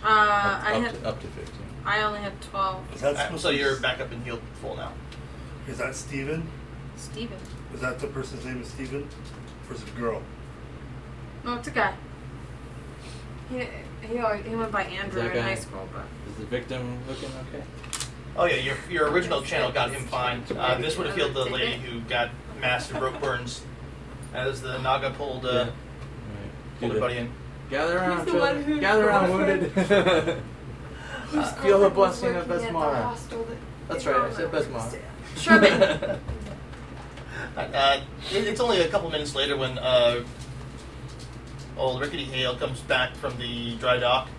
Uh,
Up-
I
up,
had
to, up to fifteen.
I only had twelve.
Is that
Uh,
supposed
so
to be-
you're back up and healed full now.
Is that Steven?
Steven.
Is that the person's name is Steven? Or is it a girl?
No, it's a guy. He he always, he went by Andrew
that
in
guy?
high school, but
Is the victim looking okay?
Oh yeah, your, your original channel got him fine. Uh, this would have healed the lady who got massive rope burns as the Naga pulled uh,
Alright.
pulled her buddy in.
Gather around,
the one
children.
who-
Gather around, wounded.
Who's
Feel the blessing of Besmara.
Besmara.
That's right, I said Besmara.
Sherman.
Uh, it- it's only a couple minutes later when uh, old Rickety Hale comes back from the dry dock.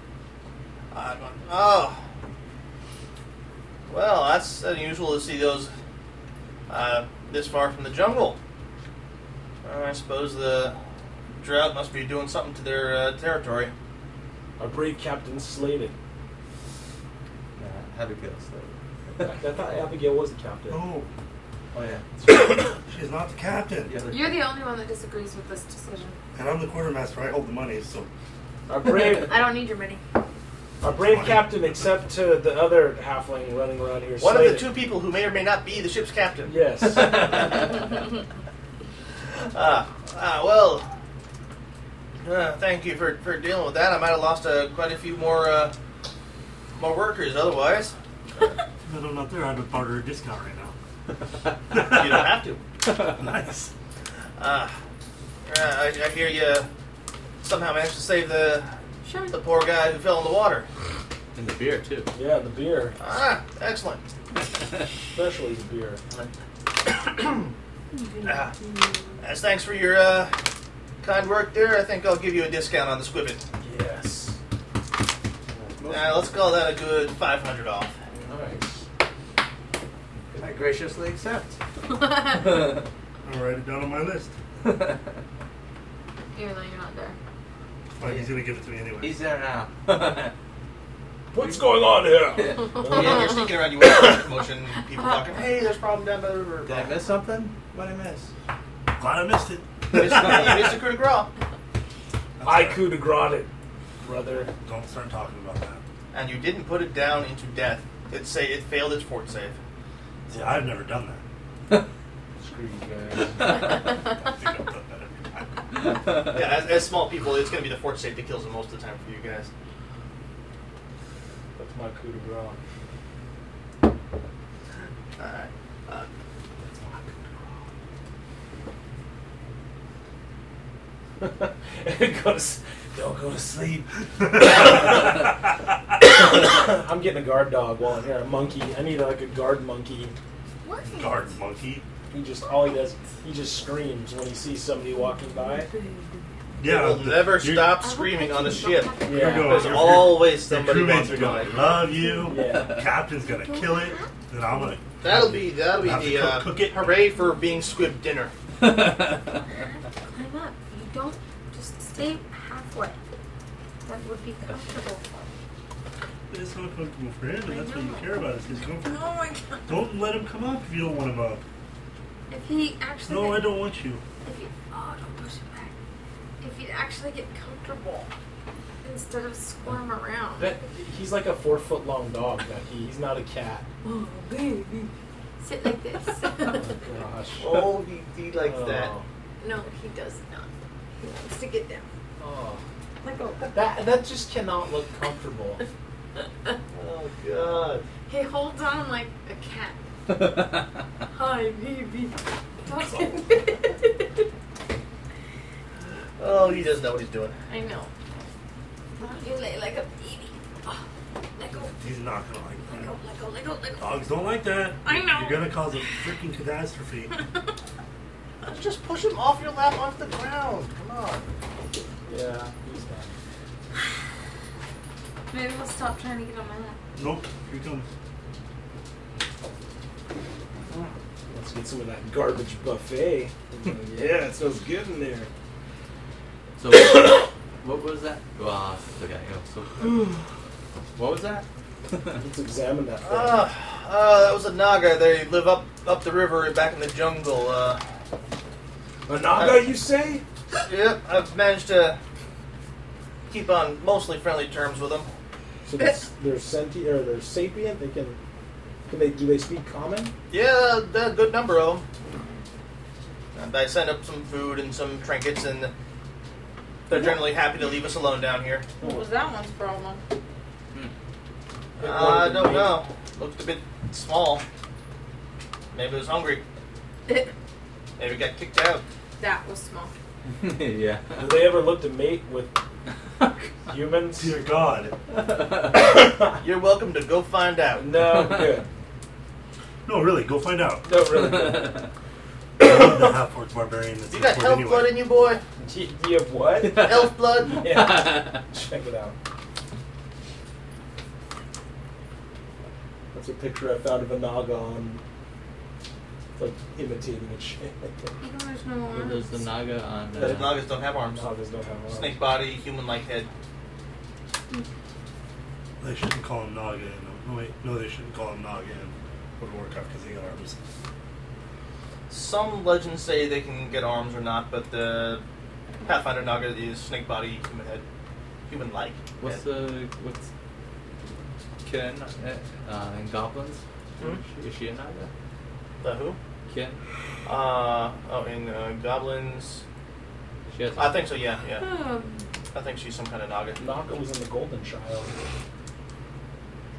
Uh, going, oh, well, that's unusual to see those uh, this far from the jungle. Uh, I suppose the drought must be doing something to their uh, territory.
Our brave captain slated.
Nah, Abigail's
I
though.
thought Abigail was the captain.
Oh,
Oh yeah.
she's not the captain.
The other-
You're the only one that disagrees with this decision.
And I'm the quartermaster. I hold the money, so
Our brave,
I don't need your money.
our brave captain, except to the other halfling running around here.
One of the
slated.
two people who may or may not be the ship's captain.
Yes.
Ah, ah, well. Uh, thank you for, for dealing with that. I might have lost uh, quite a few more uh, more workers otherwise.
that I'm not there, I have a barter discount right now.
You don't have to.
Nice.
Uh, ah, I, I hear you somehow managed to save the
Sure.
the poor guy who fell in the water.
And the beer too.
yeah, the beer,
Ah, excellent.
especially the beer.
Ah, as thanks for your uh, kind work there, I think I'll give you a discount on the squibbit.
Yes.
Uh, let's call that a good 500 off.
Nice.
I graciously accept.
I'll write it down on my list.
Even though you're not there.
Like he's gonna give it to me anyway.
He's there now.
What's going on here?
Did
Yeah, you're sneaking around. You want a promotion? People talking. Hey, there's a problem down by the river.
I miss something? What did I miss?
Glad I missed it.
You missed you missed a coup de grace.
I coup de grace it, brother.
Don't start talking about that.
and you didn't put it down into death. It say it failed its fort save.
See, I've never done that.
Screw you guys.
I think I've done that every time.
Uh-huh.
Yeah, as, as small people, it's going to be the fort save that kills them most of the time for you guys.
That's my coup de grace.
All right. Uh,
it goes, don't go to sleep. I'm getting a guard dog while I'm here. A monkey. I need like a guard monkey.
What?
Guard monkey.
He just all he does, he just screams when he sees somebody walking by.
it
Yeah.
will never
your-
stop screaming on the ship.
Your,
Yeah.
There's
your-
always
your
somebody
crewmates
wants
are
to
gonna
die.
love you.
Yeah.
Captain's gonna kill it. Then I'm gonna
That'll be that'll
Have
be
to
the
cook-
uh,
cook it.
hooray for being squib dinner.
Climb up. You don't just stay halfway. That would be comfortable for
It's not comfortable for him, and that's what you care about is his
Oh
comfort.
my god.
Don't let him come up if you don't want him up.
If he actually
No, I
get,
don't want you.
if he oh don't push it back. If he'd actually get comfortable instead of squirm around.
That, he's like a four foot long dog. That he, he's not a cat.
Oh baby. Sit like this.
Oh gosh.
Oh, he, he likes that.
Oh.
no, he does not. He wants to get down.
Oh.
Like a
That that just cannot look comfortable.
Oh God.
He holds on like a cat. Hi, baby.
Oh, he doesn't know what he's doing.
I know. You lay like a baby. Oh, let go,
He's not gonna like
let
that.
go, let go, let go, let go.
Dogs don't like that.
I know.
You're gonna cause a freaking catastrophe.
Just push him off your lap onto the ground. Come on.
Yeah. He's bad.
Maybe we'll stop trying to get on my lap.
nope, here he comes.
Let's get some of that garbage buffet. yeah, it smells good in there.
So, what- what was that? Well, I forgot. you know, So, what was that?
Let's examine that. Thing.
Uh, uh, that was a naga. They live up up the river back in the jungle. Uh,
A naga, you say?
yep, I've managed to keep on mostly friendly terms with them.
So they're, they're sentient or they're sapient. They can. Can they? Do they speak common?
Yeah, a good number of them. And I send up some food and some trinkets, and they're generally happy to leave us alone down here.
What was that one's problem?
Uh, I don't know. Looked a bit small. Maybe it was hungry. Maybe it got kicked out.
that was small.
yeah.
Have they ever looked to mate with humans?
Dear God.
You're welcome to go find out.
no, good.
No, really, go find out.
No, really. Good.
I love the half orc barbarian that's
You
in
got
court
elf
anyway.
blood in you, boy?
Do you, do you have what?
Elf blood?
Yeah. Check it out. That's a picture I found of a naga on. It's like imitating a shit.
You know there's no
Well, There's the
arms.
Naga on.
Those
Uh,
nagas don't have arms.
Nagas don't have arms.
Snake body, human like head.
They shouldn't call him Noggin. No, wait, no, they shouldn't call him Noggin. Would work out because they got arms.
Some legends say they can get arms or not, but the Pathfinder Naga is snake body, human head. Human like.
what's the what's Ken uh, uh, in Goblins?
Hmm?
Is she a Naga?
The who?
Ken?
Uh, oh, in uh, Goblins.
She has.
I think so, yeah, yeah.
Um,
I think she's some kind of Naga.
Naga was in the Golden Child.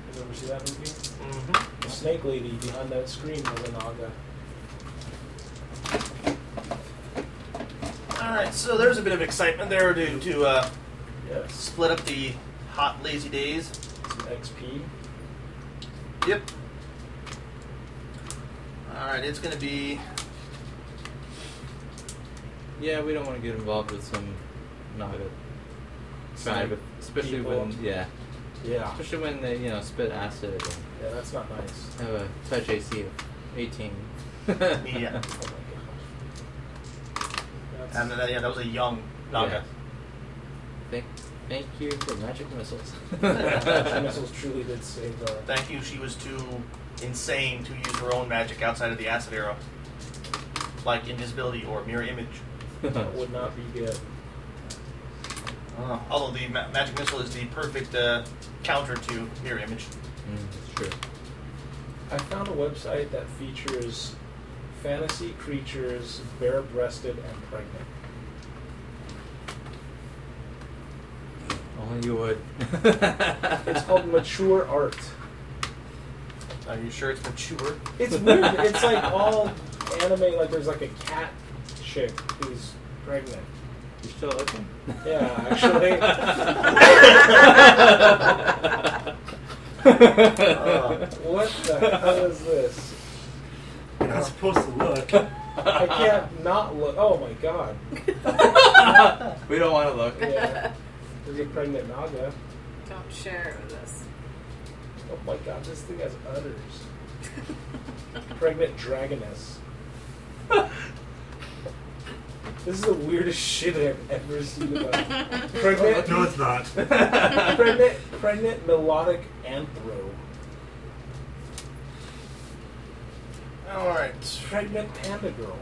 Did you ever see that movie?
hmm
The snake lady behind that screen was a Naga.
Alright, so there's a bit of excitement there to, to uh,
Yes.
split up the hot, lazy days.
Some XP.
Yep. Alright, it's gonna be.
Yeah, we don't want to get involved with some Naga tribe,
Snake
especially when
people.
yeah,
Yeah.
especially when they you know spit acid and
Yeah, that's not nice.
have a touch AC of 18.
Yeah.
Oh my gosh.
And
That's,
that, yeah, that was a young Naga.
Thank, thank you for magic missiles.
the missiles truly did save our.
Thank you, she was too insane to use her own magic outside of the acid arrow. Like invisibility or mirror image.
That
Mm,
would not be good.
Uh, although the ma- magic missile is the perfect uh, counter to mirror image.
Mm, it's true.
I found a website that features fantasy creatures bare breasted and pregnant.
Only you would.
It's called Mature Art.
Are you sure it's mature?
It's weird. it's like all anime, like there's like a cat chick who's pregnant.
You're still looking?
Yeah, actually. Uh, What the hell is this?
You're not supposed to look.
I can't not look. Oh my god.
we don't want to look.
Yeah. There's a pregnant Naga.
don't share it with us.
Oh my god, this thing has udders. Pregnant dragoness. This is the weirdest shit I've ever seen about pregnant,
Oh, No, it's not.
pregnant, pregnant melodic anthro,
All right.
pregnant panda girl.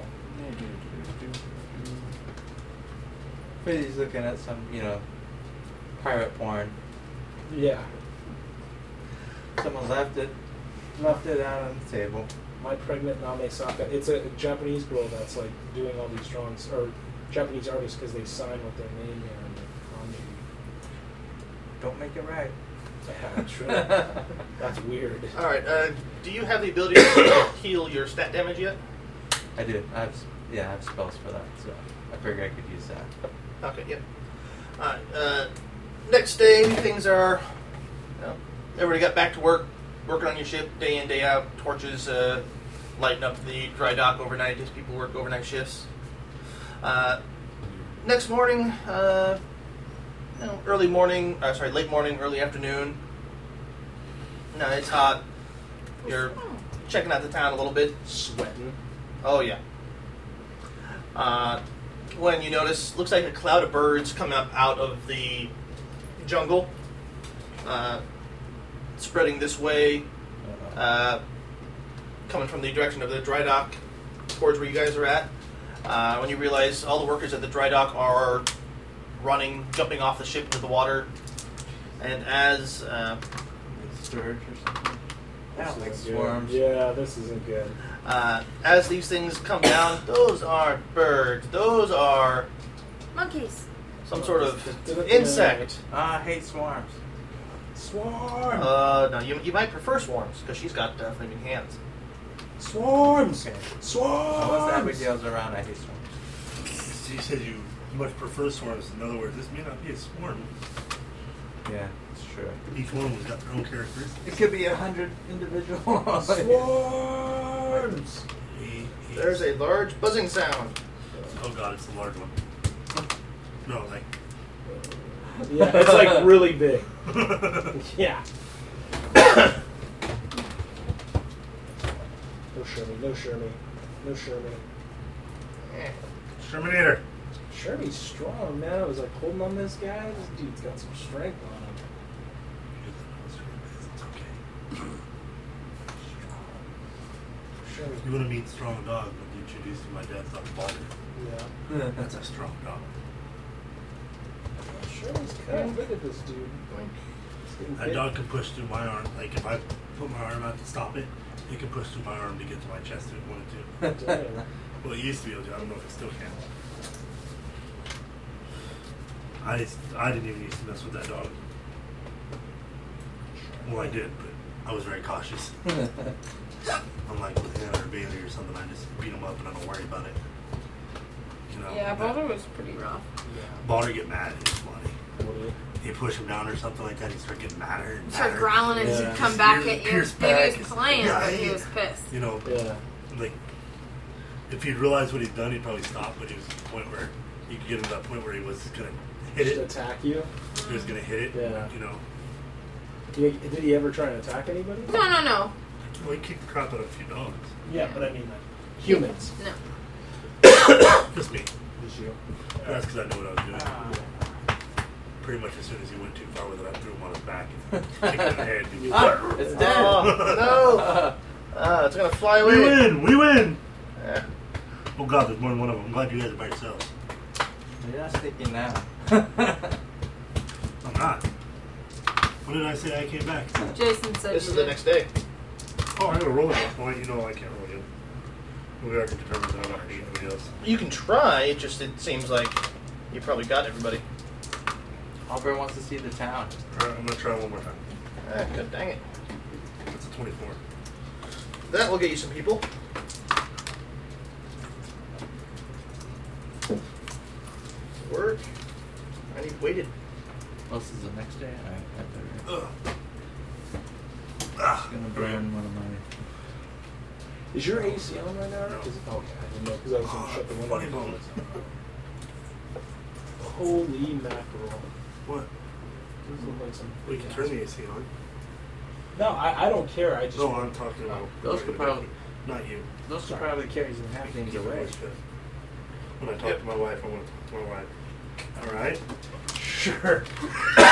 He's looking at some, you know, pirate porn.
Yeah,
Someone left it, left it out on the table.
my pregnant Name Saka. It's a Japanese girl that's like doing all these drawings or Japanese artists because they sign with their name here in the
Don't make it right.
kanji. Yeah, true. that's weird.
All right. Uh, do you have the ability to heal your stat damage yet?
I do. I have, s- yeah, I have spells for that, so I figure I could use that.
Okay. Yep. All right. Uh, next day, things are. You know, everybody got back to work, working on your ship day in day out. Torches uh, lighting up the dry dock overnight as people work overnight shifts. Uh, next morning, uh, you know, early morning. Uh, sorry, late morning, early afternoon. No, it's hot. You're checking out the town a little bit.
Sweating.
Oh yeah. Uh, when you notice, looks like a cloud of birds coming up out of the jungle, uh, spreading this way, uh, coming from the direction of the dry dock towards where you guys are at. Uh, when you realize all the workers at the dry dock are running, jumping off the ship into the water, and as uh,
Sturge or something. I
This
don't like
isn't good.
swarms.
Yeah, this isn't good.
uh, as these things come down, those aren't birds. Those are
Monkeys.
some sort of insect.
Ah, I hate swarms.
Swarm!
Uh, no, you, you might prefer swarms because she's got uh, flaming hands.
Swarms!
Okay.
Swarms!
Unless Abigail's around, I hate swarms.
So you said you much prefer swarms. In other words, this may not be a swarm.
Yeah, it's true.
Each one has got their own characteristics.
It could be a hundred Oh, individuals.
Swarms!
He- he-
There's a large buzzing sound.
Oh god, it's a large one. No, like.
Yeah, it's like really big. Yeah. no Shermie, no Shermie, no Shermie.
Eh.
Terminator.
Shermie's strong, man. I was like holding on this guy. This dude's got some strength on him.
It's okay. You
Shermie,
want to meet strong dog when you introduce to my dad's dog, Baldur.
yeah.
That's a strong dog.
Shermie's kind of good at this dude. Like, he's getting
That
big.
dog can push through my arm. Like if I put my arm out to stop it, it can push through my arm to get to my chest if it wanted to.
Damn.
Well, it used to be able to. I don't know if it still can. I just, I didn't even used to mess with that dog. Well, I did, but I was very cautious. Unlike with him or Bailey or something, I just beat him up and I don't worry about it. You know.
Yeah,
but
Boulder was pretty rough.
Yeah.
Balder get mad. It's funny.
Woody.
You push him down or something like that. He start getting madder and
Start
madder.
growling and
Yeah.
come back at you. Maybe
Pierce
he
back is-
was playing,
Yeah,
but he
he-
was pissed.
You know,
Yeah.
like if he'd realized what he'd done, he'd probably stop. But he was at the point where you could get him to that point where he was gonna hit
Just
it.
attack you.
He was gonna hit it.
Yeah.
You know,
You- Did he ever try and attack anybody?
No, no, no.
well, he kicked the crap out of a few dogs.
Yeah, but I mean, like, humans.
No.
Just me.
Just you.
That's because I knew what I was doing.
Ah. Uh,
Pretty much as soon as he went too far with it, I threw him on his back and kicked him in the head. He was
Ah, it's dead.
Oh, no! Uh, it's gonna fly
we
away.
win! We win!
Eh.
Oh god, there's more than one of them. I'm glad you guys are by yourselves.
You're not sticking now.
I'm not. When did I say I came back?
Jason said
This
you
is the
did.
next day.
Oh, I gotta roll at this point. You know I can't roll you. We already determined that I'm not gonna need anybody else.
You can try. It just it seems like you probably got everybody.
Albert wants to see the town.
Alright, I'm gonna try one more time.
Ah, God dang it.
That's a 24.
That will get you some people. Work. I need weighted.
This is the next day. I, I better.
Ugh. Ah,
I'm gonna burn one of my.
Is your AC on right now?
No.
Is it, oh, okay. I didn't know because I was going to
Ah,
shut the
funny
window.
bones.
Holy mackerel.
What?
This look like some.
We can turn the AC on.
No, I, I don't care. I just.
No, I'm talking about.
Those could probably
Not you.
Those are probably carries and half things
Keep your
away.
voice down. When I talk to my wife, I want to talk to my wife. All right.
Sure. Never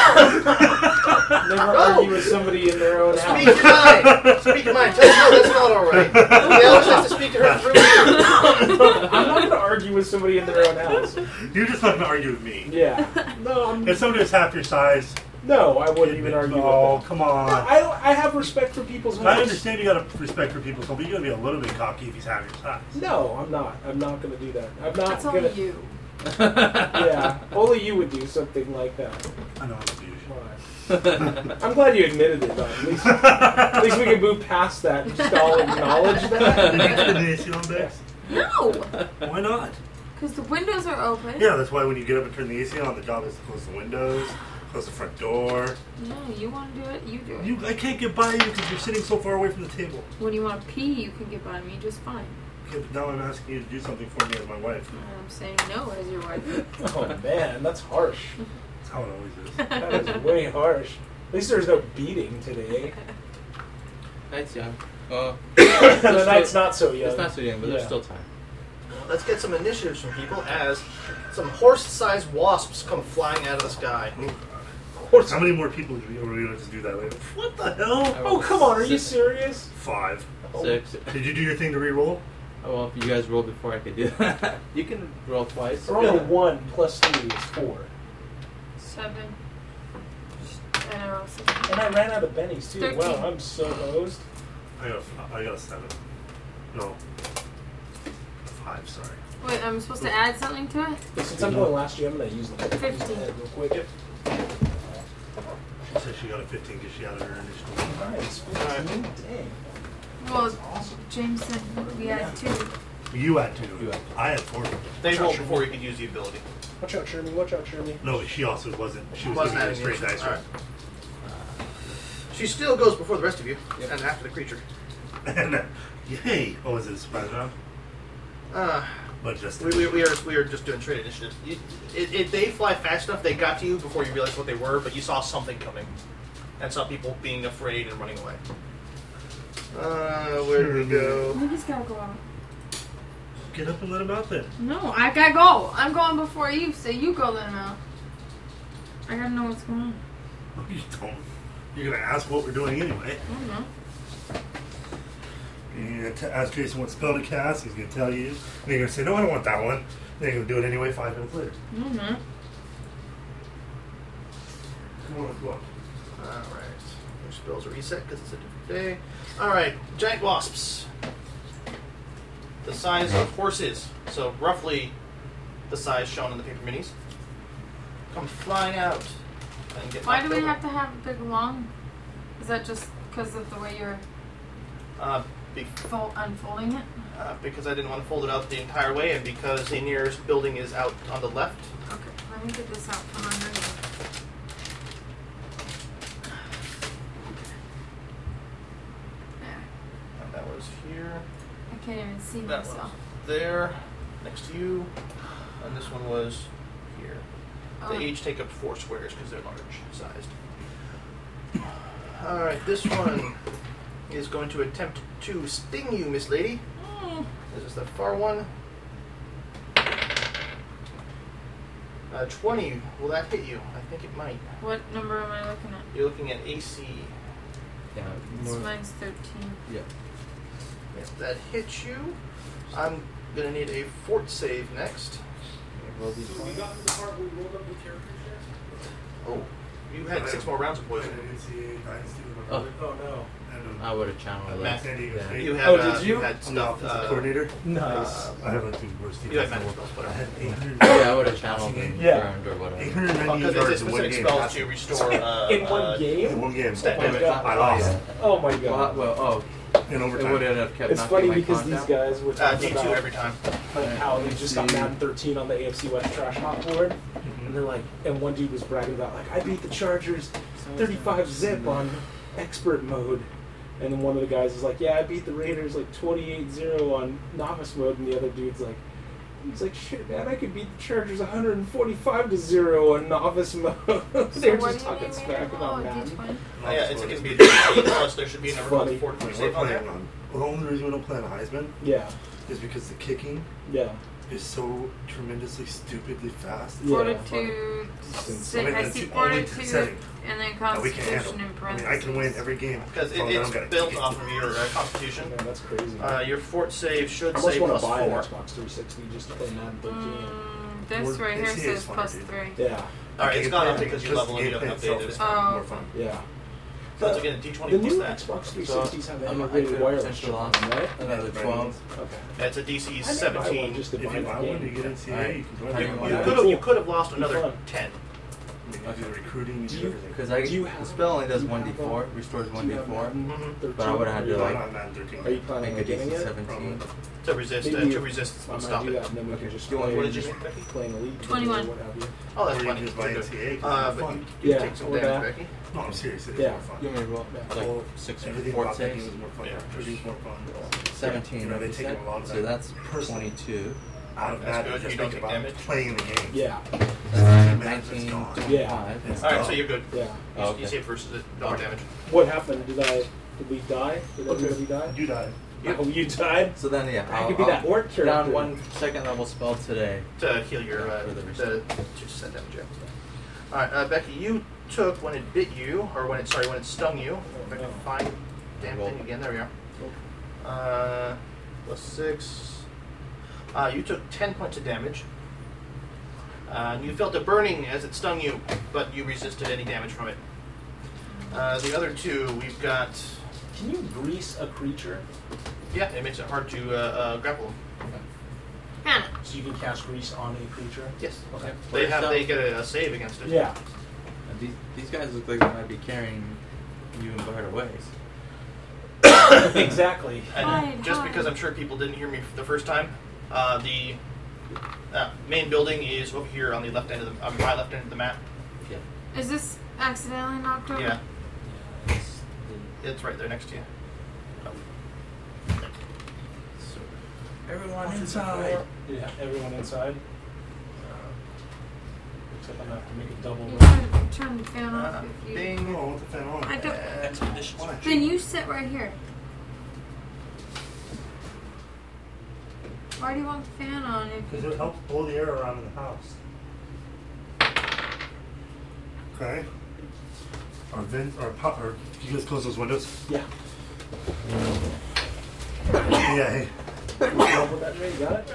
argue with somebody in their own
Speak
house.
your mind. Speak your mind. Tell her no, that's not all right. We always have to speak to her through you.
I'm not going to argue with somebody in their own house.
You're just not gonna argue with me.
Yeah. No, I'm,
If somebody's half your size,
no, I wouldn't even
admit-
argue with
Oh,
them.
come
No,
on.
I, don't- I have respect for people's
I
homes.
understand you gotta respect for people, so but you gotta be a little bit cocky if he's half your size.
No, I'm not. I'm not going to do that. I'm not
That's
going
only
to.
you.
Yeah, only you would do something like that.
I know I'm a douche.
I'm glad you admitted it, though. At least, at least we can move past that and just all acknowledge
Did you
that.
get an AC on Bex?
No,
Why not?
because the windows are open.
Yeah, that's why when you get up and turn the AC on, the job is to close the windows, close the front door.
No, you want to do it, you do it.
You, I can't get by you because you're sitting so far away from the table.
When you want to pee, you can get by me just fine.
Okay, but now I'm asking you to do something for me as my wife.
And I'm saying no as your wife.
Oh man, that's harsh.
That's how it always is.
That is way harsh. At least there's no beating today.
That's young. Uh,
the night's not so young.
it's not so young, but
Yeah.
there's still time.
Let's get some initiatives from people as some horse-sized wasps come flying out of the sky.
Oh,
Horse-
How many more people do we, are we going to do that later? What the
I
hell?
Oh
rolled
come on, are you
six-
serious?
Five.
Six.
Did you do your thing to re-roll?
Oh, well, if you guys rolled before I could do that. you can roll twice.
We're only one plus three is four.
Seven. And I rolled six.
And I ran out of bennies too.
Thirteen.
Wow, I'm so hosed.
I got a, f- I got a seven. No. Five, sorry.
Wait, I'm supposed to add something to it?
Since I'm going last year, I'm gonna use the use the head real quick.
She said she got a 15 because she added her initial.
Nice. Dang.
Well, James said we had two.
You had two.
You had
I had four.
They rolled before you could use the ability.
Watch out, Sherman. Watch out, Sherman.
No, but she also wasn't. She was
Wasn't
giving
adding
you a straight
initial.
dice roll.
She still goes before the rest of you and after the creature.
And then, yay! Oh, is it a surprise round?
Uh,
But just
we, we, we are we are just doing trade initiatives. You, it, it, they fly fast enough. They got to you before you realized what they were, but you saw something coming, and saw people being afraid and running away. Uh, where do we go?
We just gotta go out.
get up and let him out then.
No, I gotta go. I'm going before you, so you go let him out. I gotta know what's going on.
No, you don't. You're gonna ask what we're doing anyway.
I don't know.
You're gonna t- ask Jason what spell to cast. He's gonna tell you. Then you're gonna say, "No, I don't want that one." Then you're gonna do it anyway. Five minutes later.
I don't know.
Come on, come on.
All right, your spells are reset because it's a different day. All right, giant wasps, the size of horses, so roughly the size shown in the paper minis, come flying out and get.
Why do
knocked
we
over.
have to have a big long? Is that just because of the way you're
Uh, be-
fold- unfolding it?
uh, because I didn't want to fold it out the entire way, and because the nearest building is out on the left.
Okay, let me get this out from under you. There.
And that was here.
I can't even see
That was
myself.
there, next to you, and this one was here.
Oh,
They each take up four squares because they're large sized. All right, this one is going to attempt to sting you, Miss Lady.
mm,
This is the far one. Uh, 20. Will that hit you? I think it might.
What number am I looking at?
You're looking at AC.
Yeah.
This
more-
mine's 13.
yeah.
If that hits you, I'm going to need a fort save next.
Roll these
So we got to the part where we rolled up the character sheet.
Oh, you had six more rounds of
Boys,
poison.
I didn't see any dynasty with my
Oh. Uh,
brother.
Oh no.
I don't know.
I would have
Matt
channeled that.
San Diego
Yeah.
State.
You had,
Oh, did
uh,
you?
had
I'm the
stuff.
offensive
uh,
coordinator.
Nice.
uh,
I haven't been worse defense.
you had
in a
magic
while.
spells,
I
whatever.
had 800.
Yeah, I would have channeled and
Yeah.
burned or whatever.
890
Because it's a
yards in one
specific
game.
spell to restore. Uh,
In one
uh,
In
game?
one game.
Stat
Oh my
damage.
god.
I lost
Oh my
Well,
god.
well, oh,
in
it would
overtime.
have kept
It's
knocking
funny
my
because
con
these
down.
guys were
Uh,
talking
D2
about
every time.
like, how they just got
See.
mad 13 on the AFC West trash hot board.
Mm-hmm.
And they're like, and one dude was bragging about, like, I beat the Chargers 35 zip on expert mode. And then one of the guys is like, yeah, I beat the Raiders like 28 0 on novice mode. And the other dude's like, he's like, shit, man, I could beat the Chargers 145 to 0 on novice mode. they were
So what
just
do you
talking
need me to
smack
roll?
about
A
that.
D20?
yeah, it's, it's going to be a D8 plus. There should be a number called
Funny.
4
Wait,
fort
we're
save on
playing
there.
on Well, the only reason we don't play on Heisman
Yeah.
is because the kicking
Yeah.
is so tremendously stupidly fast.
Yeah.
Fortitude. si-
I mean,
I
that's
see
the only
fortitude
setting
and then
that we can handle.
constitution in
I
parentheses.
mean, I can win every game
Because
so
it,
then
it's
Oh, I'm gonna
built
kick it.
off of your uh, constitution.
Yeah, that's crazy.
Uh, your fort save should
I almost
say
want
plus
to buy an
four.
Xbox 360 just to play Madden 13.
Mm, this
Word-
right here
it's- it's
says
funny,
plus
dude.
three.
Yeah.
Alright, it's
Game
gone up
plan,
because you
just
leveled
the
and you
game
haven't
plan itself
updated
is
it.
Oh.
more fun.
Yeah.
So it's
Uh,
again a D20
The
plus
new
that.
Xbox
So
360s have
I'm
integrated
upgraded
wireless
potential
charging,
on
right?
another
Yeah.
twelve.
Okay.
That's a DC
I didn't buy one
17.
just to
If you
buy the
buy one, you
game.
get NCAA. You can join
Alright.
them.
You
Yeah.
could have you could have lost
Be
another
fun.
10.
You can do the recruiting and
Do you-
everything.
Because I
Do you
the
have-
spell only does
do you
one
have
d four, restores
Do
one d
you have
four.
Madden
Mhm.
13?
But I would've had to,
Are you-
Why
like,
not Madden 13?
Are you planning
Make a
on getting
DC
it?
seventeen.
To resist, uh,
Maybe
to
you-
resist
I
will
might
stop
do
it.
That, and then we can just
Do you
play,
want-
What did you make, Becky?
play in Elite or
21.
what have you.
Oh, that's
Or you
funny.
can just buy
It's good.
NCAA. 'cause
Uh,
it's
but
fun.
you-
Yeah,
take some
we're
damage,
back.
Becky.
No, I'm serious. It's
Yeah.
more fun.
You want me to roll
Well,
like six or
everything
four
about that game
saves?
is more fun.
Yeah.
Recruiting's more fun.
Seventeen.
You know, they
right?
take a lot of
So
that
that's
personal.
twenty-two.
Out of
That's
Madden,
good.
just
You don't
think
take
about
damage.
playing the game.
Yeah.
Madden, it's
Nineteen.
gone.
Yeah.
Five.
It's
Alright,
gone.
so you're good.
Yeah.
You,
Oh,
you
okay.
save versus it. No more damage.
What happened? Did I? Did we die? Did everybody die?
You die.
You-
Oh, you died.
So then yeah,
I
I'll,
could be
I'll
that orc character.
down one second level spell today.
to heal your uh,
For the rest.
the two percent damage. Yeah. All right, uh, Becky, you took when it bit you, or when it sorry when it stung you. If I can find damn
Oh, Roll.
thing again. There we are. Uh, plus six. Uh, you took ten points of damage. Uh, you felt a burning as it stung you, but you resisted any damage from it. Uh, the other two, we've got.
Can you grease a creature
Yeah, it makes it hard to uh, uh, grapple.
Hannah.
so you can cast grease on a creature?
Yes.
Okay.
They have. They get a, a save against it.
Yeah.
And Uh, These, these guys look like they might be carrying you and Bart away.
exactly.
And
Hide,
just
hide.
because I'm sure people didn't hear me the first time, uh, the uh, main building is over here on the left end of the on my left end of the map.
Is this accidentally knocked over?
Yeah, it's right there next to you.
Everyone inside.
Yeah. Everyone inside. Except I'm gonna have to make a double.
You
roll.
turn, turn the fan off
Uh,
if you.
Bing.
No, I want the fan on.
I don't.
Expeditions.
Why?
Then you sit right here. Why do you want the fan on if
Because it would help blow the air around in the house. Okay. Our vents, our pop, or can you guys close those windows?
Yeah.
yeah, hey.
Double that ray. Got it.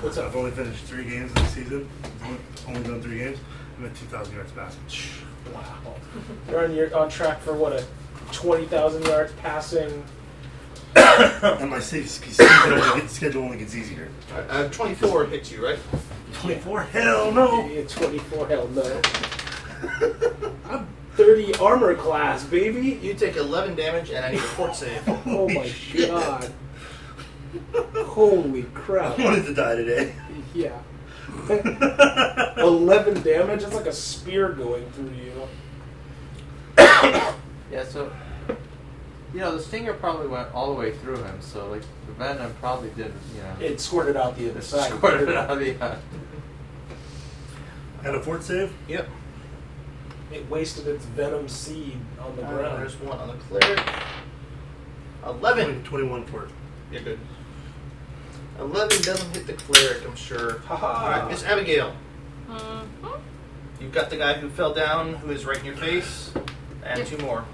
What's up? I've only finished three games this season. I've only, only done three games. I'm at 2,000 yards passing.
Wow. You're on your on track for what a twenty thousand yards passing.
And my se- schedule only gets- schedule only gets easier.
Uh, 24 hits you, right?
24? Hell no!
Yeah, Twenty-four. Hell no. I'm thirty armor class, baby.
You take 11 damage, and I need a fort save.
Oh
Holy
my
shit.
god. Holy crap.
I wanted to die today.
Yeah. 11 damage? It's like a spear going through you.
Yeah, so you know the stinger probably went all the way through him. So like the venom probably didn't. You know,
It squirted out the other side.
squirted out of the. Uh,
Had a fort save?
Yep.
It wasted its venom seed on the
Uh,
ground.
there's one on the clear. 11.
21 fort.
You're good. 11 doesn't hit the cleric, I'm sure.
Haha.
All right, Miss Abigail.
Mhm.
You've got the guy who fell down, who is right in your face, and
Yep.
two more.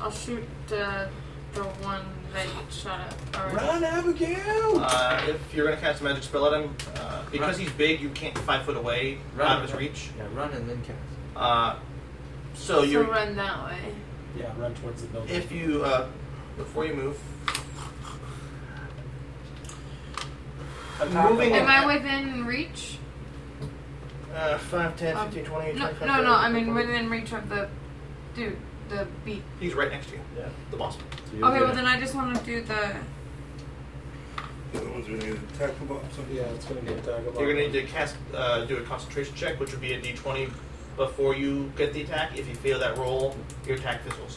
I'll shoot the the one that you shot at. already.
Run, Abigail!
Uh, if you're gonna cast a magic spell at him, uh, because he's big, you can't get five foot away
Right.
out of his reach.
yeah, run and then cast.
Uh, so
So
you,
run that way.
yeah, run towards the building.
if you, uh, before you move,
Attack
moving-
him.
Am I within reach?
uh, 5, 10,
Um,
15, 20,
No,
25,
no, no. I
30,
mean
40.
within reach of the dude, the beat.
He's right next to you,
Yeah.
the boss.
Okay, well then I just want to do the.
The other one's really going to tackle box. so-
Yeah, it's going to be attack
You're gonna need to cast, uh, do a concentration check, which would be a d20 before you get the attack. If you fail that roll, your attack fizzles.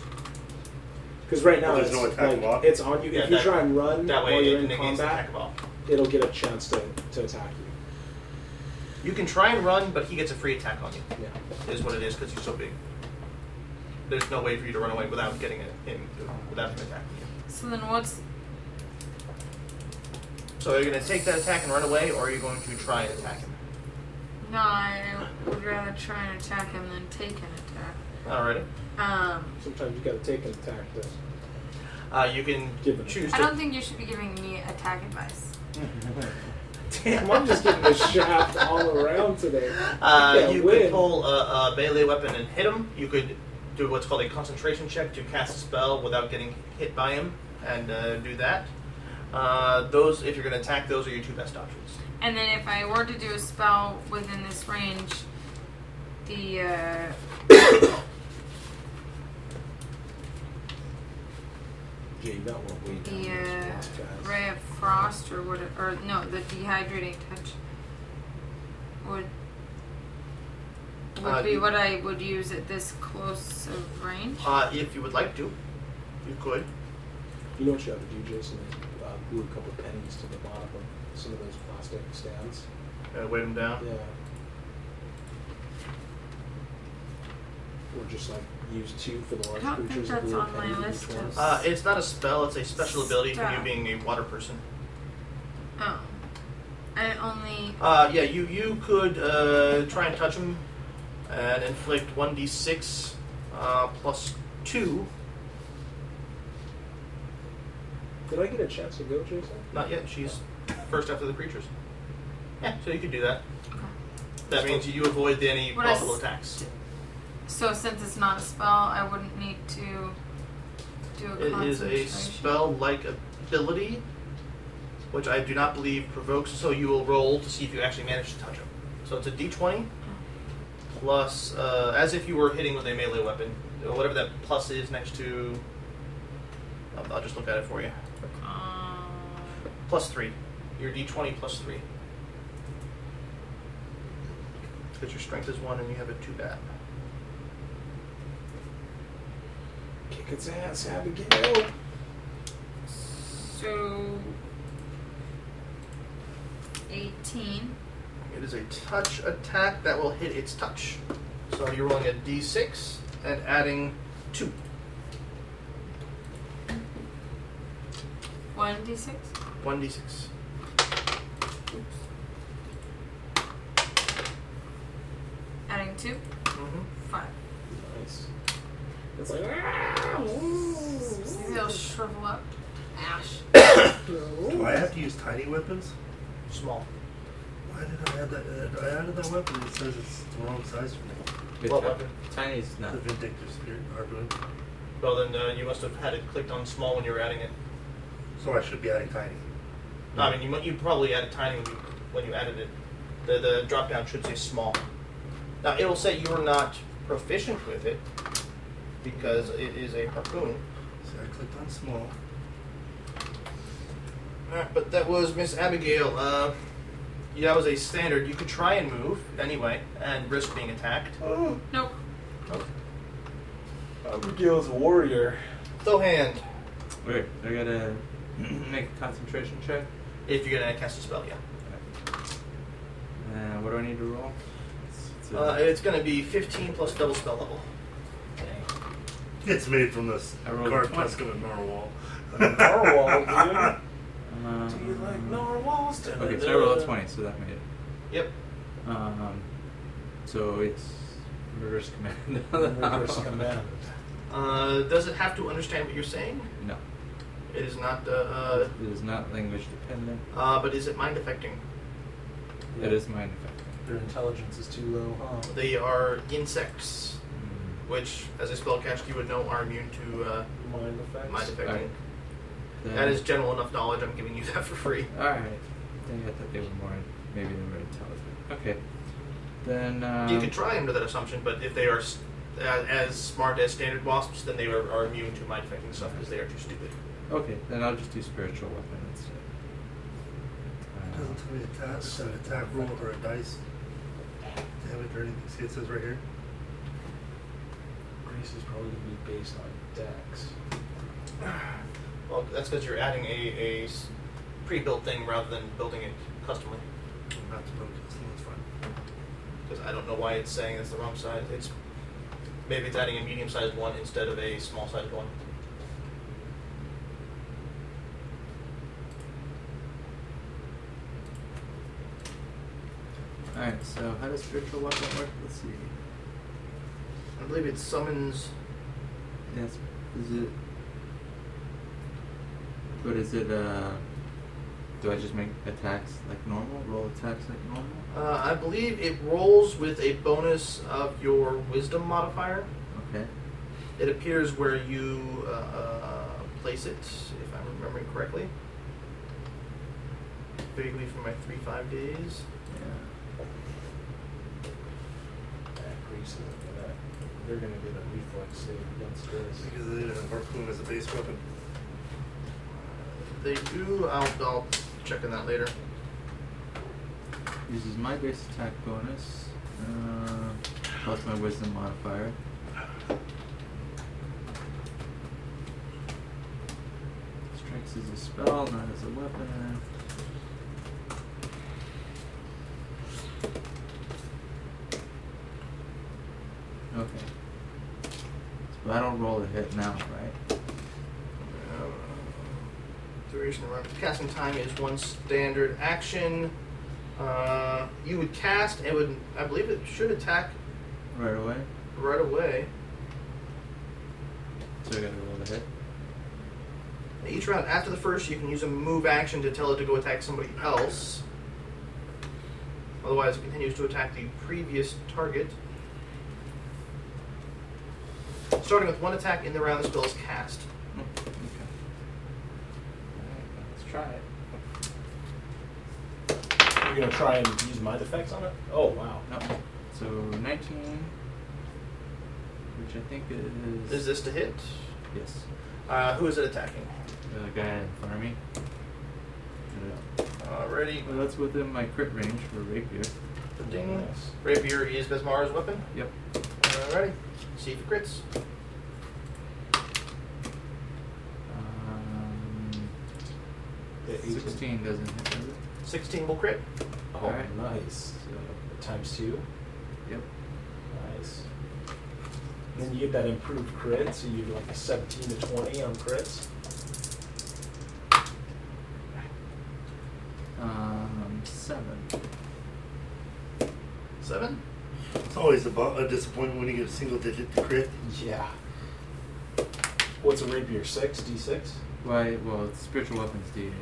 Because right now
There's
it's,
no attack
like,
block.
it's on you.
Yeah,
if you
that-
try and run
That
while
way,
you're
it
in
negates the
combat,
attack ball.
it'll get a chance to, to attack you.
You can try and run, but he gets a free attack on you.
Yeah.
is what it is because you're so big. There's no way for you to run away without getting a, him without him attacking you.
So then what's
So are you going to take that attack and run away, or are you going to try and attack him?
No, I would rather try and attack him than take an attack.
Alrighty.
Um,
Sometimes you gotta take an attack to
Uh, you can
give it.
choose
I
to.
don't think you should be giving me attack advice.
Damn.
I'm just getting the shaft all around today.
Uh,
Yeah,
you
win.
could pull a, a melee weapon and hit him. You could do what's called a concentration check to cast a spell without getting hit by him, and uh, do that. Uh, those, if you're going to attack, those are your two best options.
And then if I were to do a spell within this range, the uh,
Gee, that won't wait.
the uh, ray of frost or what, or no, the dehydrating touch would would
Uh,
be
you-
what I would use at this close of range.
Uh, if you would like to, you could.
You know what you have to do, Jason? Is uh, glue a couple of pennies to the bottom of some of those plastic stands.
Uh, wait him down.
Yeah. Or just like use two for the large
I don't
creatures.
think
and glue a
that's on
penny to
my
each
list
one.
of-
Uh, it's not a spell; it's a special ability from you
Stop.
being a water person.
Oh, I only
Uh, yeah, you you could uh, try and touch him and inflict one d six uh, plus two.
Did I get a chance to go, Jason?
Not yet. She's first after the creatures. Yeah, so you could do that. That means you avoid the- any
What I
possible
s-
attacks.
So since it's not a spell, I wouldn't need to do a
It is
concentration.
a spell-like ability, which I do not believe provokes. So you will roll to see if you actually manage to touch him. So it's a d twenty plus, uh, as if you were hitting with a melee weapon, or whatever that plus is next to. I'll, I'll just look at it for you.
Um,
Plus three. Your d twenty plus three. Because your strength is one and you have a two bat.
Kick its ass, Abigail.
so eighteen.
It is a touch attack that will hit its touch. So you're rolling a d6 and adding two.
One D six?
1d6.
Adding two?
Mm-hmm.
Five.
Nice. It's like, "Ah,
So
ooh,
they'll shrivel up. Ash.
Do
ooh."
I have to use tiny weapons?
Small.
Why did I add that? Uh, I added that weapon. It says it's the wrong size for me.
Good
What
job.
weapon?
Tiny's not.
The vindictive spirit argument.
Well, then uh, you must have had it clicked on small when you were adding it.
So I should be adding tiny.
No, I mean, you, mu- you probably added tiny when you, when you added it. The, the drop down should say small. Now, it'll say you're not proficient with it because it is a harpoon.
So I clicked on small.
Alright, but that was Miss Abigail. Uh, yeah, that was a standard. You could try and move anyway and risk being attacked.
Oh,
Nope.
Abigail's a warrior.
Though hand,
Wait, I gotta make a concentration check.
if you're gonna cast a spell, yeah.
Uh, what do I need to roll? It's, it's a-
Uh, it's gonna be 15 plus double spell level.
It's made from this
I rolled a
card
20.
Tuscan and narwhal.
Narwhal,
um,
dude. Do you like narwhals?
Okay, so I rolled a 20, so that made it.
Yep.
Um, so it's reverse command.
Reverse command.
Uh, does it have to understand what you're saying?
No.
It is not. Uh, uh,
it is not language dependent.
uh, but is it mind affecting?
It is mind affecting.
Their intelligence is too low, huh?
They are insects,
Mm,
which, as a spellcaster, you would know are immune to uh,
Mind effects.
mind affecting.
Right. then-
That is general enough knowledge. I'm giving you that for free.
Alright. Dang, I thought they were more. Maybe they were intelligent. Okay. Then. Um,
you could try under that assumption, but if they are s- a- as smart as standard wasps, then they are, are immune to mind affecting stuff because they are too stupid.
Okay, then I'll just do spiritual weapon instead.
It
Uh,
doesn't tell me attack. It's an attack roll or a dice. Damage or anything. See, it says right here.
Grace is probably going to be based on dex.
Well, that's because you're adding a, a s- pre-built thing rather than building it customly.
I'm not to focus. so That's fine.
Because I don't know why it's saying it's the wrong size. It's maybe it's adding a medium-sized one instead of a small-sized one.
Alright, so how does spiritual weapon work? Let's see.
I believe it summons.
That's is it but is it uh do I just make attacks like normal? Roll attacks like normal?
Uh, I believe it rolls with a bonus of your wisdom modifier.
Okay.
It appears where you uh, uh, place it, if I'm remembering correctly. Vaguely from my three five days.
Yeah.
They're gonna get a reflex save against this.
Because they didn't have harpoon as a base weapon.
They do. I'll, I'll check on that later.
Uses my base attack bonus. Uh, plus my wisdom modifier. Strikes as a spell, not as a weapon. Okay. So I don't roll a hit now, right?
Um, duration of round- casting time is one standard action. Uh, you would cast and would I believe it should attack
Right away.
right away.
So I gotta roll a hit.
Each round after the first, you can use a move action to tell it to go attack somebody else. Otherwise, it continues to attack the previous target. Starting with one attack in the round the spell is cast.
Oh, okay.
Alright, let's try it.
You're gonna try and use mind effects on it? Oh wow.
No. So 19, which I think is.
Is this to hit?
Yes. Uh,
Uh, who is it attacking?
The guy in front of me. Yeah.
Already,
Well, that's within my crit range for rapier.
ding. Rapier is Besmar's weapon.
Yep.
Alrighty. See if it crits.
Um,
The
16 doesn't hit, does it?
16 will crit.
Oh,
Alright.
nice. Uh,
So,
Times two.
yep.
Nice. And then you get that improved crit, so you do like a 17 to 20 on crits.
Um, 7.
7?
It's always a, bu- a disappointment when you get a single digit crit.
Yeah. What's a rapier? 6? D6?
Why? Well, it's spiritual weapons D8.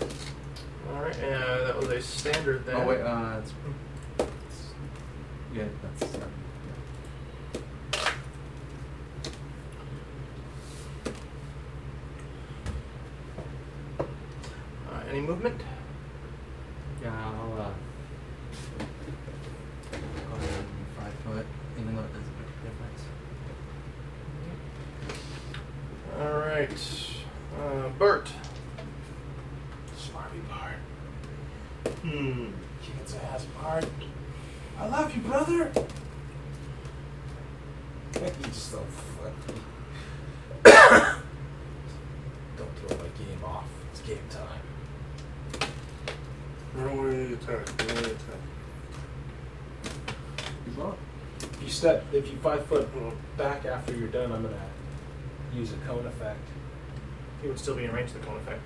Oh.
Alright, uh, that was a standard then.
Oh, wait, uh, it's. it's yeah, that's 7. Yeah.
Uh, any movement?
Yeah, I'll uh, go ahead and be five foot, even though it doesn't make a difference.
Alright. Uh, Bert.
Smarty Bard.
Hmm.
Kids ass Bard. I love you, brother! He's so funny. Don't throw my game off. It's game time.
Run away, attack, run away, attack.
You both?
If you step, if you five foot
Well,
back after you're done, I'm gonna use a cone effect.
He would still be in range of the cone effect.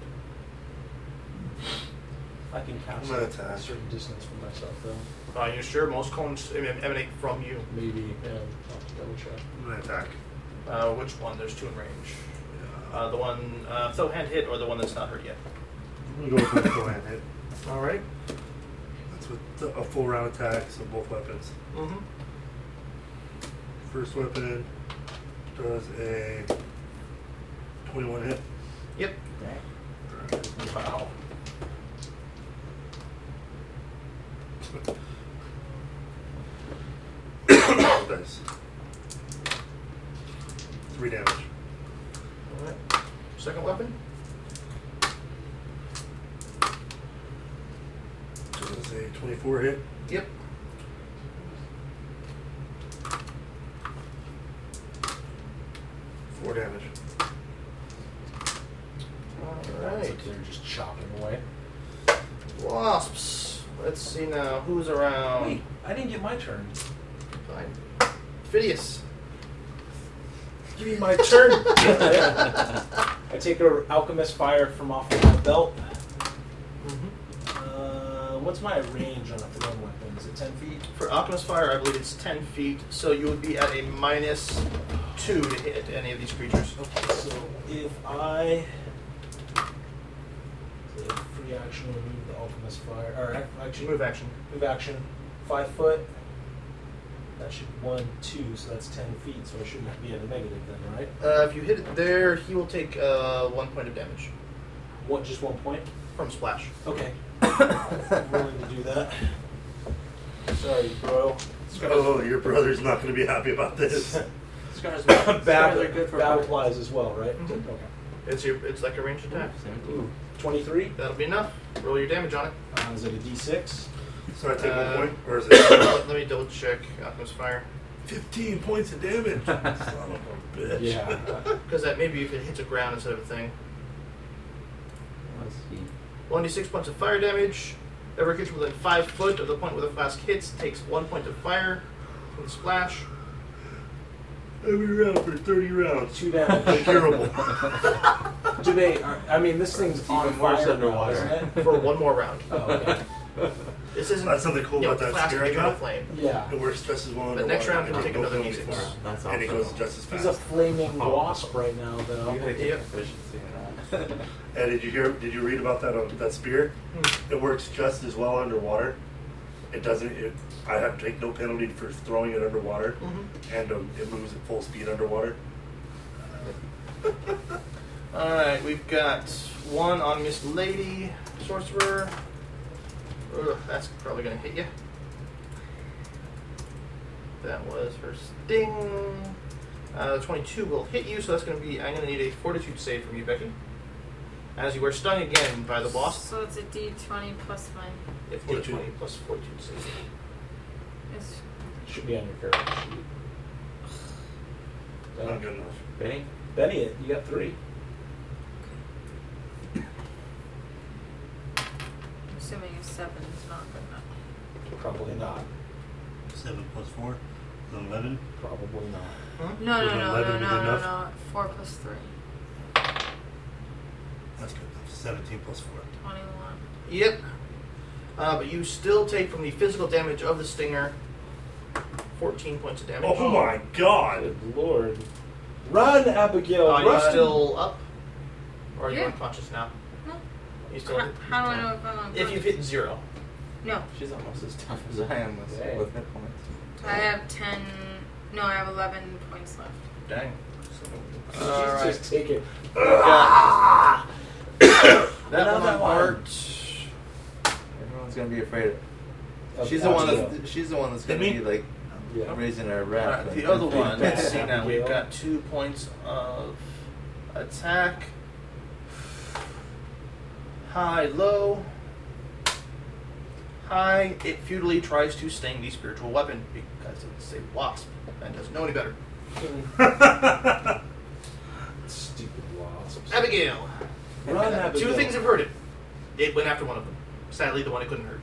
I can cast
Not
it
attack.
a certain distance from myself, though.
Uh, you're sure most cones em- em- emanate from you.
Maybe. Yeah, I'll have to double check.
I'm gonna attack.
Uh, which one? There's two in range. Uh, the one, uh, so hand hit or the one that's not hurt yet.
I'm gonna go for the full hand hit.
Alright.
That's with the, a full round attack, so both weapons.
Mm-hmm.
First weapon does a 21 hit.
Yep.
Wow.
Dice. Three damage.
Alright. Second weapon?
Does a 24 hit.
Yep.
Four damage.
It's
Alright.
like they're just chopping away.
Wasps. Let's see now. Who's around?
Wait, I didn't get my turn.
Fine. Phidias.
Give me my turn. I take a alchemist fire from off of my belt. Uh,
Mm-hmm.
what's my range on a thrown weapon? Is it ten feet?
For Alchemist Fire, I believe it's 10 feet, so you would be at a minus 2 to hit any of these creatures.
Okay, so if I so free action remove the alchemist fire or ac- action
Move action.
move action five foot. That should one two, so that's ten feet. So I shouldn't be at a negative then, right?
Uh, if you hit it there, he will take uh, 1 point of damage
What just one point?
from Splash.
Okay, I'm willing to do that. Sorry, bro.
Oh, your brother's not going to be happy about this.
Scars,
Battle,
scars are good for Mm-hmm.
battle
both.
applies as well, right?
Mhm.
Okay.
It's your, it's like a ranged attack.
Same deal.
Ooh, 23.
That'll be enough. Roll your damage on it.
Uh, is it a d6?
So I take
Uh,
one point, or is it
Let me double check Alchemist Fire.
15 points of damage? Son of a bitch.
Yeah.
Because that maybe if it hits a ground instead of a thing.
Let's see.
1d6 points of fire damage. Ever gets within 5 foot of the point where the flask hits, takes 1 point of fire from the splash.
Every round for 30 rounds.
Two damage.
Terrible.
Do they? are- I mean, this thing's
It's
on
even worse
fire now,
underwater.
isn't it?
for one more round.
Oh, okay.
This isn't
That's something cool
you know,
about that
flask
spear I
can be
got.
flame.
Yeah.
It works just as well
The next
underwater,
round
and
can
it goes
take another
only
D6.
four.
That's
And it
awesome.
goes just as
He's a
fast.
flaming wasp right now, though.
take
Yep.
efficiency in that.
Hey, did you hear? Did you read about that uh, that spear? It works just as well underwater. It doesn't. It, I have to take no penalty for throwing it underwater,
Mm. Mm-hmm.
and um, it moves at full speed underwater.
Alright, we've got one on Miss Lady Sorcerer. Ugh, that's probably going to hit you. That was her sting. Uh, 22 will hit you, so that's going to be. I'm going to need a fortitude save from you, Becky. As you are stung again by the boss.
So it's a D twenty plus my
If
Fortitude.
20 plus fortitude save.
it's
Should be on your character sheet.
Not
Uh,
good enough.
Benny?
Benny, you got three.
I'm assuming a seven is not good enough.
Probably not.
Seven plus four, eleven.
Probably not.
No
Was
no no no
eleven
no
good
no
enough?
no. Four plus three.
That's good enough. Seventeen plus four.
Twenty one.
Yep. Uh, but you still take from the physical damage of the stinger 14 points of damage.
Oh my god!
Good lord. Oh, Run, Abigail.
Are
run.
Uh, you still up? Or are you
Yeah.
unconscious now?
No.
You still
How, how do I know if I'm on
If you've
purpose?
hit zero.
No.
She's almost as tough as I am with,
Dang.
with hit points.
I have ten no, I have eleven points left.
Dang.
Just-
Alright.
Just take it. Ah!
That one
Another one.
marked.
Everyone's gonna be afraid of.
Of
she's the one
Abigail.
that's. She's the one that's gonna
Hit
be
me?
like
Yeah.
raising her
Alright,
wrath. like,
the other
and being
one.
bad.
Let's see now. We've
Yeah.
got two points of attack. High, low. High, it futilely tries to sting the spiritual weapon because it's a wasp and doesn't know any better.
Stupid wasps.
Abigail.
Run, Abigail.
Two things have hurt it. It went after one of them. Sadly, the one it couldn't hurt.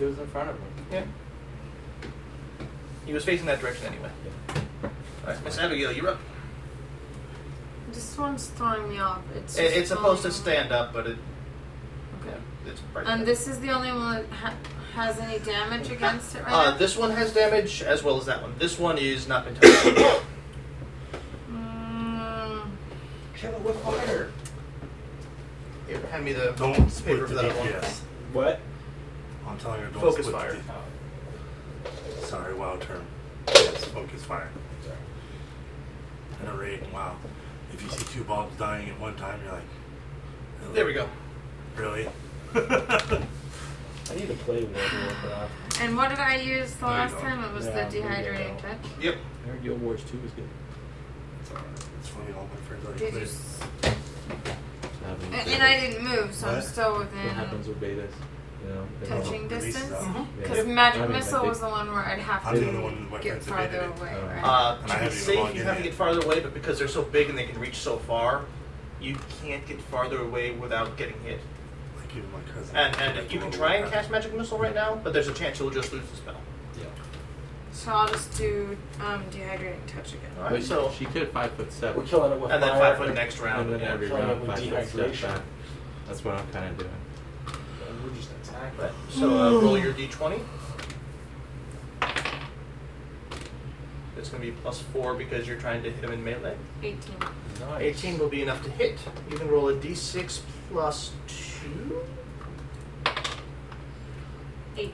It was in front of him.
Yeah. He was facing that direction anyway. Alright, Miss Abigail, you're up.
This one's throwing me off. It's
It,
just
it's supposed to
falling.
stand up, but it, yeah,
Okay.
it's right
And
there.
this is the only one that ha- has any damage against it right
Uh,
now.
this one has damage as well as that one. This one is not been touched.
Mm,
Kill it with fire.
Here, hand me the
Don't
paper
split
for
the
that one.
DPS.
What?
I'm telling her don't
Focus
split
fire.
The, sorry, wild term. Yes, focus fire. And a raid. Wow. If you see two bombs dying at one time, you're like, really?
There we go.
Really?
I need to play World of Warcraft.
and what did I use the
There you
last
go.
time? It was
Yeah,
the
there you
dehydrating
go.
touch.
Yep.
I heard Guild Wars 2 was good.
it's alright. It's funny. All my friends already
Did you?
played.
S-
That
and,
means
and I didn't move, so I'm
What?
still
What happens
within
with betas? You know, they don't-
touching
Release
distance.
that.
Mhm.
Yeah.
Because
Yeah.
magic
I mean, I
missile was the
think-
one where I'd have
I'm
to
the only one with my
get
friends that
farther
did it.
away.
Oh.
Right?
Uh,
And I
to be
haven't even
safe,
logged
you
in
have to
yet.
get farther away, but because they're so big and they can reach so far, you can't get farther away without getting hit.
Like even my cousin.
And and you can try and cast magic missile right now, but there's a chance you'll just lose the spell.
so I'll just do um, dehydrating touch again.
All right. So
she could five foot
We're
seven.
killing it with
and then
fire.
five foot next round.
And then every
Trying
round
with
five foot step
dehydration.
back. That's what I'm kind of doing.
We're just
attack.
Right. So uh, roll your d20. It's going to be plus four because you're trying to hit him in melee.
18.
Uh, 18 will be enough to hit. You can roll a d6 plus two.
8.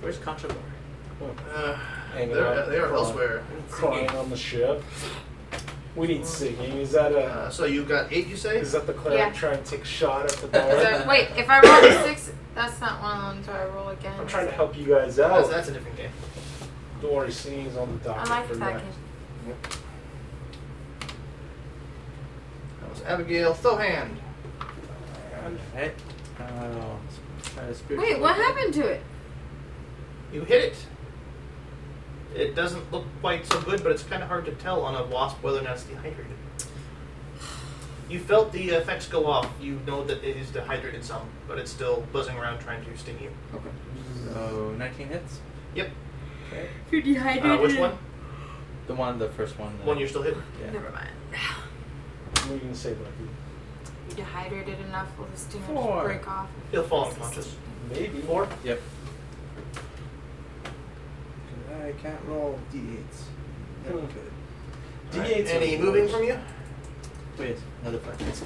Where's Contrabar?
Uh,
Hanging
they're,
out.
uh, they are
Crawl.
elsewhere.
Crying on the ship. We need singing. Is that
Uh,
a?
so you got eight, you say?
Is that the cleric
Yeah.
trying to take a shot at the
Is
bar?
that- wait, if I roll a 6, that's not one of them. Do I roll again?
I'm trying to help you guys
That's,
out.
that's a different game.
Don't worry, singing's on the
I
docket
like
for
that
next.
game.
That was Abigail Thohan.
Hey. Oh. Try to spiritual
Wait, what
weapon.
happened to it?
You hit it. It doesn't look quite so good, but it's kind of hard to tell on a wasp whether or not it's dehydrated. You felt the effects go off. You know that it is dehydrated some, but it's still buzzing around trying to sting you.
So 19 hits.
Yep.
Okay.
You're dehydrated.
Uh, which one?
The one, the first one. that-
One you're still hitting.
Yeah.
Never mind.
What are you gonna say, Bucky?
You dehydrated enough, will the stinger
Four.
just break off?
He'll fall unconscious.
Maybe.
Four.
Yep. I can't roll d8s.
Never Hmm.
good.
D8's
Any
are
moving
worse.
from you?
Wait, another five hits.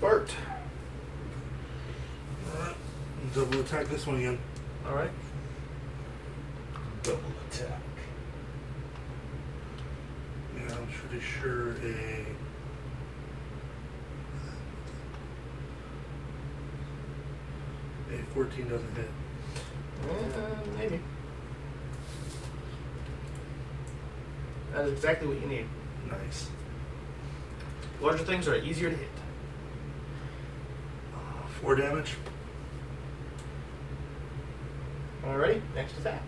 Bart.
Alright, double attack this one again.
All right.
Double attack.
Yeah, I'm pretty sure a. A 14 doesn't hit.
Uh, maybe. That is exactly what you need.
Nice.
Larger things are easier to hit.
Uh, 4 damage.
Alrighty, next attack.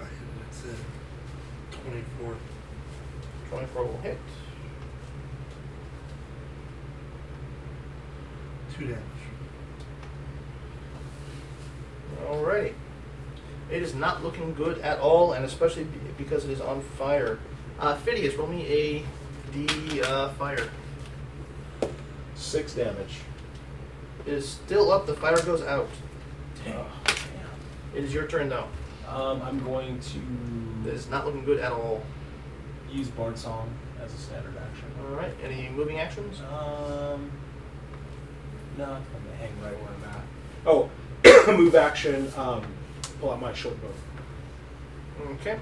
I hit it. It's a 24.
24 will hit.
2 damage.
Alrighty. It is not looking good at all, and especially be- because it is on fire. Uh, Phidias, roll me a D uh, fire.
Six damage.
It is still up, the fire goes out. It is your turn though.
Um, I'm going
It
to
is not looking good at all.
use Bard Song as a standard action.
Alright, any moving actions?
Um, no, I'm gonna hang right where I'm at. Oh, move action. Um, pull out my short bow.
Okay.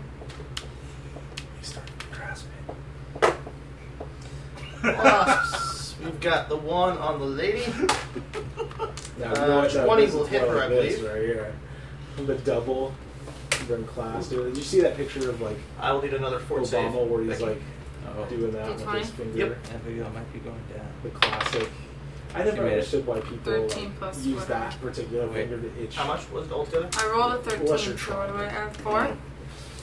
He started to grasp it.
Wasps. We've got the one on the lady.
Now,
Uh,
you know what that
20
is,
will
it's
hit
one
her,
of
I
this
believe.
Right here, the double from class. Dude, you see that picture of like
I will need another fort
Obama
save.
where he's
Becky.
like
Oh.
doing that with his
D20?
finger?
Yep.
Abigail might be going down.
The classic. I
She
never
made it.
understood why people
13
like,
plus
use
whatever.
that particular
Wait.
finger to itch.
How much was it altogether?
I rolled a 13,
Unless
so
you're
what do I add? 4?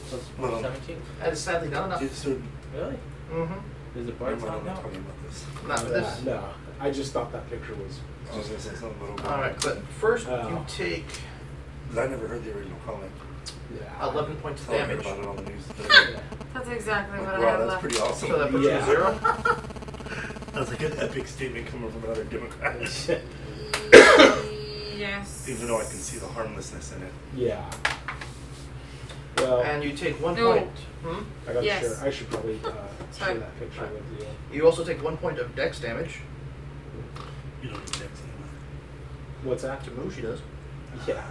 Plus
Well,
17?
That is sadly not enough.
Dude, so,
Really?
Mm-hmm.
There's a bar
never mind,
song
I'm not
now?
talking about this.
Not for this.
No, I just thought that picture was.
I was going to say something a little bit.
Alright, but first you
Oh.
take
'Cause I never heard the original comic.
Yeah.
11 points of
I heard
damage.
about it on the news. today.
That's exactly what
Like,
I
wow,
had
that's
left.
pretty awesome.
So that puts you
Yeah.
to zero.
That's like an epic statement coming from another Democrat.
yes.
Even though I can see the harmlessness in it.
yeah. Well,
And you take one
No.
point. Hmm?
I gotta
Yes.
share. I should probably uh,
Sorry.
share that picture
Right.
with you.
You also take one point of dex damage.
You don't need to text anymore.
What's that?
To move, she does.
Yeah.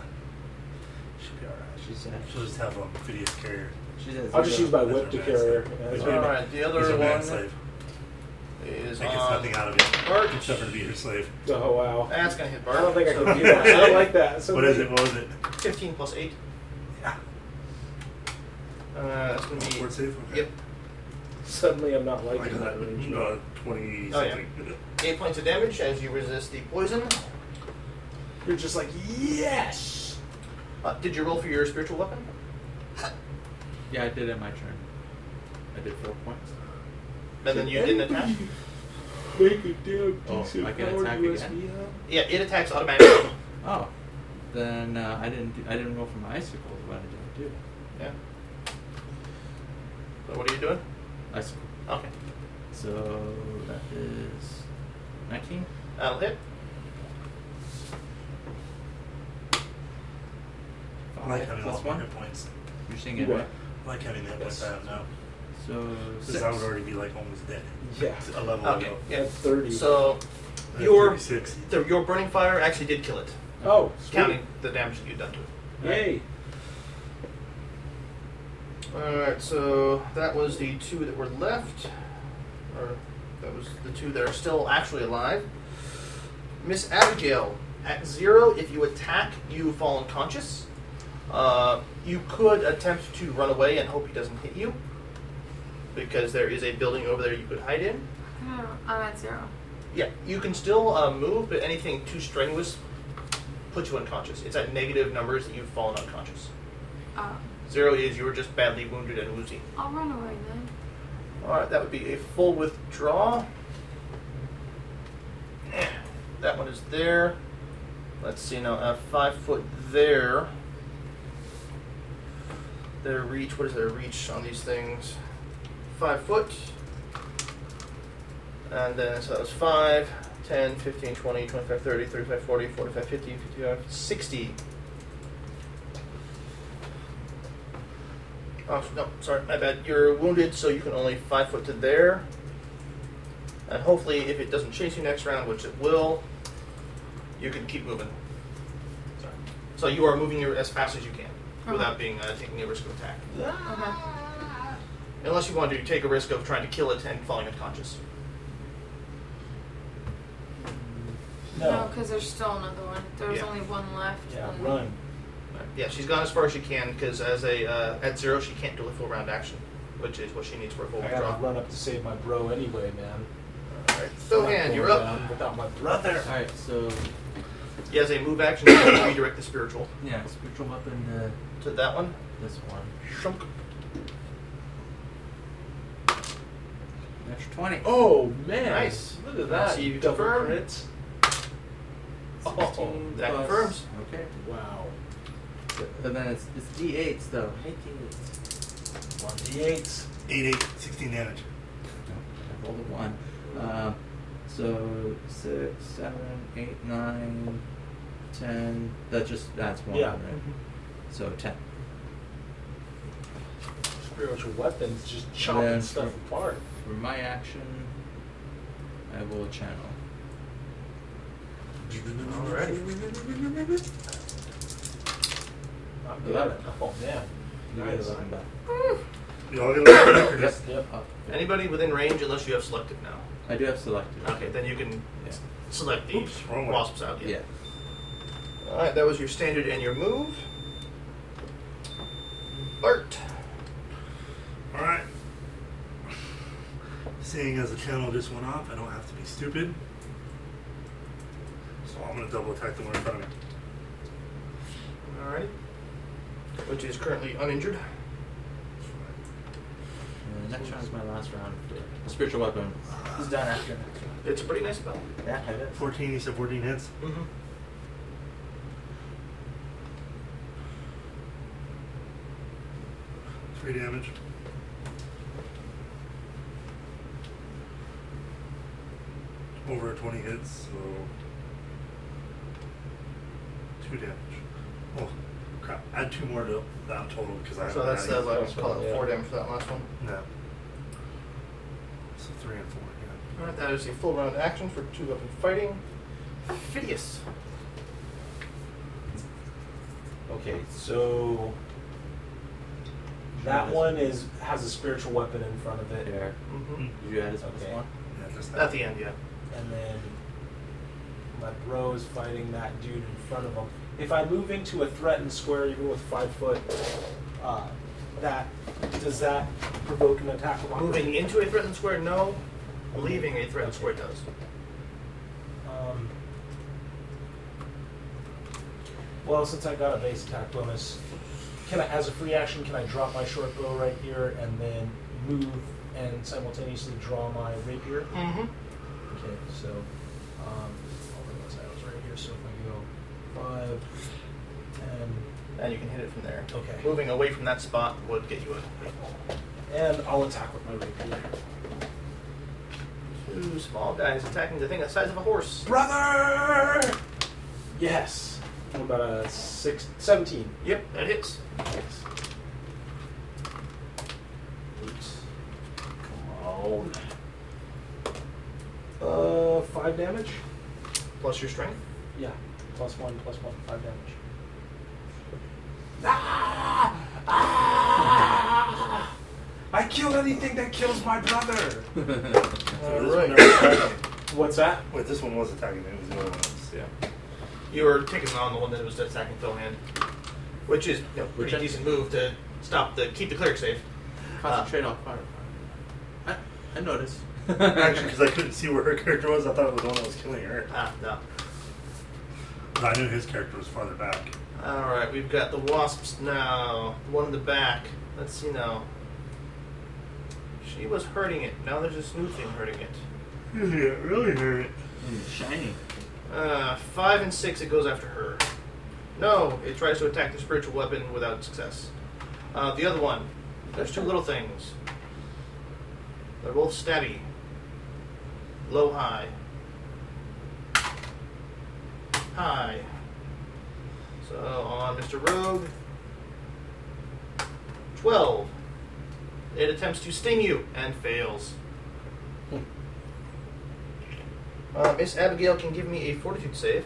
Should be alright.
She's at,
She'll just have a video carrier.
she's at
I'll just use
zero.
my whip to carry her. Yeah, that's
He's
All
a
fine.
man-
right, the
he's
other
a
one
man slave.
is
He gets
on
nothing out of it
Bart.
except for to be your slave.
Oh wow.
That's gonna hit Bart.
I don't think I
So
can do that. I don't like that. It's so
What is
weird.
it? What was it?
Fifteen plus eight.
Yeah.
Uh, that's gonna be.
Fort safe? Okay.
Yep,
Suddenly, I'm not
Like
liking
that,
that range.
uh, 20
Oh, yeah.
something.
eight points of damage as you resist the poison.
You're just like yes.
Uh, did you roll for your spiritual weapon?
Yeah, I did it in my turn. I did four points.
And then you didn't attack.
Make a damn
Oh,
decent
I can
power
attack
USB
again?
up.
Yeah, it attacks automatically.
Oh. Then uh, I didn't do, I didn't roll for my icicles, but I didn't do.
yeah. What are you doing?
I sc-
Okay.
so that is 19.
That'll hit.
I like having
Plus
all my
one.
hit points.
You're seeing it, right?
I like having the hit points I have now.
So
Because
six.
I would already be like almost dead.
Yeah.
A level
Okay.
ago.
Yeah.
At 30.
So
I have
your
36.
the, your burning fire actually did kill it,
oh, sweet.
counting the damage that you've done to it.
Yay.
Alright, so that was the two that were left. Or that was the two that are still actually alive. Miss Abigail, at zero, if you attack, you fall unconscious. Uh, you could attempt to run away and hope he doesn't hit you. Because there is a building over there you could hide in.
No, Oh, I'm at zero.
Yeah, you can still uh, move, but anything too strenuous puts you unconscious. It's at negative numbers that you've fallen unconscious.
Uh,
Zero is you were just badly wounded and woozy.
I'll run away then.
Alright, that would be a full withdraw. That one is there. Let's see now, uh, five foot there. Their reach, what is their reach on these things? Five foot. And then, so that was 5, 10, 15, 20, 25, 30, 35, 40, 45, 50, 55, 60. Oh, no, sorry, my bad. You're wounded, so you can only 5 foot to there. And hopefully, if it doesn't chase you next round, which it will, you can keep moving. Sorry. So you are moving your, as fast as you can without being uh, taking a risk of attack.
Okay.
Uh,
Unless you want to take a risk of trying to kill it and falling unconscious.
No,
No.
because there's still another one. There's
Yeah.
only one left.
Yeah,
and-
run.
Yeah, she's gone as far as she can because as a uh, at zero she can't do a full round action, which is what she needs for a full
I gotta
draw.
run up to save my bro anyway, man.
Alright, Sohan, you're up.
Down Without my brother.
All right, so
He has a move action to redirect the spiritual
yeah, spiritual weapon to
to that one.
this one.
Shunk.
That's 20.
Oh man!
Nice.
Look at that.
So you
Double
confirm.
crits. Oh,
16
that
plus-
confirms.
Okay.
wow.
And then it's, it's D8s though. I hate D8s.
One d eight.
8, 8, 16 damage.
I rolled a one. Uh, so six, seven, eight, nine, ten. That just that's one,
Yeah.
right? So ten.
Spiritual weapons just chopping
Then-
stuff apart.
For my action, I will channel.
Alrighty.
Not
Eleven.
good. Oh man. Nice.
We all get a little record.
Yep. Yep.
Up.
Anybody within range, unless you have selected now.
I do have selected.
Okay, then you can
Yeah.
select the
Oops, wrong one.
wasps out.
Yeah.
All right, that was your standard and your move. Bart.
Alright. Seeing as the channel just went off, I don't have to be stupid. So I'm going to double attack the one in front of me.
Alrighty. Which is currently uninjured.
And next round is my last round. The spiritual weapon is done after next round.
It's a pretty nice spell.
Yeah, I did.
14, you said 14 hits?
Mm-hmm.
Three damage. Over 20 hits, so. Two damage. Oh, crap. Add two more to that total because I
So
haven't
that's
added-
that last
That's
call it
fine,
four
yeah.
damage for that last one.
No. So three and four, yeah.
Alright, that is a full round action for two weapon fighting. Phidias.
Okay, so that one is has a spiritual weapon in front of it,
There.
Mm-hmm.
Hmm.
Did you add his plus
Okay.
one?
Yeah, just that.
At the end, yeah.
and then my bro is fighting that dude in front of him. If I move into a threatened square, even with five foot, uh, that does that provoke an attack of
Moving
opportunity?
into a threatened square, no. Leaving a threatened square does.
Um, well, since I got a base attack bonus, can I, as a free action, can I drop my short bow right here and then move and simultaneously draw my rapier?
Mm-hmm.
Okay, so um, all the ones I was right here. So if I go five, ten,
And you can hit it from there.
Okay.
Moving away from that spot would get you a
And I'll attack with my rapier.
Two small guys attacking the thing the size of a horse.
Brother! Yes. I'm about a six, 17.
Yep, that hits.
Yes.
Oops. Come on.
Uh, five damage?
Plus your strength.
Yeah. Plus one, plus one, five damage. Ah! I killed anything that kills my brother! Uh,
So this one never attacked me.
What's that?
Wait, this one was attacking me. It was the other one.
Yeah. You were taking on the one that was attacking Philhand, which is you know, pretty
Which-
decent move to stop the keep the cleric safe.
Concentrate on fire. I, I noticed.
Actually, because I couldn't see where her character was, I thought it was the one that was killing her.
Ah, no.
But I knew his character was farther back.
All right, we've got the wasps now. The one in the back. Let's see now. She was hurting it. Now there's this new thing hurting it.
Yeah, it really hurt.
Shiny.
Uh, five and six, it goes after her. No, it tries to attack the spiritual weapon without success. Uh, the other one. There's two little things. They're both stabby. Low high. High. So on Mr. Rogue. 12. It attempts to sting you and fails. Uh, Miss Abigail can give me a fortitude save.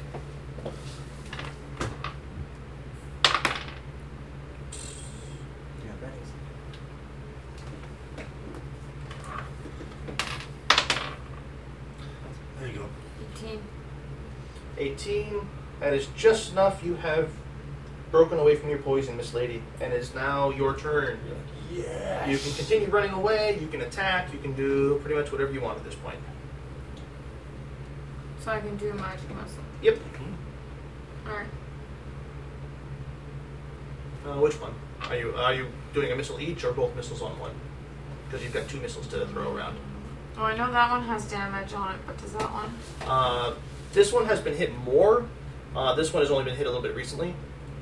Yeah, thanks.
There you go.
18.
18. That is just enough. You have broken away from your poison, Miss Lady, and it is now your turn.
Yeah.
You can continue running away, you can attack, you can do pretty much whatever you want at this point.
So I can do magic muscle.
Yep.
Alright.
Uh, which one? Are you are you doing a missile each or both missiles on one? Because you've got two missiles to throw around.
Oh, I know that one has damage on it, but does that one?
Uh, this one has been hit more. Uh, this one has only been hit a little bit recently.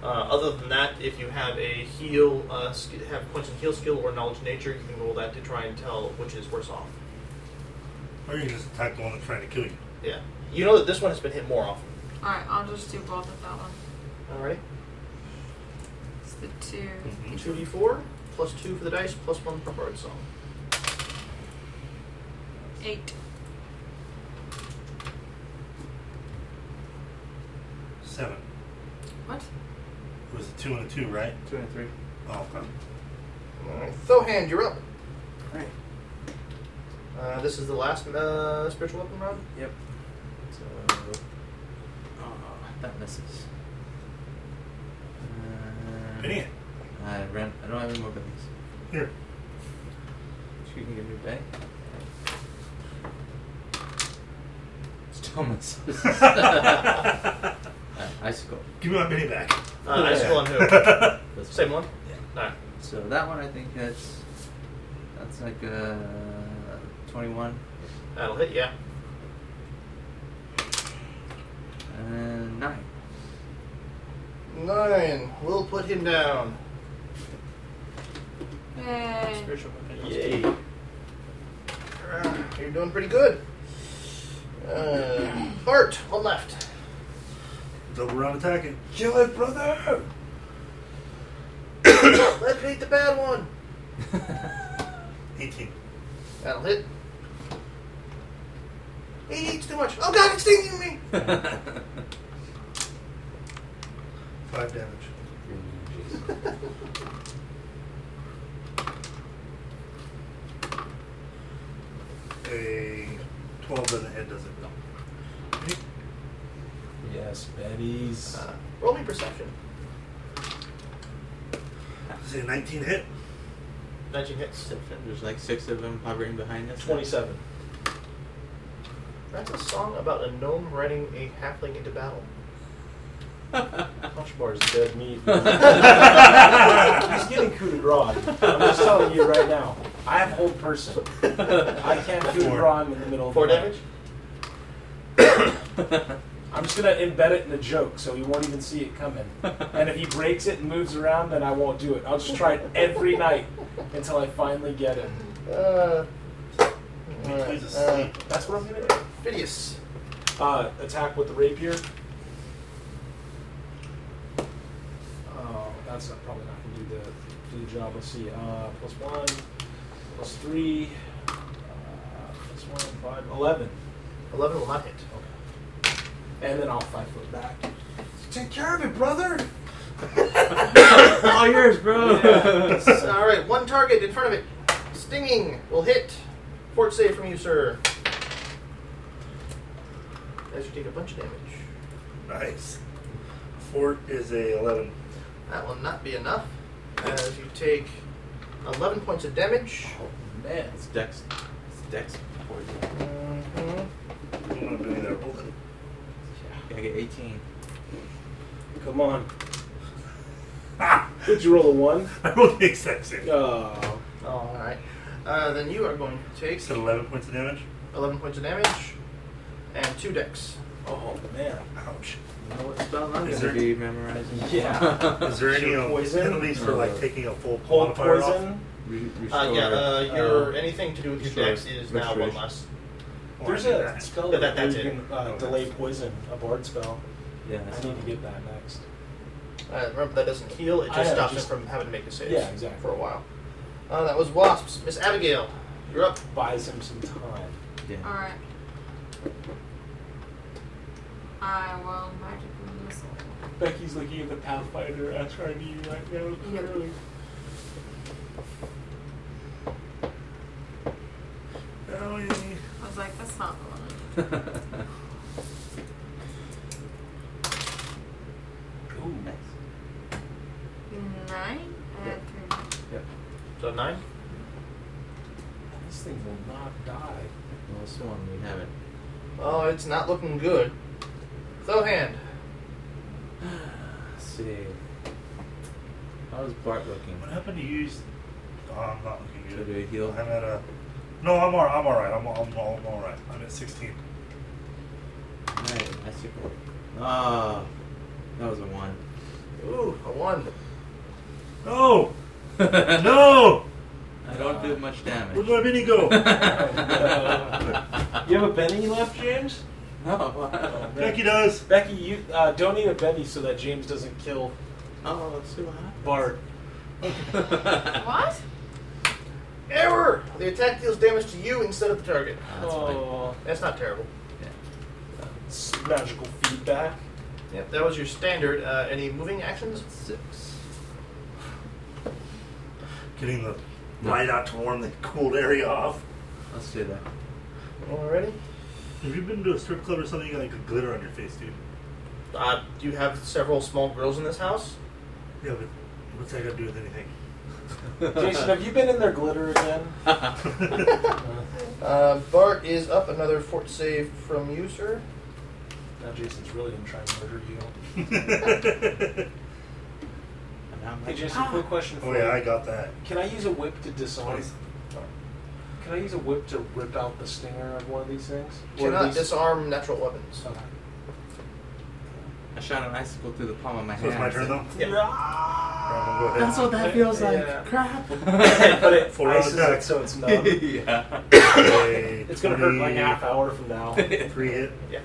Uh, other than that, if you have a heal, uh, sk- have points in heal skill or knowledge nature, you can roll that to try and tell which is worse off.
Or you can just attack the one that's trying to kill you.
Yeah. You know that this one has been hit more often.
Alright, I'll just do both of that one.
Alright.
It's the two.
Mm-hmm.
2d4, plus 2 for the dice, plus 1 for bird song.
Eight.
Seven.
What?
It was a two and a two, right?
Two and three.
Oh, okay.
Alright. Thohan, you're up.
Right.
Uh, this is the last uh, spiritual weapon round.
Yep. So, oh, that misses.
Mm-hmm.
Uh,
Penny it.
I ran. I don't have any more pennies.
Here.
You can give me a penny. It's Thomas. uh, icicle.
Give me my mini back.
Uh, I still on who?
Yeah.
This one.
Same one? Alright.
So that one, I think that's that's like a twenty-one,
That'll hit, yeah.
and nine.
9. We'll put him down.
Yay.
Spiritual weapon. Yay. You're doing pretty good. Uh, Bart, one left.
Double round attacking.
Kill it, brother!
Let's beat the bad one.
18.
That'll hit. He eats too much. Oh god, it's stinging me!
Five damage. A 12 doesn't hit, does it? No.
Yes, Betty's.
Uh, roll me perception.
Is it a 19 hit?
19 hits.
There's like six of them hovering behind us.
27.
That's a song about a gnome riding a halfling into battle.
Punch bar is dead meat. He's
He's
getting coup de grace. I'm just telling you right now. I am old person. I can't coup de
Four.
grace. I'm in the middle of
Four
the night.
damage?
I'm just gonna embed it in a joke so he won't even see it coming. and if he breaks it and moves around, then I won't do it. I'll just try it every night until I finally get it.
Uh,
He's asleep.
That's what I'm gonna do.
Phidias.
Uh, attack with the rapier. Oh, that's not- probably not gonna do the do the job. Let's see. Uh, plus one, plus three, uh, plus one, five, eleven.
11 will not hit.
And then I'll five foot back. Take care of it, brother. All yours, bro.
Alright, one target in front of it. Stinging will hit. Fort save from you, sir. As you take a bunch of damage.
Nice. Fort is a 11.
That will not be enough. As you take 11 points of damage.
Man.
It's Dex. It's Dex poison.
I'm not doing that rolling.
I get 18.
Come on.
Ah!
Did you roll a one?
I rolled the exact same.
Oh.
Alright. Uh, then you are going to take
So 11 points of damage.
11 points of damage and 2 decks.
Oh man.
Ouch.
You know what spell I'm
Is
gonna
there-
be memorizing?
Yeah.
Is there any
Sure,
um,
poison?
penalties for like taking a full
Hold
modifier
poison.
Re-
Uh,
restore.
yeah, uh, your
Um,
anything to do with your
sure.
decks is now one
Restoration.
less.
off? Or
There's
any of
a
that?
spell
But that-
where
that's
you
it.
can uh, delay poison, a bard spell.
yeah.
I need to get that next.
Uh, remember, that doesn't heal, it
I
just
know,
stops
just-
it from having to make a save
Yeah, exactly.
for a while. Uh, that was Wasps. Miss Abigail, you're up.
Buys him some time.
yeah.
Alright. I will magic missile.
Becky's looking at the Pathfinder SRD right now.
Yep.
clearly.
Oh, yeah.
I was like, that's not the one.
Ooh, nice.
Nine? I had three.
So 9?
This thing will not die.
Well, this one we haven't.
Oh, it's not looking good. Thohand.
Let's see. How is Bart looking?
What happened to you? Oh, I'm not looking
Should
good.
we heal?
I'm at a. No, I'm all. I'm all right. I'm all. I'm all, I'm all right. I'm at 16.
Alright, that's your Ah, that was a one.
Ooh, a 1.
No, no.
I don't do much damage.
Where'd my mini go?
You have a Benny left, James?
Oh, no.
Becky does.
Becky, you uh, donate a Benny so that James doesn't kill
Oh, let's see what happens.
Bart.
What?
Error! The attack deals damage to you instead of the target.
That's fine.
Oh,
That's not terrible.
it's magical feedback.
Yep, that was your standard. Uh, any moving actions?
Six.
Getting the light out to warm the cooled area off.
Let's do that.
Already?
Have you been to a strip club or something? You got like a glitter on your face, dude.
Uh, you have several small girls in this house.
Yeah, but what's that got to do with anything?
Jason, have you been in their glitter again?
Uh, Bart is up another fort save from you, sir.
Now Jason's really gonna try and murder you.
And I'm
Hey
like,
Jason, quick question
oh
for
yeah, I
you.
got that.
Can I use a whip to disarm?
Twice.
Can I use a whip to rip out the stinger of one of these things? Or at
Cannot
least-
disarm natural weapons.
Okay.
I shot an icicle through the palm of my
So
hand.
it's my turn though.
Yeah.
Alright, I'm gonna go
That's
ahead.
what that feels like.
Yeah.
Crap.
but it
Full round
ices
attack.
it so it's numb.
yeah.
Okay,
It's gonna hurt like
20,
half hour from now.
Three hit,
Yeah.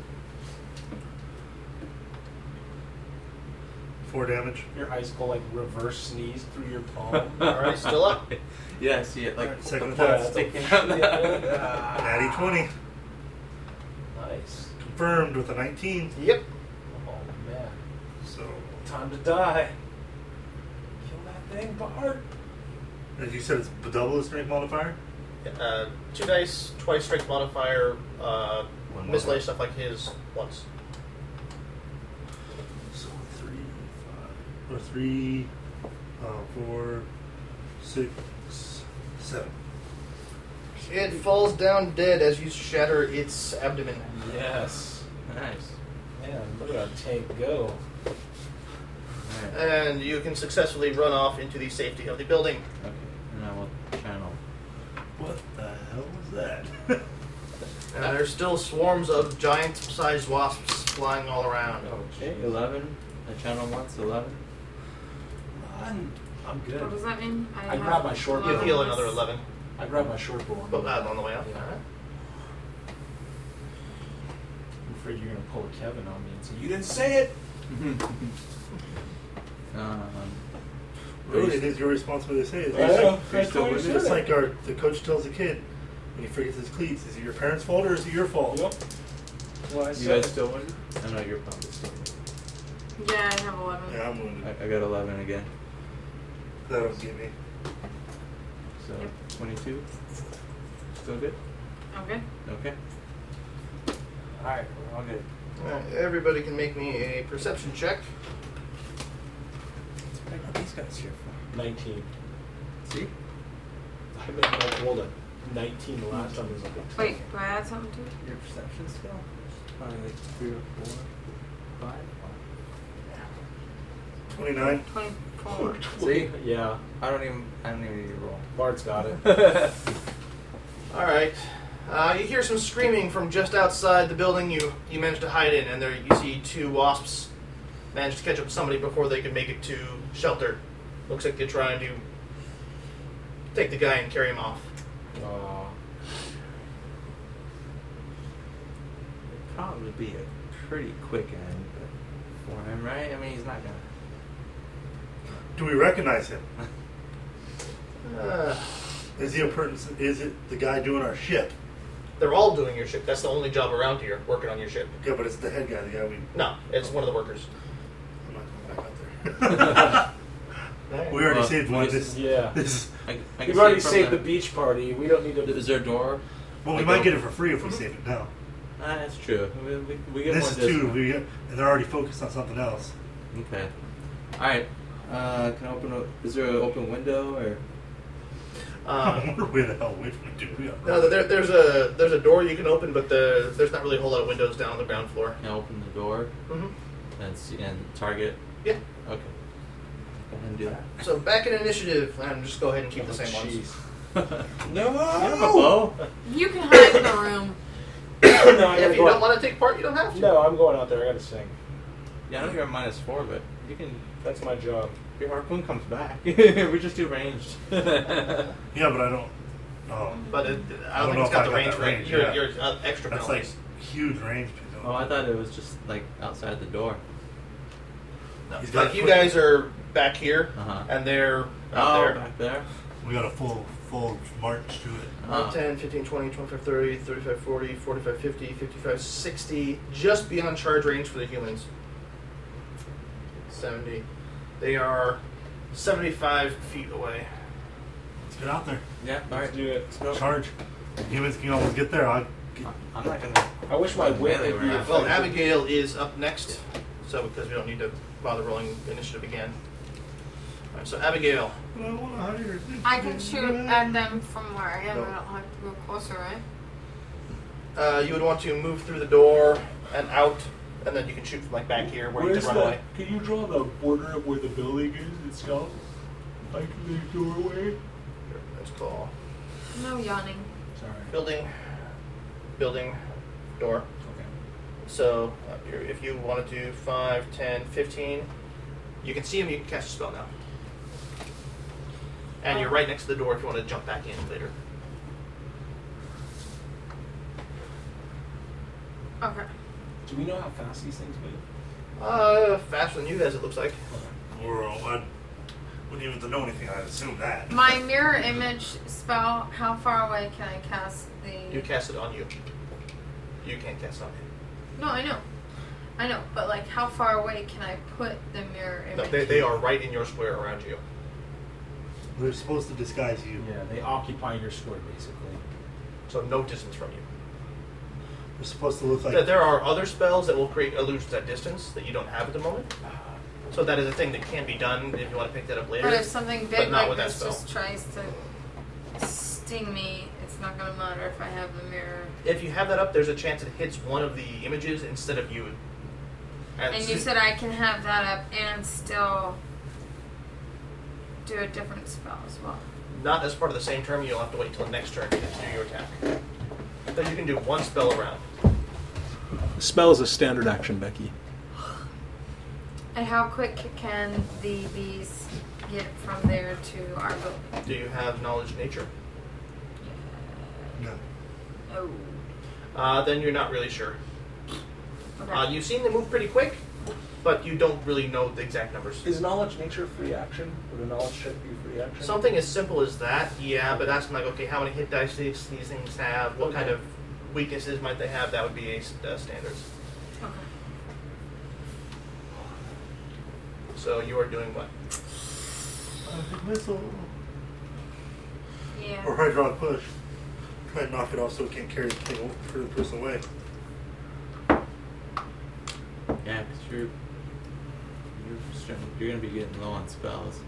four damage.
Your icicle like reverse sneeze through your palm.
Alright, still up.
Yeah, I see it. Like,
Alright, second
the palm's
attack.
sticking out.
Natty 20.
Nice.
Confirmed with a 19.
Yep.
Oh man.
So,
Time to die. Kill that thing, Bard.
as you said, it's double the strength modifier.
Uh, two dice, twice strength modifier, uh,
One
miscellaneous
more.
stuff like his once.
So, three, five, or three, uh, four, six, seven.
It falls down dead as you shatter its abdomen.
Yes.
Nice.
Man, look at our tank go.
Alright.
And you can successfully run off into the safety of the building.
Okay. And I will channel.
What the hell was that?
And there's still swarms of giant sized wasps flying all around.
Oh.
Okay, 11. The channel wants 11.
I'm, I'm good.
What does that mean?
I grabbed my short
eleven
You heal
less.
another 11.
I grabbed my short bow. on the
But
way
uh,
out.
on the way up.
Yeah.
Alright.
I'm afraid you're gonna pull a Kevin on me and say you didn't say it.
Um,
Really, it is your responsibility to say it.
I know,
It's like-
that's why you
It's
said it.
like our, the coach tells the kid when he forgets his cleats, is it your parents' fault or is it your fault?
Yep. Well, I
you
said
guys
it.
still winning? I know you're probably still winning.
Yeah, I have 11.
Yeah, I'm wounded.
I, I got 11 again.
That'll get me.
So
Yep.
22. Still good?
I'm good.
Okay.
All right, we're all good.
Alright, Everybody can make me a perception check.
What are these guys here for?
Nineteen.
See?
I bet I rolled a nineteen the last time. It was like a 20.
Wait, do I add something to it?
Your perception skill? Probably like 3 or 4, 5.
29.
24.
See?
Yeah,
I don't even, I don't even need to roll.
Bart's got it. Uh,
Alright. Uh, you hear some screaming from just outside the building you, you managed to hide in, and there you see two wasps managed to catch up with somebody before they could make it to shelter. Looks like they're trying to take the guy and carry him off.
Aw.
It'd probably be a pretty quick end but for him, right? I mean, he's not gonna.
Do we recognize him?
Uh,
Is he a person? Is it the guy doing our ship?
they're all doing your ship. That's the only job around here, working on your ship.
Yeah, but it's the head guy, the guy we.
No, it's one of the workers.
I'm not going back out there. we already
Well,
saved one.
we
This,
just-
Yeah.
this,
I, I
We've already
from
saved the beach party. We don't need to.
Is there a door?
well,
I
we might
go-
get it for free if we save it now.
Ah, that's true. We, we, we get
This
one
is two,
discount.
we, and they're already focused on something else.
Okay. All right. Uh, can I open? A, is there an open window or?
I
Um,
wonder where the hell would we do we are.
no, there, there's a there's a door you can open, but the, there's not really a whole lot of windows down on the ground floor.
Can I open the door
hmm
and see, and target?
Yeah.
Okay. Go ahead and do
So back in initiative, I'm just go ahead and keep the
Oh,
same ones.
jeez.
that.
No.
You have a bow?
You can hide in the room.
no, I'm
If
gonna
you
go
don't
out-
want to take part, you don't have to.
no, I'm going out there. I gotta sing.
Yeah, I know you're at minus four, but you can.
That's my job.
Your harpoon comes back. we just do ranged. okay.
Yeah, but I don't. Oh,
But it, I
I don't
don't
know
think it's
if
got
I
the
got
range
that
for
range,
your,
yeah.
your uh, extra
that's like
penalties.
huge range.
Oh, I thought it was just like outside the door.
No.
He's
Like
got-
you guys are back here,
Uh-huh.
and they're out
oh,
there.
back there.
We got a full full march to it.
Uh,
10, 15, 20, 25, 30, 35, 40, 45, 50, 55, 60, just beyond charge range for the humans. 70. They are 75 feet away.
Let's get out there.
Yeah. All right.
Let's do it.
Let's go.
Charge. Humans can almost get there. I get,
I'm not gonna.
I wish my wit
Melee
would be.
round.
effective.
Well, Abigail is up next, so because we don't need to bother rolling initiative again. Alright, so Abigail,
but I want to hire.
I can shoot at them from where I am. I don't have to go closer, right?
uh, you would want to move through the door and out, and then you can shoot from like back here where you
Where's
can run
the?
away.
Can you draw the border of where the building is itself? Like the doorway.
Here, Let's call
No yawning.
Sorry.
building, building, door.
Okay.
So uh, you're- if you want to do 5, 10, 15, you can see him, you can cast a spell now. And you're right next to the door if you want to jump back in later.
Okay.
Do we know how fast these things move?
Uh, faster than you guys, it looks like.
World. I wouldn't even know anything. I'd assume that.
My mirror image spell, how far away can I cast the.
You cast it on you. You can't cast it on him.
No, I know. I know, but like, how far away can I put the mirror
No,
image?
they, they are right in your square around you.
They're supposed to disguise you.
Yeah, they occupy your square basically.
So no distance from you.
They're supposed to look like.
There- there are other spells that will create illusions at distance that you don't have at the moment. So that is a thing that can be done if you want to pick that up later.
But if something
but
big
not
like
with that
this
spell.
just tries to sting me, it's not gonna matter if I have the mirror.
If you have that up, there's a chance it hits one of the images instead of you.
And you said I can have that up and still do a different spell as well.
Not as part of the same turn, you'll have to wait till next turn to do your attack. So you can do one spell around.
Spell is a standard action, Becky.
And how quick can the bees get from there to our building?
Do you have knowledge nature?
No.
Oh.
Uh, then you're not really sure.
Okay.
Uh, you've seen them move pretty quick, but you don't really know the exact numbers.
Is knowledge nature free action? Would a knowledge check be free action?
Something as simple as that, yeah, but asking like, okay, how many hit dice these, these things have, what kind of weaknesses might they have, that would be a s- uh, standards.
Okay.
So you are doing what?
Uh, big missile.
Yeah.
Or hydraulic push. Try and knock it off so it can't carry the thing for the person away.
Yeah, 'cause you're you're str- you're gonna be getting low on spells.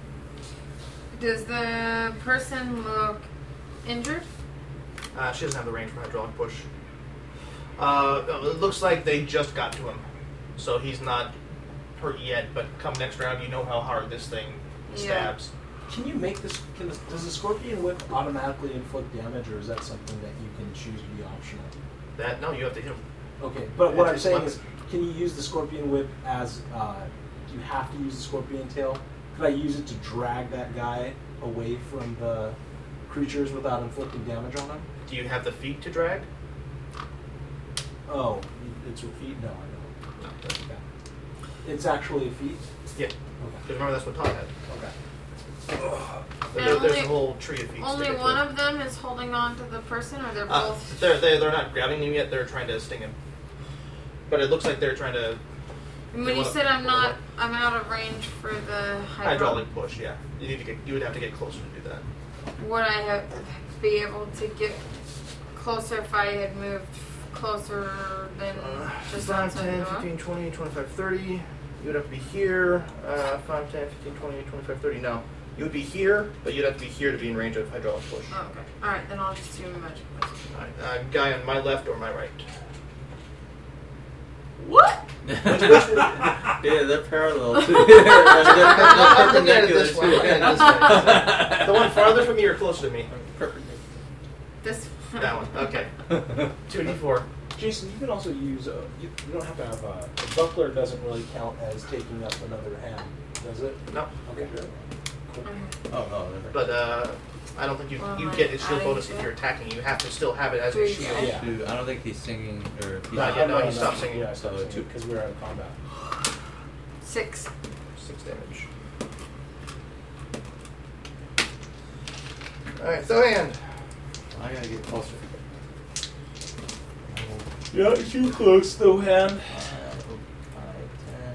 Does the person look injured?
Uh, she doesn't have the range for hydraulic push. Uh, it looks like they just got to him, so he's not hurt yet. But come next round, you know how hard this thing
Yeah.
stabs.
Can you make this? Can this does the scorpion whip automatically inflict damage, or is that something that you can choose to be optional?
That no, you have to hit him.
Okay, but what
It's
I'm
just
saying
one-
is, can you use the scorpion whip as? Uh, do you have to use the scorpion tail? Could I use it to drag that guy away from the creatures without inflicting damage on them?
Do you have the feet to drag?
Oh, it's a feet. No, I don't. Okay. It's actually a feet.
Yeah,
Okay.
because remember that's what Todd had.
Okay.
There-
And
there's
only-
a whole tree of feet.
Only
sticking to
one
it.
of them is holding on to the person, or they're
Uh,
both.
they're, they're they're not grabbing him yet. They're trying to sting him. But it looks like they're trying to
And
they
when you
wanna-
said I'm
wanna
not,
work.
I'm out of range for the hydraulic.
hydraulic push. Yeah, you need to get you would have to get closer to do that.
Would I have, be able to get closer if I had moved closer than Mm,
Uh,
just outside the door?
20, 25, 30. You would have to be here. Uh, 5, 10, 15, 20, 25, 30. No. You would be here, but you'd have to be here to be in range of hydraulic push.
Oh, okay. All right, then I'll just do magic. missile.
Alright, Uh, guy on my left or my right?
What?
yeah, they're parallel too. they're, they're
I'm looking at it
perpendicular
this way,
too.
I'm looking at The one farther from you or closer to me?
This
That one. Okay.
Perpendicular.
2d4.
Jason, you can also use a. You, you don't have to have a, a buckler. Doesn't really count as taking up another hand, does it?
No.
Okay.
Oh no, they're
But uh, I don't think you, you get a shield bonus if you're attacking. You have to still have it as a shield.
Yeah.
Dude, I don't think he's singing or he's
Not yet, Uh, no,
I
he stopped singing.
Yeah, I stopped
So
singing
two.
because we were out of combat.
six.
Six damage. Alright, so and.
I gotta get closer.
Yeah, too close though, hand.
Five, five, 10,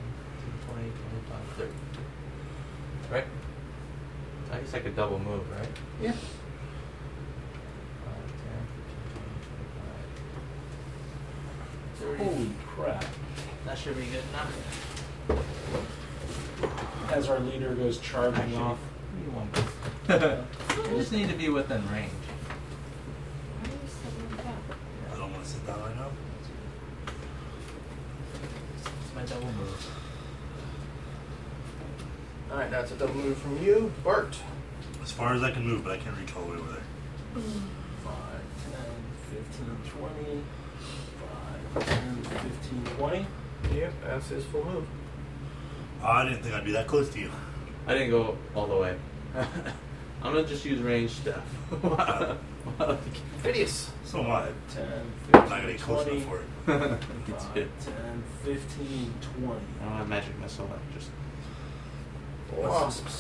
20, 25, 30. Right? I guess I could double move, right?
Yeah.
Five, 10, 15, 20, 25, 30.
Holy crap!
That should be good enough.
As our leader goes charging
Actually,
off,
you won't. I just need to be within range.
I don't want to sit down right now.
It's my double move.
Alright, that's a double move from you. Bart.
As far as I can move, but I can't reach all the way over there.
5, 10, 15, 20, 5, 10, 15, 20.
Yep, that's his full move.
I didn't think I'd be that close to you.
I didn't go all the way. I'm gonna just use range stuff.
Phidias.
So am I.
10,
I'm not gonna
15,
get close
20.
enough for it.
Me
5,
too.
10, 15, 20.
I don't have magic missile. I just
Wasps.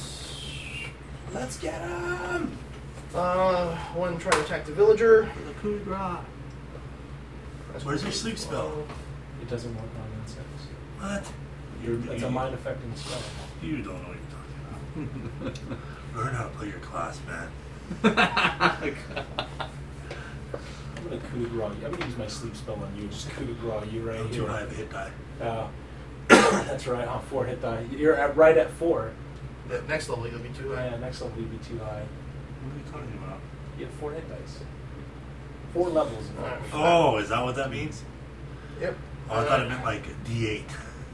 Let's get him!
Uh, one trying to attack the villager.
the coup de grace.
That's
Where's your
pretty
sleep spell?
It doesn't work on insects.
What?
You're,
You-
that's
you-
a mind affecting spell.
You don't know what you're talking about. Learn how to play your class, man.
I'm gonna coup de grace you. I'm gonna use my sleep spell on you. Just coup de grace you right
I'm too
here.
high of a hit die.
Uh, that's right, on four hit die. You're at, right at four.
The next level you'll be too
Yeah,
high.
next level you'd be too high.
What are you talking about?
You have four hit dice. Four levels.
Alright.
Oh, is that what that means?
Yep.
Oh, I thought it meant like D8.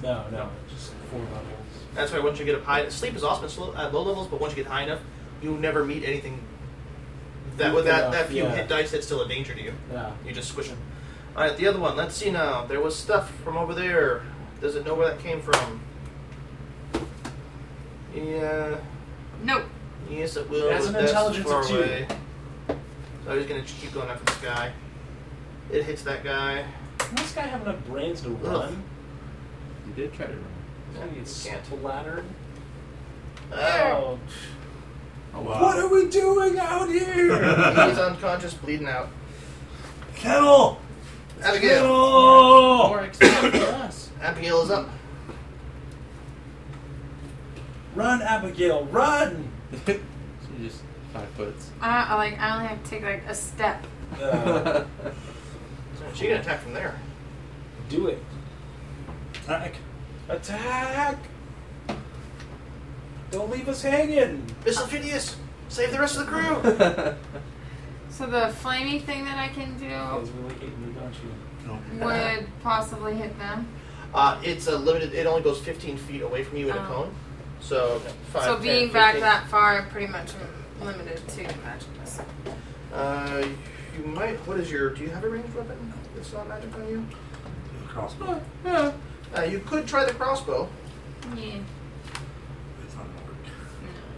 No, no, just four levels.
That's why once you get up high, sleep is awesome at, slow, at low levels, but once you get high enough, you never meet anything that with that, that few
Yeah.
hit dice that's still a danger to you.
Yeah.
You just squish them. All right, the other one. Let's see now. There was stuff from over there. Does it know where that came from? Yeah.
No.
Yes, it will.
It has
but
an
that's
intelligence
far
of two.
away. So he's gonna keep going after this guy. It hits that guy.
Doesn't This guy have enough brains to run.
You did try to run.
He's gonna get
Can't.
splattered.
Oh,
Oh
What are we doing out here?
he's unconscious, bleeding out.
Kettle!
Abigail.
Kettle!
More except for us.
Abigail is up.
run, Abigail, run!
she just five foots.
Uh, I don't, I like I only have to take like a step.
Uh,
She can attack from there.
do it.
Attack.
Attack! Don't leave us hanging!
Mr. Phineas, save the rest of the crew.
So the flamey thing that I can do
Guys really hate me, don't you?
No.
would possibly hit them.
Uh, it's a limited. It only goes 15 feet away from you in a
Oh.
cone. So five,
so
10,
being back
15.
that far, I'm pretty much limited to magic missile.
Uh, you might. What is your? Do you have a ranged weapon? It's not magic on you.
Crossbow.
Uh, you could try the crossbow,
Yeah.
It's not gonna work.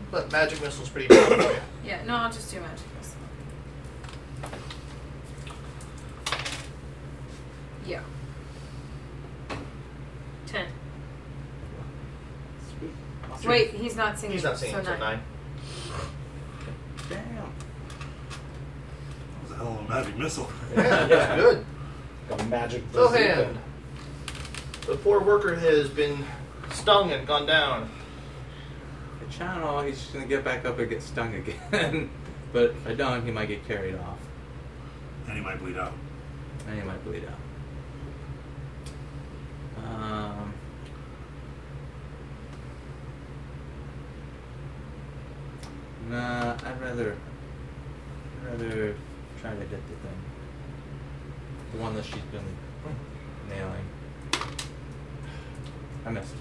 but magic missile's pretty bad for you.
Yeah. No, I'll just do magic missile. Yeah. Ten. Wait, he's not singing.
He's not seeing
so
it, so nine.
Damn.
That was a hell of a magic missile.
Yeah, that's good.
A magic
Sohan. The poor worker has been stung and gone down.
If I shot him all, he's just gonna get back up and get stung again. but if I don't, he might get carried off.
and he might bleed out.
And he might bleed out. Um. Nah, I'd rather. I'd rather try to hit the thing. The one that she's been nailing. I missed.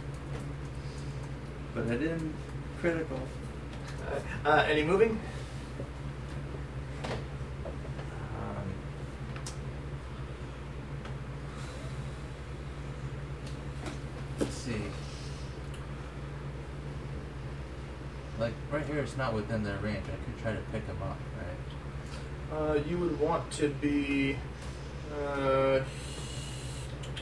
But I didn't critical.
Uh, uh, any moving?
Um, let's see. Like right here, it's not within their range. I could try to pick them up, right?
Uh, you would want to be. Uh,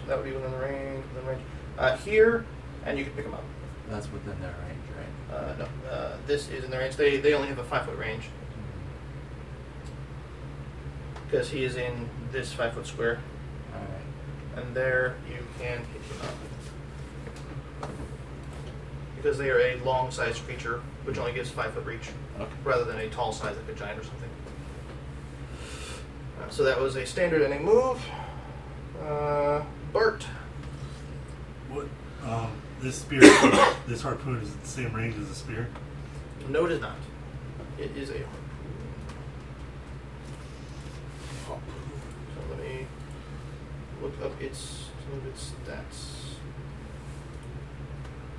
that would be within the range. Within range. Uh, here, and you can pick them up.
That's within their range, right?
Uh, no, uh, this is in their range. They they only have a five foot range because he is in this five foot square,
All right.
and there you can pick him up because they are a long sized creature, which only gives five foot reach,
Okay.
rather than a tall size like a giant or something. Uh, so that was a standard and a move. Uh, Bart,
What? Um, this spear, this harpoon is the same range as the spear.
no, it is not. It is a So let me look up its some of its stats.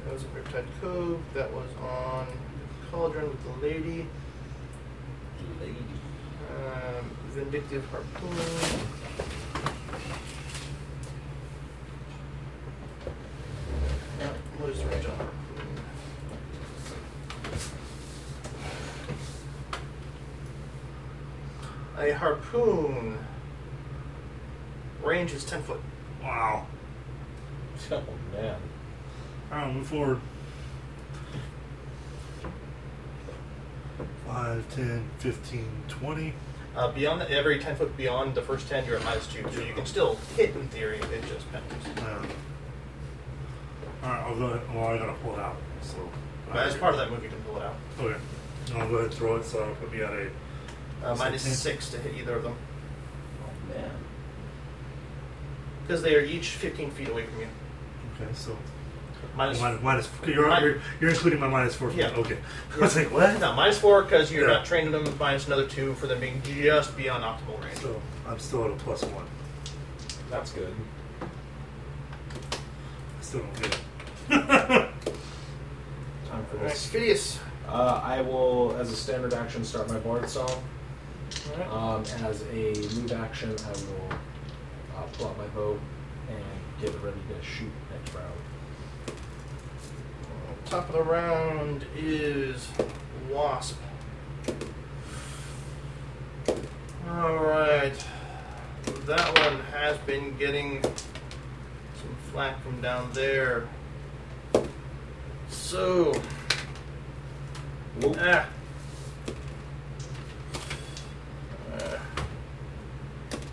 That was in Riptide Cove. That was on Cauldron with the Lady. Lady. Um, Vindictive Harpoon. Now, What is the range on Harpoon? A harpoon range is 10 foot.
Wow.
Oh man.
All right, move forward. 5, 10, 15, 20.
Uh, beyond the, every 10 foot beyond the first 10, you're at minus 2, so you can still hit in theory, it just penalties.
Uh, all right, I'll go ahead. Well, I gotta pull it out. So.
But Uh, as part of that move, you can pull it out.
Okay. I'll go ahead and throw it so I'll put me at a.
Uh,
Is
minus
it 10?
6 to hit either of them.
Oh man.
Because they are each 15 feet away from you.
Okay, so.
Minus,
Minus, minus, you're,
Min-
you're, you're including my minus 4.
Yeah.
Okay. I was like, what?
No, minus 4 because you're
Yeah.
not training them, minus another 2 for them being just beyond optimal range.
So I'm still at a plus 1.
That's good.
I still don't get it.
Time for
Alright,
this.
Phidias.
Uh, I will, as a standard action, start my bard song.
Alright.
Um, as a move action, I will uh, pull out my bow and get it ready to shoot next round.
Top of the round is Wasp. Alright. That one has been getting some flack from down there. So. Ah. Uh,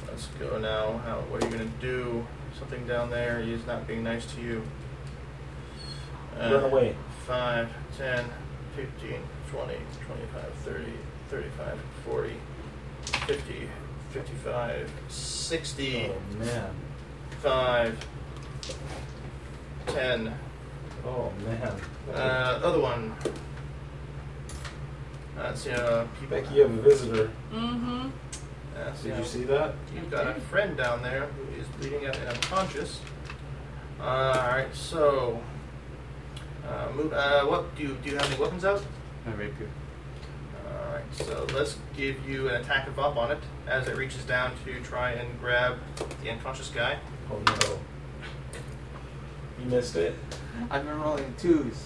let's go now. How, what are you going to do? Something down there. He's not being nice to you. Uh,
Run away.
5, 10, 15, 20, 25, 30, 35, 40, 50, 55, 60,
Oh man.
5, 10.
Oh man.
Uh, other one. That's your uh, people.
Becky, you have a visitor.
Mm-hmm.
That's
Did
your-
you see that?
You've got a friend down there who is bleeding out and unconscious. Alright, Uh, so. Uh, move, uh, what do you, do you have any weapons out?
I rape you.
Alright, so let's give you an attack of up on it as it reaches down to try and grab the unconscious guy.
Oh no. You missed it.
I've been rolling twos.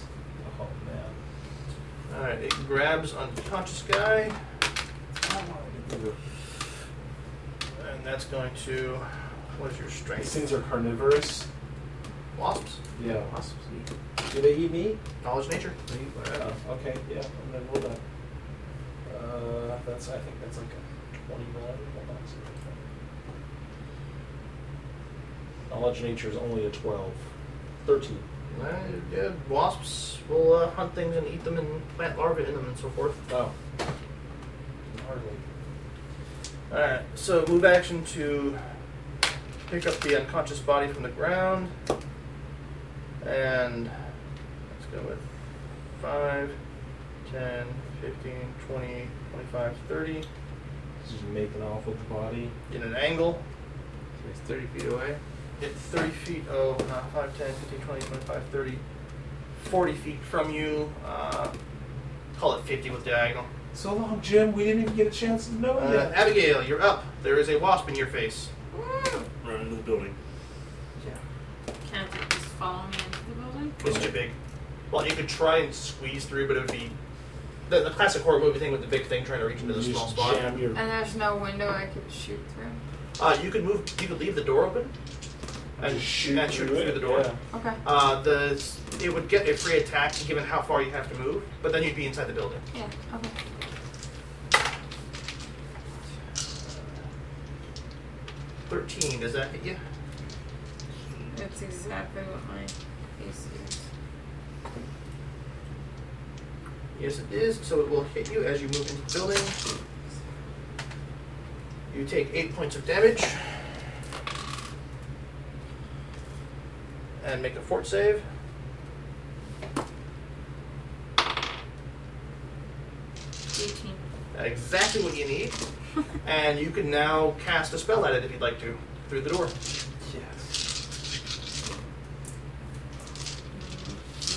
Oh man.
Alright, it grabs unconscious guy, and that's going to. What is your
These
strength?
things are carnivorous.
Wasps?
Yeah.
Wasps eat
Do they eat meat?
knowledge nature. They eat
Oh,
whatever.
okay, yeah, I'm gonna roll that. Uh, that's, I think that's like a twenty-nine. Hold on, see if I can- Knowledge nature is only a twelve. Thirteen.
Well, yeah, wasps will uh, hunt things and eat them and plant larvae in them and so forth.
Oh. Hardly.
Alright, so move action to pick up the unconscious body from the ground. And let's go with 5, 10, 15, 20, 25, 30.
Just making off with the body.
Get an angle.
So he's 30 feet away.
Get 30 feet, oh, not 5, 10, 15, 20, 25, 30, 40 feet from you. Uh, call it 50 with diagonal.
So long, Jim, we didn't even get a chance to know
Uh,
yet.
Abigail, you're up. There is a wasp in your face.
Run into the building.
Yeah.
Can't it just follow me into the building?
It's too big. Well, you could try and squeeze through, but it would be the, the classic horror movie thing with the big thing trying to reach into the
You
small
just
spot.
jam your-
And there's no window I could shoot through.
Uh, you could move. You could leave the door open and
just
shoot, and shoot through
it,
the door.
yeah.
Okay.
Uh, the it would get a free attack given how far you have to move, but then you'd be inside the building.
Yeah. Okay.
Thirteen. Does that hit you?
That's exactly what my face is.
Yes, it is. So it will hit you as you move into the building. You take eight points of damage and make a fort save.
Eighteen.
exactly what you need, and you can now cast a spell at it if you'd like to through the door.
Yes.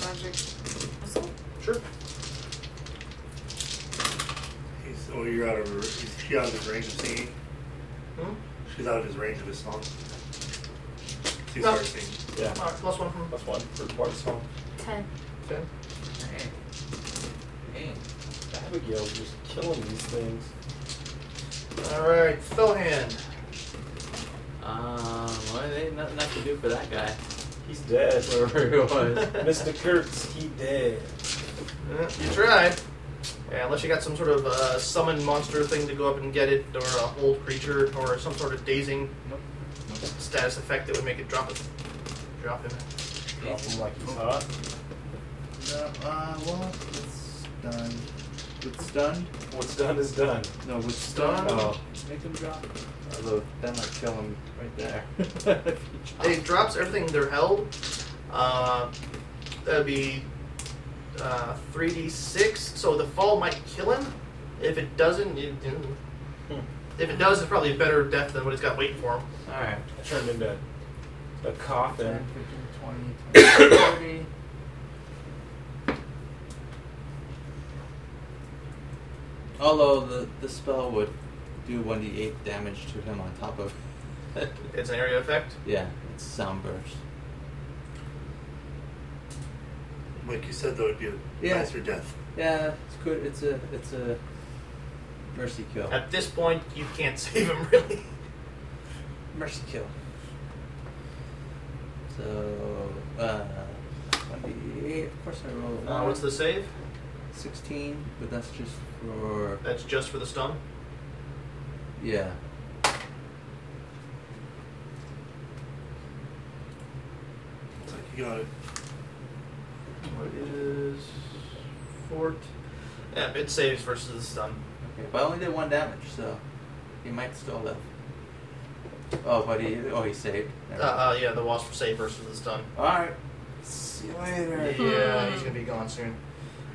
Magic missile.
Sure.
He's, oh, you're out of. her- He's, she out of his range of singing.
Hmm?
She's out of his range of his song. She
No.
starts singing.
Yeah.
All right, plus one from
That's one for part song.
Ten.
ten.
Hey. Hey.
Abigail's just killing these things.
All right, Felhand.
Um, well, there ain't nothing I can do for that guy.
He's dead.
Wherever he was.
Mr. Kurtz, he dead.
Uh, You tried. Yeah, unless you got some sort of uh, summon monster thing to go up and get it, or a whole creature, or some sort of dazing
Nope.
status effect that would make it drop it. Drop him.
Drop him like he's hot.
No, uh, well, it's done. It's done?
What's done is done.
No, it's stunned.
Oh.
Make him drop. Although, then I kill him right there. Ah.
It drops everything they're held. Uh, that'd be uh, 3d6. So the fall might kill him. If it doesn't, you, you- if it does, it's probably a better death than what it's got waiting for him.
Alright.
I turned into a coffin.
15, 20, 30. Although the, the spell would do 1d8 damage to him on top of
It's an area effect.
yeah, it's sound burst.
Like you said, though, it'd be a
Yeah.
nicer death.
Yeah, it's good. It's a it's a mercy kill.
At this point, you can't save him really.
Mercy kill. So, uh, 28. Of course I roll.
Uh, what's the save?
16, but that's just for.
That's just for the stun.
Yeah.
It's like you got it.
What is fort? Yeah, it saves versus the stun.
Okay, but I only did one damage, so he might still live. Oh, but he. Oh, he saved.
Uh,
Never mind.
uh, yeah, the wasp save versus the stun.
Alright. See you later.
Yeah, he's gonna be gone soon.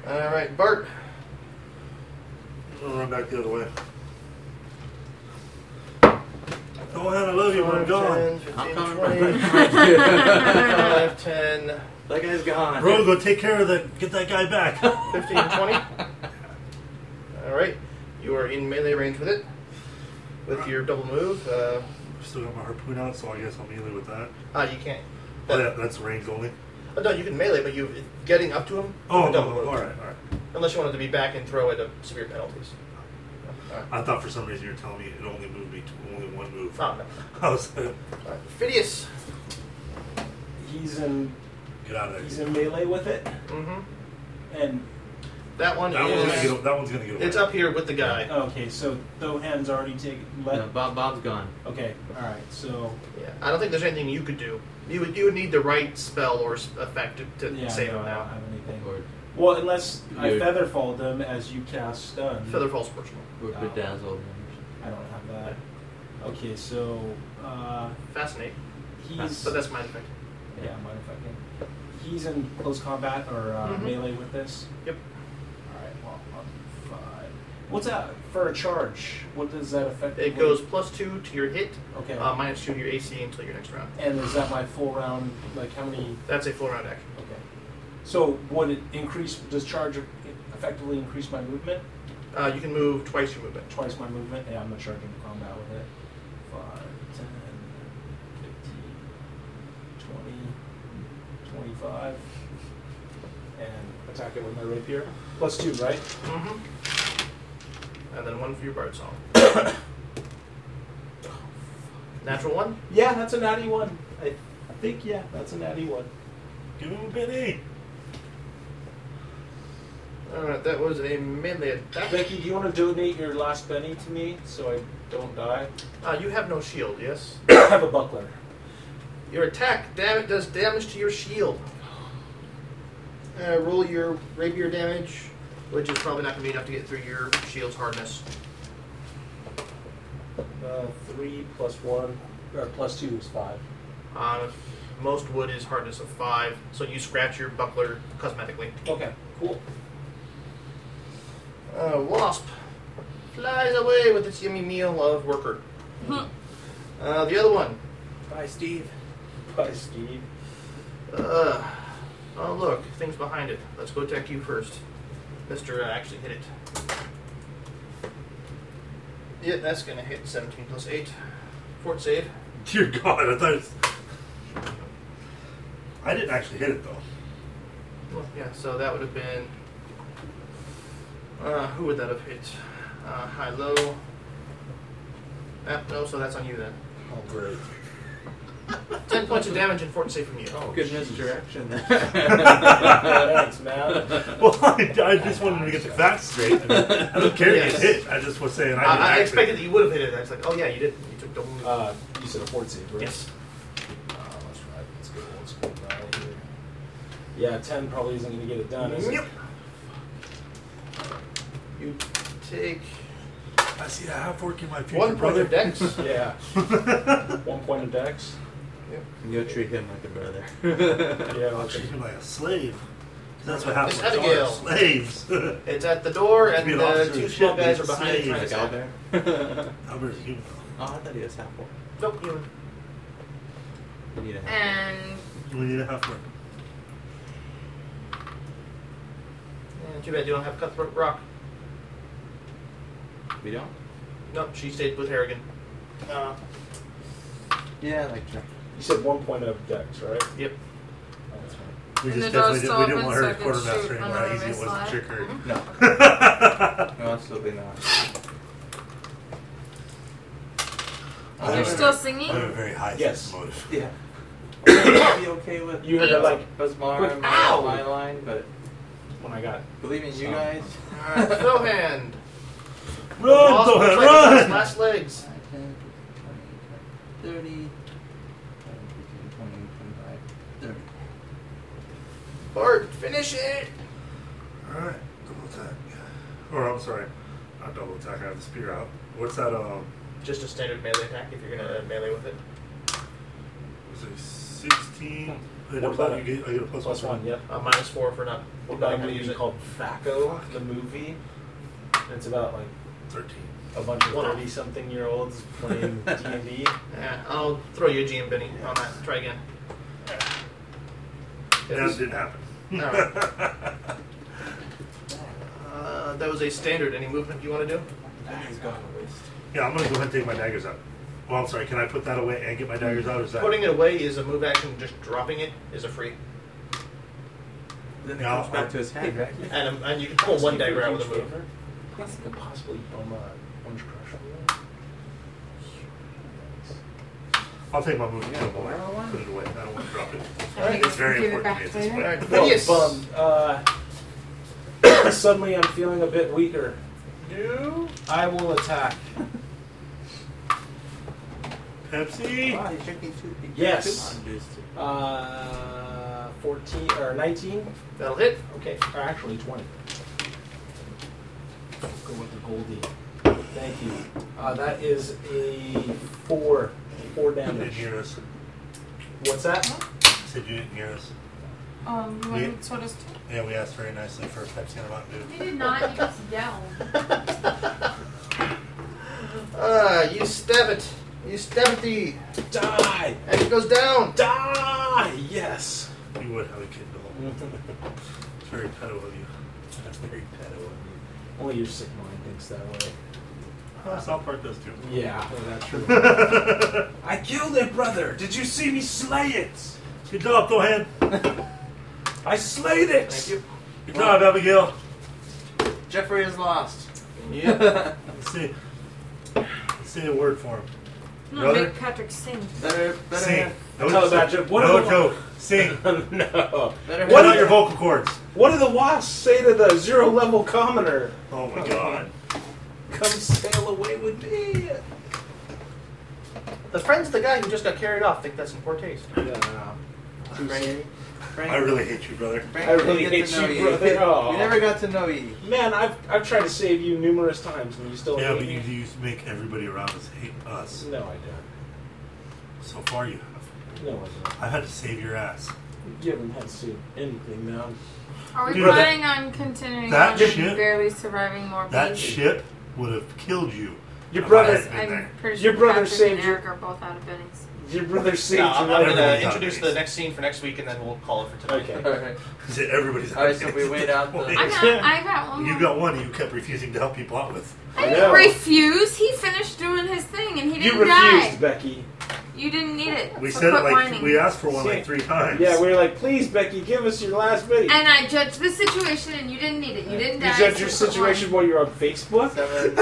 All right, Bart.
I'm gonna run back the other way. Go ahead, I love you, but I'm gone.
10,
I'm
15,
coming
20,
right
5, 10,
That guy's gone.
Bro, go take care of that. Get that guy back.
15, 20. All right, you are in melee range with it. With your double move, uh,
Still got my harpoon out, so I guess I'm melee with that.
ah, you can't.
Oh, yeah, that's range only.
Oh, no, you can melee, but you getting up to him.
Oh,
you
no,
double move.
all right, all right.
Unless you wanted to be back and throw at a severe penalties.
I thought for some reason you were telling me it only moved me to only one move.
Oh, no.
I was like,
All right. Phidias.
He's in
get out of
he's
there.
in melee with it,
Mm-hmm.
and
That one
That one's, gonna
is.
get, that one's gonna get away.
It's up here with the guy.
okay, so Thohan's already taken. Let,
No, Bob, Bob's gone.
Okay, all right, so
Yeah, I don't think there's anything you could do. You would you would need the right spell or s- effect to, to
yeah,
save
no,
him
I don't
now.
have anything.
Or,
Well, unless I
You-
featherfall them as you cast stun.
Feather falls personal.
or
Oh.
bedazzled. him
I don't have that. Okay, so uh,
Fascinate,
he's
but that's my effect.
yeah, mind if I can? He's in close combat or uh,
Mhm.
melee with this.
Yep.
All right, well, I'll do five. What's that for a charge? What does that affect?
It goes plus two to your hit,
Okay.
uh, minus two to your AC until your next round.
and is that my full round? Like how many?
That's a full round action.
Okay. So would it increase? Does charge effectively increase my movement?
Uh, you can move twice your movement.
Twice my movement. Yeah, I'm not sure I can combat with it. Five, ten, fifteen, twenty, twenty-five, and attack it with my rapier. Plus two, right?
Mm-hmm.
mm-hmm.
And then one for your bard song. Natural one.
Yeah, that's a natty one. I, I think yeah, that's a natty one.
Give him a penny.
All right, that was a melee attack.
Becky, do you want to donate your last penny to me so I don't die?
Uh, you have no shield, yes.
I have a buckler.
Your attack dam- does damage to your shield. Uh, roll your rapier damage, which is probably not going to be enough to get through your shield's hardness.
Uh, three plus one or plus two is five.
Uh, most wood is hardness of five, so you scratch your buckler cosmetically.
Okay, cool.
Uh, wasp flies away with its yummy meal of worker. Uh, the other one.
Bye, Steve.
Bye, Steve.
Uh, oh look, things behind it. Let's go attack you first, Mister. Uh, actually hit it. Yeah, that's gonna hit 17 plus 8. Fort save.
Dear God, I thought it's. I didn't actually hit it though.
Well, yeah, so that would have been. Uh, who would that have hit? Uh, high low. Ah, no, so that's on you then.
Oh, great.
10 points of damage and 14 save from you. Oh,
Good misdirection.
Thanks, man.
Well, I, I just wanted to get the facts straight. I, mean, I don't care if
Yes.
you hit. I just was saying I
I,
didn't
I
actually-
expected that you would have hit it. I was like, oh yeah, you did. You took double move.
Uh, you said a fort save, right?
yes.
Uh, let's try it. Let's go old school route here. Yeah, ten probably isn't going to get it done. Is
Yep.
It?
You take
I see I have work in my future,
one brother
brother. Oh,
dex.
Yeah, one point of dex.
You'll treat him like a brother.
Yeah,
I'll
okay.
treat him like a slave. 'Cause That's what happens.
Miss
to
Abigail.
our Slaves.
It's at the door, and
Be an
the
officer
two
and shit,
small guys
be
are behind it
slave.
trying to
like
stop.
Albert. oh,
Albert's human.
I thought he was half one.
Nope, you.
You need a
Eh.
half
And
We need a half work.
Yeah, too bad you don't have Cutthroat Rock.
We don't?
Nope, she stayed with Harrigan. Uh,
Yeah, like that.
You said 1.0 dex, right?
Yep.
Oh, that's right.
We
And
just
the
definitely did, we
door's still
didn't
open,
want
so I
her
can shoot
quartermaster and how
another
easy it was
missile.
to trick her.
No.
Mm-hmm.
No,
No.
absolutely not.
I
You're
have a-
Oh, still
I
singing?
have a very high
Yes.
sense of motive.
Yeah. I'd be okay with
You heard
uh,
it like-
Basmar
like,
and
ow!
my line, but
When I got
believe in you
Um,
guys.
Alright, Zohan!
Run,
Lost
Zohan,
looks like it's
run!
his Last legs.
10, 20, 30, 20, 25, 30.
Bart, finish it!
Alright, double attack. Or, I'm sorry, not double attack, I have the spear out. What's that, um,
Just a standard melee attack if you're gonna melee with it.
was it 16? I get a
What
plus,
about
you get, I get a plus,
plus one, yep.
Uh, minus four for not
About a
not
movie
using
called Thaco, the movie. And it's about like
13.
a bunch of
Wow.
thirty-something year olds playing D and D.
Yeah, I'll throw you a GM Benny on that. Try again.
That didn't happen.
Alright. Uh, that was a standard. Any movement you want to do?
He's gone to waste.
yeah, I'm gonna go ahead and take my daggers out. Well, I'm sorry, can I put that away and get my daggers out? or Is that.
Putting it away is a move action. Just dropping it is a free.
Then it
No,
comes back
I-
to his hand, right?
And um, and you can pull one dagger out with a move.
That's could possibly bum a orange crush. from
I'll take my movement
Yeah,
away.
well, why not?
Put it away. I don't want to drop it.
Alright.
It's very
Give it
important
back
to me at
to
this point.
Alright,
her.
there.
Phineas.
No, bummed. Uh, suddenly I'm feeling a bit weaker.
Do
I will attack.
Pepsi?
Wow, he took me two. he took
Yes.
two monitors too.
Uh, fourteen or nineteen?
that'll hit.
Okay, or actually twenty. Go with the Goldie. Thank you. Uh, that is a four, four
You didn't
damage.
hear us.
What's that?
You said you didn't hear us.
Um, you
Yeah.
want sodas too?
Yeah, we asked very nicely for a Pepsi and a Mountain Dew.
You did not. You just yelled.
Uh, you stab it. You stab it the
Die!
as it goes down.
Die! Yes.
You would have a kid doll. It's very pedo of you. That's very pedo of you.
Only your sick mind thinks that way.
Oh, South Park does too.
Yeah, that's true.
Good
I killed it, brother. Did you see me slay it?
job, Dohan.
I slayed it.
Thank you.
Good job, Abigail.
Jeffrey is lost.
Yeah.
Let's see. Let's say a word for him.
No,
Brother?
make Patrick sing.
better, better,
Sing. No,
Tell
joke.
about your- what
no
do we
joke. Sing.
no.
better. have
What about your vocal cords?
What do the wasps say to the zero level commoner?
Oh my god.
Come sail away with me.
The friends of the guy who just got carried off think that's in poor taste.
Yeah.
Frank, Frank,
I really hate you, brother.
Frank,
I
we
really
didn't get
hate
to know
you, brother. Aw.
We never got to know you.
Man, I've, I've tried to save you numerous times and you still
Yeah,
hate
but
me.
you, you make everybody around us hate us.
No, I don't.
So far, you have.
No, I don't.
I've had to save your ass.
You haven't had to see anything, man.
Are we
Dude, that-
planning on continuing
that
on
shit-
and barely surviving more
That
bees?
ship would have killed you.
Your
If I
brother,
hadn't been
I'm
there.
pretty
Your
sure
brother
Patrick
saved
and
your-
Eric are both out of innings.
your brother saved
No,
you. right?
I'm going
Everybody's
to
out of
introduce the
taste.
next scene for next week, and then we'll call it for tonight.
Okay.
All right.
He said everybody's.
All right, so we wait out the-
I
Well,
got, I got one
You
more.
got one. You kept refusing to help people out with.
I
I know.
didn't refuse. He finished doing his thing and he
You
didn't
refused,
die.
Becky.
You didn't need it.
We
so
said it
quit
like
whining.
we asked for one like
Shit.
three times.
Yeah, we were like, please, Becky, give us your last video.
And I judged the situation, and you didn't need it. You didn't
you
die.
judge
so
your
quit
situation while you're on Facebook?
Seven,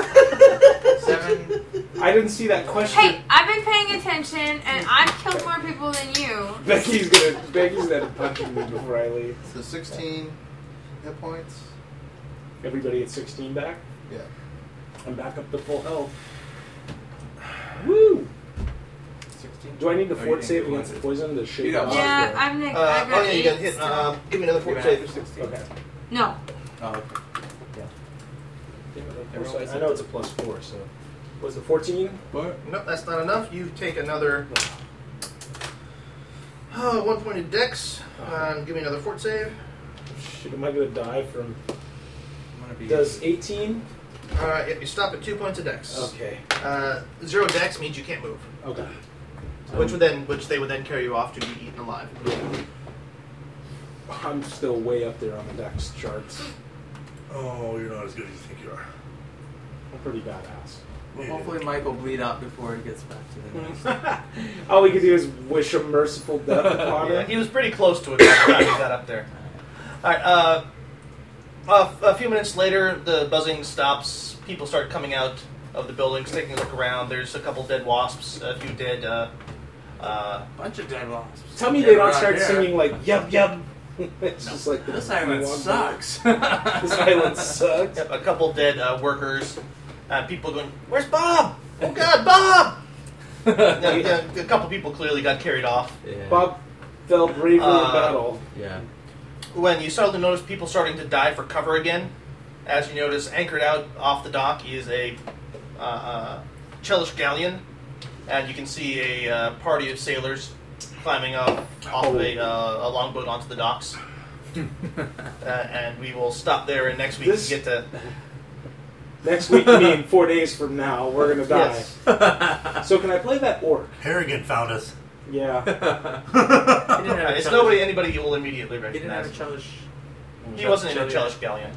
seven.
I didn't see that question.
whining. Hey, I've been paying attention, and I've killed more people than you.
Becky's gonna Becky's gonna punch me before I leave.
So sixteen hit points.
Everybody at 16 back.
Yeah.
I'm back up to full health. Woo!
Sixteen.
Do I need to
Oh, you
fort
didn't
save
do one.
against the poison to shake?
You
it
got
off?
one.
yeah,
good.
I'm Nick.
Uh,
I got Uh-huh.
oh yeah, you
eight
got hit.
still.
Uh, give me another
You're
fort
back
save.
to sixteen.
Okay.
no,
Oh, okay.
I know it's a plus four, so was it 14?
What?
Nope, that's not enough. You take another uh, one point of dex. Um, give me another fort save.
Shit, am I gonna die from?
I'm gonna be.
Does 18?
Uh, yep, you stop at two points of dex.
Okay.
Uh, zero dex means you can't move,
Okay.
which would then which they would then carry you off to be eaten alive.
I'm still way up there on the dex charts.
Oh, you're not as good as you think you are.
I'm pretty badass.
Well, hopefully Mike will bleed out before he gets back to
Mm-hmm.
the next.
All we can do is wish a merciful death upon
Yeah,
him.
he was pretty close to it that time he got up there. All right. Uh, a, a few minutes later, the buzzing stops. People start coming out of the buildings, taking a look around. There's a couple dead wasps, a few dead. Uh, uh,
Bunch of dead wasps.
Tell me
Yeah,
they don't
right
start
here.
singing like yub yub. it's
No.
just like the
This island
one-
sucks.
This island sucks.
yep, a couple dead uh, workers. Uh, people going, "Where's Bob? Oh God, Bob!" Yeah, yeah, a couple people clearly got carried off.
Yeah.
Bob fell bravely
Uh,
in battle.
Yeah.
When you suddenly notice people starting to dive for cover again, as you notice, anchored out off the dock is a uh, uh, Chelish galleon, and you can see a uh, party of sailors climbing up off of a, uh, a longboat onto the docks. uh, and we will stop there, and next week
This-
we get to.
Next week, I mean four days from now, we're gonna die.
Yes.
So can I play that orc?
Harrigan found us.
Yeah.
He didn't have a
It's
chelish-
nobody, anybody you will immediately
He didn't have a
recognize.
chelish.
He wasn't in a
chelish.
Chelish galleon.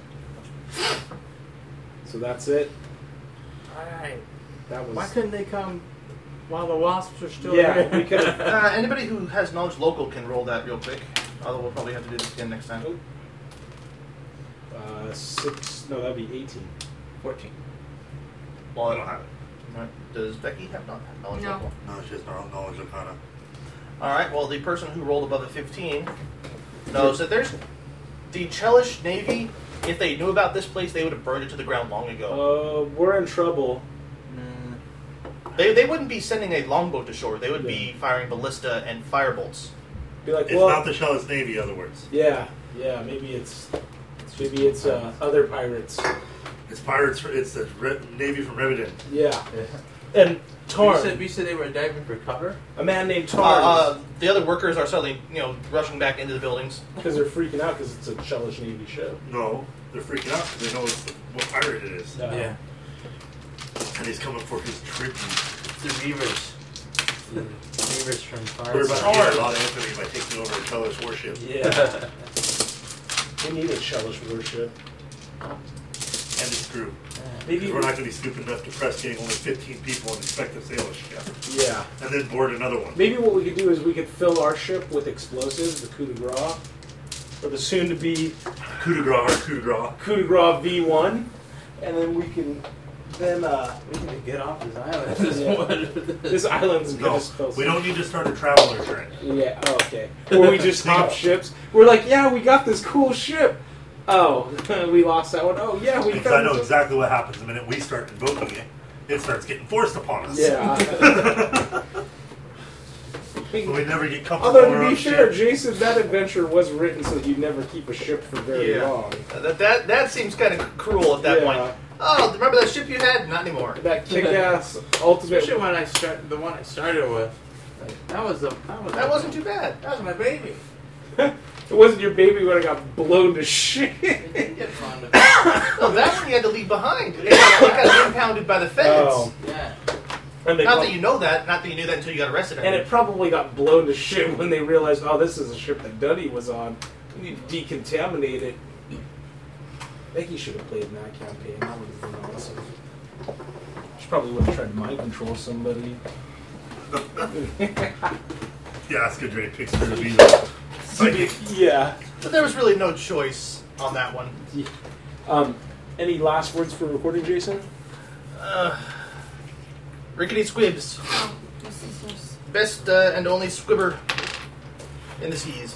So that's it.
Alright.
That was.
Why couldn't they come while the wasps are still
Yeah,
there?
we could've-
Uh, anybody who has knowledge local can roll that real quick. Although we'll probably have to do this again next time.
Uh, six. No, that'd be eighteen.
14.
Oh,
Well, I don't have it. Alright. Does Becky have not have knowledge
No.
local?
No, it's just our own knowledge of how to.
All right. Well, the person who rolled above a 15 knows that there's the Chelish Navy. If they knew about this place, they would have burned it to the ground long ago.
Uh, we're in trouble.
Mm,
They, they wouldn't be sending a longboat to shore. They would be firing ballista and firebolts.
Be like,
It's
well,
not the Shell's Navy, other words.
yeah, yeah. Maybe it's, maybe it's uh, other pirates.
It's pirates. For, it's the Re- Navy from Revenant.
Yeah,
yeah.
and
You
Tarn,
said, you said they were diving for cover?
a man named
Uh,
Tarn,
uh, the other workers are suddenly, you know, rushing back into the buildings.
because they're freaking out because it's a Shellish Navy ship.
No, they're freaking out because they know it's the, what pirate it is,
Uh,
and he's coming for his tribute.
The beavers. The beavers from far.
We're about to get a lot of infamy by taking over a Shell's warship.
Yeah, we need a Shellish warship.
and his crew.
Maybe
We're not going to be stupid enough to press gang only 15 people and expect a sailor ship,
yeah.
and then board another one.
Maybe what we could do is we could fill our ship with explosives, the coup de grace, or the soon-to-be
Coup de grace, or coup de grace.
coup de grace V1, and then we can, then uh,
We need to get off this island. This
Yeah.
one.
this island's gonna
No,
spill
we don't need to start a traveler trend.
Yeah, oh, okay. Or we just hop ships. We're like, yeah, we got this cool ship. Oh, we lost that one. Oh, yeah, we
Because
got
I know
this-
exactly what happens the minute we start invoking it. It starts getting forced upon us.
Yeah.
But we never get comfortable.
Although, to
around
be fair,
ship.
Jason, that adventure was written so that you'd never keep a ship for very
Yeah.
long.
Uh, That, that, that seems kind of cruel at that
Yeah.
point. Oh, remember that ship you had? Not anymore.
That kick-ass ultimate.
Especially when I start the one I started with. Like, that was the that was
That wasn't too bad.
that was my baby.
it wasn't your baby when I got blown to shit.
I didn't get fond of it.
No, that one you had to leave behind. It got, it got impounded by the feds.
Oh,
Yeah.
and they
Not
prob-
that you know that. Not that you knew that until you got arrested. I
and
mean.
it probably got blown to shit when they realized, oh, this is a ship that Duddy was on. We need to decontaminate it. Becky should have played in that campaign. That would have been awesome. She probably would have tried to mind control somebody.
Yeah, that's good. Great picture to be there. Psychic.
Yeah.
But there was really no choice on that one.
Um, any last words for recording, Jason?
Uh, rickety Squibs,
Oh, this is just.
best uh, and only squibber in the seas.